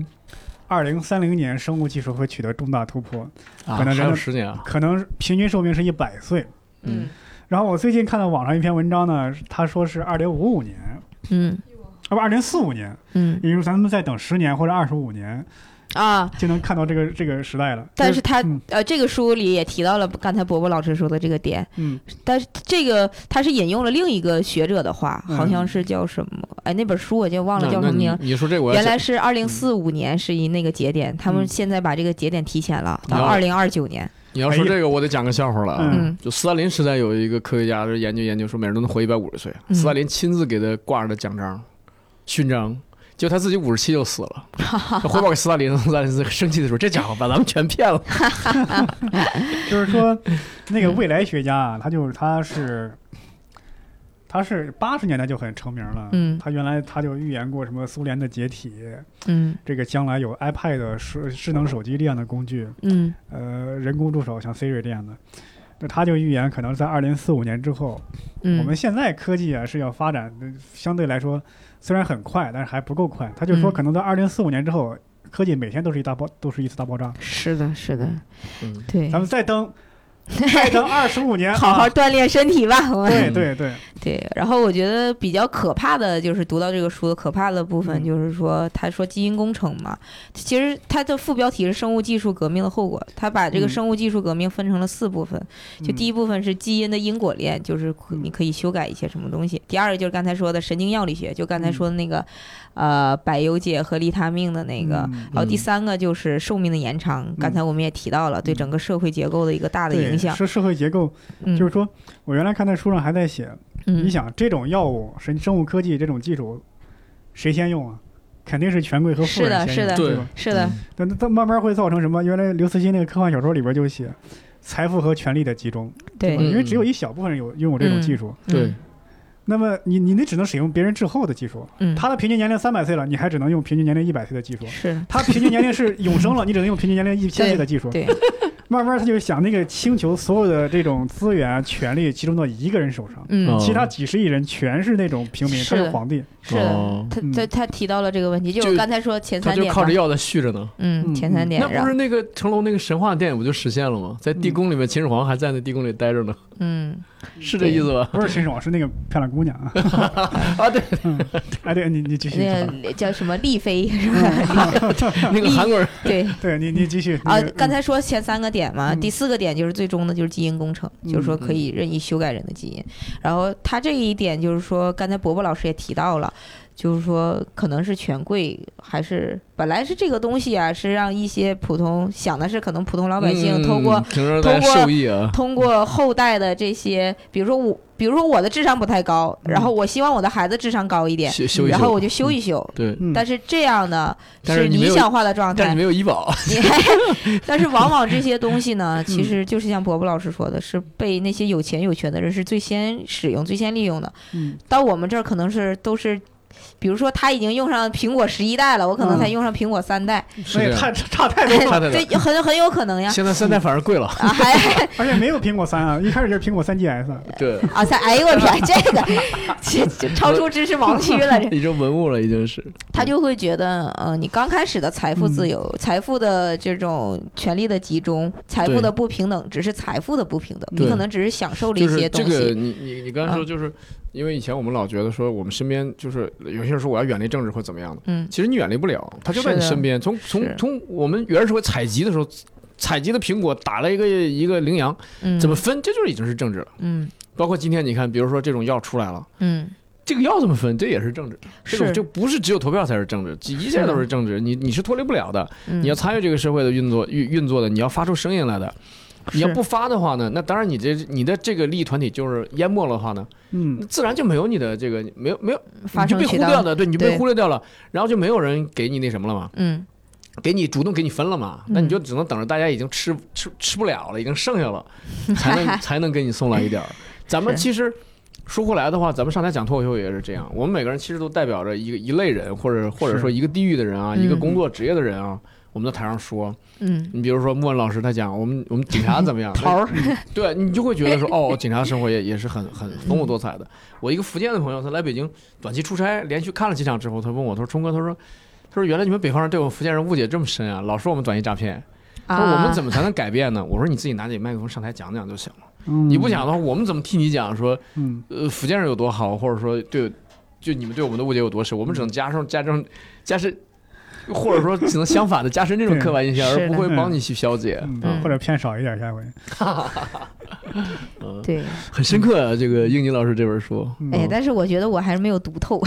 S1: 二零三零年生物技术会取得重大突破，
S2: 啊
S1: 可能真的
S2: 还有十年啊。
S1: 可能平均寿命是一百岁。”
S2: 嗯
S3: 嗯
S1: 然后我最近看到网上一篇文章呢，他说是二零五五年，
S3: 嗯
S1: 啊不，二零四五年，
S3: 嗯
S1: 也就是咱们再等十年或者二十五年，
S3: 啊！
S1: 就能看到这个这个时代了。
S3: 但是他
S1: 嗯
S3: 呃，这个书里也提到了刚才伯伯老师说的这个点，
S1: 嗯，
S3: 但是这个他是引用了另一个学者的话，
S1: 嗯
S3: 好像是叫什么？哎，那本书我就忘了
S2: 那
S3: 叫什么名
S2: 那。你你说这我要嗯
S3: 原来是二零四五年是一那个节点，他们现在把这个节点提前了，到
S2: 嗯
S3: 二零二九年。
S2: 你要说这个，我得讲个笑话了啊。
S3: 嗯
S2: 就斯大林时代有一个科学家就是研究研究说，每人都能活一百五十岁。
S3: 嗯
S2: 斯大林亲自给他挂着的奖章、勋章，结果他自己五十七就死 了。他汇报给斯大林，斯大林生气的说：“这家伙把咱们全骗了。
S1: 就是说，那个未来学家啊，他就是他是。他是八十年代就很成名了，
S3: 嗯
S1: 他原来他就预言过什么苏联的解体，
S3: 嗯
S1: 这个将来有 iPad 智智能手机这样的工具，
S3: 嗯
S1: 呃，人工助手像 Siri 这样的，那他就预言可能在二零四五年之后，
S3: 嗯，
S1: 我们现在科技啊是要发展，呃相对来说虽然很快，但是还不够快。他就说
S3: 嗯
S1: 可能在二零四五年之后，科技每天都是一大爆，都是一次大爆炸。
S3: 是的，是的，”
S2: 嗯，
S3: 对
S1: 咱，们再等，再等二十五年，
S3: 哎好好
S1: 啊。
S3: 锻炼身体吧，我们
S1: 对对对，
S3: 对，然后我觉得比较可怕的就是读到这个书的可怕的部分，
S1: 嗯
S3: 就是说他说基因工程嘛，其实它的副标题是生物技术革命的后果，他把这个
S1: 嗯
S3: 生物技术革命分成了四部分，就第一部分是基因的因果链，就是可
S1: 嗯
S3: 你可以修改一些什么东西；第二个就是刚才说的神经药理学，就刚才
S1: 嗯
S3: 说的那个，呃，百忧解和利他命的那个。
S1: 嗯嗯
S3: 然后第
S2: 嗯
S3: 三个就是寿命的延长，刚才我们也提到了对整个社会结构的一个大的
S1: 对
S3: 影响。
S1: 是社会结构，
S3: 嗯，
S1: 就是说我原来看在书上还在写，你
S3: 嗯，
S1: 想这种药物、生生物科技这种技术，谁先用啊？肯定是权贵和富
S3: 是的
S1: 人先用，
S3: 是的
S1: 对
S2: 对
S1: 吧？
S3: 嗯是
S2: 嗯
S3: 的，
S1: 但它慢慢会造成什么？原来刘慈欣那个科幻小说里边就写，财富和权力的集中，
S3: 对嗯
S1: 吧，
S2: 嗯
S1: 因为只有一小部分人有拥有这种技术。
S2: 对，
S1: 那么你你那只能使用别人滞后的技术，
S3: 嗯，
S1: 他的平均年龄三百岁了，你还只能用平均年龄一百岁的技术。
S3: 是
S1: 他平均年龄是永生了，你只能用平均年龄一千岁的技术。
S3: 对，
S1: 慢慢他就想那个星球所有的这种资源、权力集中到一个人手上，
S3: 嗯，
S2: 哦
S1: 其他几十亿人全是那种平民，
S3: 是
S1: 他是皇帝。
S3: 是的
S2: 哦，
S3: 他
S1: 嗯
S3: 他他提到了这个问题，就是
S2: 就
S3: 刚才说前
S2: 他
S3: 三
S2: 就
S3: 点
S2: 靠
S3: 嘛
S2: 着，药在续着呢。
S3: 嗯，
S1: 嗯
S3: 前三点
S2: 那，
S3: 然
S2: 不
S3: 后
S2: 是那个成龙那个神话电影不就实现了吗？在地宫里面，秦始皇还在那地宫里待着呢，
S3: 嗯，
S2: 是这意思吧？
S1: 不是秦始皇，是那个漂亮姑娘 啊！
S2: 啊，对，
S1: 哎，对你你继续，
S3: 那个叫什么丽妃是吧？
S2: 那个韩国人，
S3: 对。
S1: 对你你继续
S3: 啊
S1: 你嗯，
S3: 刚才说前三个点嘛，
S1: 嗯
S3: 第四个点就是最终的就是基因工程，
S1: 嗯
S3: 就是说可以任意修改人的基因。然后他这一点就是说，刚才伯伯老师也提到了，就是说可能是权贵还是本来是这个东西啊，是让一些普通想的是可能普通老百姓通过
S2: 嗯平时在受益啊，
S3: 通过后代的这些，比如说我，比如说我的智商不太高，
S1: 嗯
S3: 然后我希望我的孩子智商高一点，
S2: 修修一
S3: 然后
S2: 修，
S3: 我就修一修。
S2: 对，
S1: 嗯
S3: 但是这样呢，
S2: 但是你没
S3: 理
S2: 有
S3: 想化的状
S2: 但是
S3: 态
S2: 没。有医保，
S3: 你 但是往往这些东 西
S2: 嗯
S3: 呢，其实就是像伯伯老师说的，是被那些有钱有权的人是最先使用、最先利用的。
S1: 嗯
S3: 到我们这儿可能是都是，比如说他已经用上苹果十一代了，我可能才
S1: 嗯
S3: 用上苹果三代，
S2: 是
S1: 那
S2: 这
S1: 也
S2: 样。
S1: 太差太多了，
S2: 差太多
S3: 对，很很有可 能呀。
S2: 现在三代反而贵了，
S3: 啊，还
S1: 而且没有苹果三啊，一开始就是苹果三 GS，
S2: 对，
S3: 啊，才哎呦我天，这个这这超出知识盲区了，这
S2: 已经文物了，已经是。
S3: 他就会觉得，呃，你刚开始的财富自由、财富的这种权利的集中、财富的不平等，只是财富的不平等，
S2: 对
S3: 你可能只是享受了
S2: 就
S3: 一
S2: 是
S3: 些
S2: 这
S3: 东
S2: 个，
S3: 西。嗯
S2: 你你你刚才说，就是因为以前我们老觉得说，我们身边就是有些人说我要远离政治或怎么样的，
S3: 嗯，
S2: 其实你远离不了，它就是在你
S3: 的
S2: 身边。从
S3: 是
S2: 从从我们原始社会采集的时候，采集的苹果打了一个一个羚羊，
S3: 嗯，
S2: 怎么？分？这就是已经是政治了。
S3: 嗯
S2: 包括今天你看，比如说这种药出来了。
S3: 嗯，
S2: 这个药怎么分？这也是政治，这
S3: 是
S2: 个就不是只有投票才是政治，一切都是政治。你你是脱离不了的，
S3: 嗯
S2: 你要参与这个社会的运作运运作的，你要发出声音来的。你要
S3: 是
S2: 不发的话呢，那当然你这你的这个利益团体就是淹没了的话呢，
S1: 嗯
S2: 那，自然就没有你的这个没有没有，
S3: 发
S2: 你就被
S3: 生
S2: 忽
S3: 渠
S2: 略
S3: 道，
S2: 的，对，你就
S3: 对
S2: 被忽略掉了，然后就没有人给你那什么了嘛，
S3: 嗯
S2: 给你主动给你分了嘛，
S3: 嗯
S2: 那你就只能等着大家已经吃吃吃不了了，已经剩 下了，才能才能给你送来一点儿。咱们
S3: 是
S2: 其实说回来的话，咱们上台讲脱口秀也是这样，我们每个人其实都代表着一个一类人，或者或者
S1: 是
S2: 说一个地域的人啊，
S3: 嗯
S2: 一个工作职业的人啊，我们在台上说，
S3: 嗯
S2: 你比如说莫文老师他讲我们我们警察怎么样，
S3: 头儿，
S2: 对啊你就会觉得说，哦，警察生活也也是很很丰富多彩的。我一个福建的朋友，他来北京短期出差，连续看了几场之后，他问我，他说：“冲哥，他说，他说原来你们北方人对我们福建人误解这么深啊，老说我们短期诈骗。
S3: 啊
S2: 他说我们怎
S3: 么
S2: 么才能改变呢？”我说：“你自己拿起麦克风上台讲讲就行了。
S1: 嗯
S2: 你不讲的话，我们怎么替你讲说，
S1: 嗯
S2: 呃，福建人有多好，或者说对，就你们对我们的误解有多深？我们只能加上加深加深，或者说只能相反的加深这种刻板印象，
S3: 嗯是
S2: 而
S3: 的
S2: 不会帮你去消解。
S1: 嗯，或者骗少一点下回。
S2: 嗯，
S3: 对？
S2: 很深刻啊，这个应尼老师这本书。”
S1: 嗯
S3: 哎，但是我觉得我还是没有读透。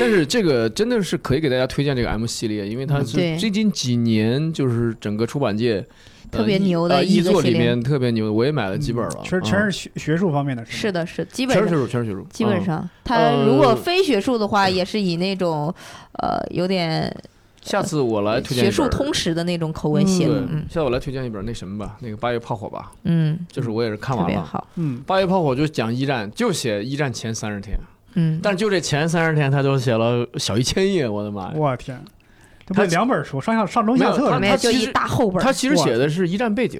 S2: 但是这个真的是可以给大家推荐这个 M 系列，因为它是
S3: 嗯对
S2: 最近几年就是整个出版界
S3: 特别牛的
S2: 呃
S3: 一
S2: 译
S3: 个
S2: 作
S3: 系
S2: 里
S3: 列
S2: 面特别牛的，我也买了几本了，
S1: 嗯全全
S2: 嗯
S1: 是学学术方面的，
S3: 是
S1: 吧，
S3: 的，是基本
S2: 全是
S3: 上
S2: 学术，全是学术，
S3: 基本
S2: 嗯。
S3: 上，他如果非学术的话，也是以那种呃有点
S2: 下次我来推荐一
S3: 学
S2: 本
S3: 术通识的那种口吻写
S2: 对
S3: 的，嗯，
S2: 下次我来推荐一本那什么吧，那个《八月炮火》吧，
S3: 嗯，
S2: 就是我也是看
S3: 特
S2: 完
S3: 别
S2: 了。
S3: 好，
S1: 嗯，
S2: 八月炮火就讲一战，就写一战前三十天，
S3: 嗯，
S2: 但就这前三十天，他就写了小一千页，我的妈呀！
S1: 我天，这不是两本书，上下上中下
S2: 哎没
S1: 册
S2: 有他
S1: 是吧
S3: 没有
S2: 其
S3: 就一
S2: 实
S3: 大厚本儿，
S2: 他其实
S1: 哇
S2: 写的是一战背景，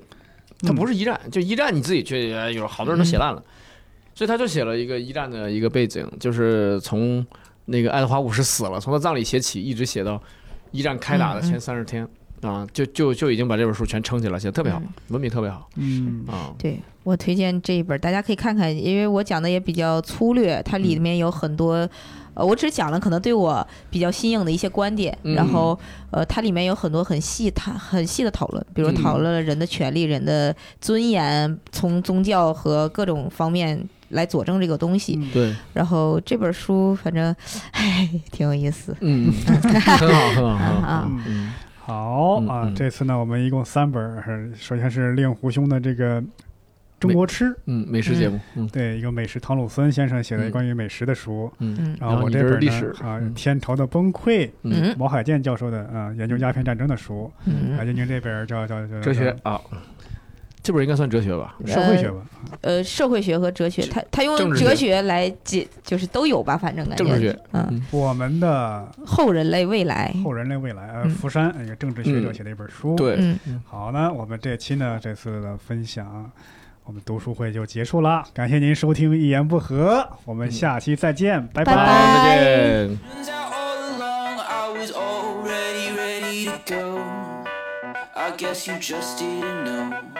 S2: 他
S1: 嗯
S2: 不是一战，就一战你自己去，呃有好多人都写烂了，所以他就写了一个一战的一个背景，就是从嗯那个爱德华五世死了，从他葬礼写起，一直写到一战开打的前三十天，啊，就就就已经把这本书全撑起来，写的特别好
S3: 嗯，
S2: 文笔特别好
S1: 嗯
S2: 啊。
S3: 对我推荐这一本，大家可以看看，因为我讲的也比较粗略，它
S2: 嗯
S3: 里面有很多，呃，我只讲了可能对我比较新颖的一些观点，
S2: 嗯
S3: 然后呃，它里面有很多很细、它很细的讨论，比如
S2: 嗯
S3: 讨论了人的权利、人的尊严，从宗教和各种方面来佐证这个东西。
S1: 嗯
S2: 对，
S3: 然后这本书反正，唉，挺有意思。
S2: 嗯，很好，很好，很好
S3: 啊。
S2: 嗯，
S1: 好
S2: 嗯
S1: 啊
S2: 嗯，
S1: 这次呢，我们一共三本儿，首先是令狐兄的这个《中国吃》，
S2: 嗯，美食节目，嗯
S1: 对，一个美食，唐鲁孙先生写的关于美食的书。
S2: 嗯，
S3: 嗯
S2: 然
S1: 后
S2: 后
S1: 我
S2: 你
S1: 这
S2: 这是
S1: 本
S2: 历
S1: 呢
S2: 史
S1: 啊，
S2: 嗯
S1: 《天朝的崩溃》，
S2: 嗯
S3: 嗯
S1: 毛海建教授的啊，研究鸦片战争的书，
S3: 嗯
S1: 来，研究这本儿叫叫叫
S2: 哲学
S1: 叫
S2: 啊，这本应该算哲学吧？
S1: 社会学吧，
S2: 嗯
S3: 呃，社会学和哲学，他他用
S2: 政治学
S3: 哲学来解，就是都有吧，反正感觉
S2: 政治学，
S3: 嗯，
S1: 我们的
S3: 后人类未来，
S1: 后人类未来，呃，
S3: 嗯
S1: 福山一个政治学者
S2: 嗯
S1: 写的一本书。，
S2: 对，
S3: 嗯，
S1: 好呢，我们这期呢，这次的分享，我们读书会就结束啦，感谢您收听一言不合，我们下期再见，拜
S3: 拜拜
S2: 再见。
S4: Turns out all along I was already ready to go. I guess you just didn't know.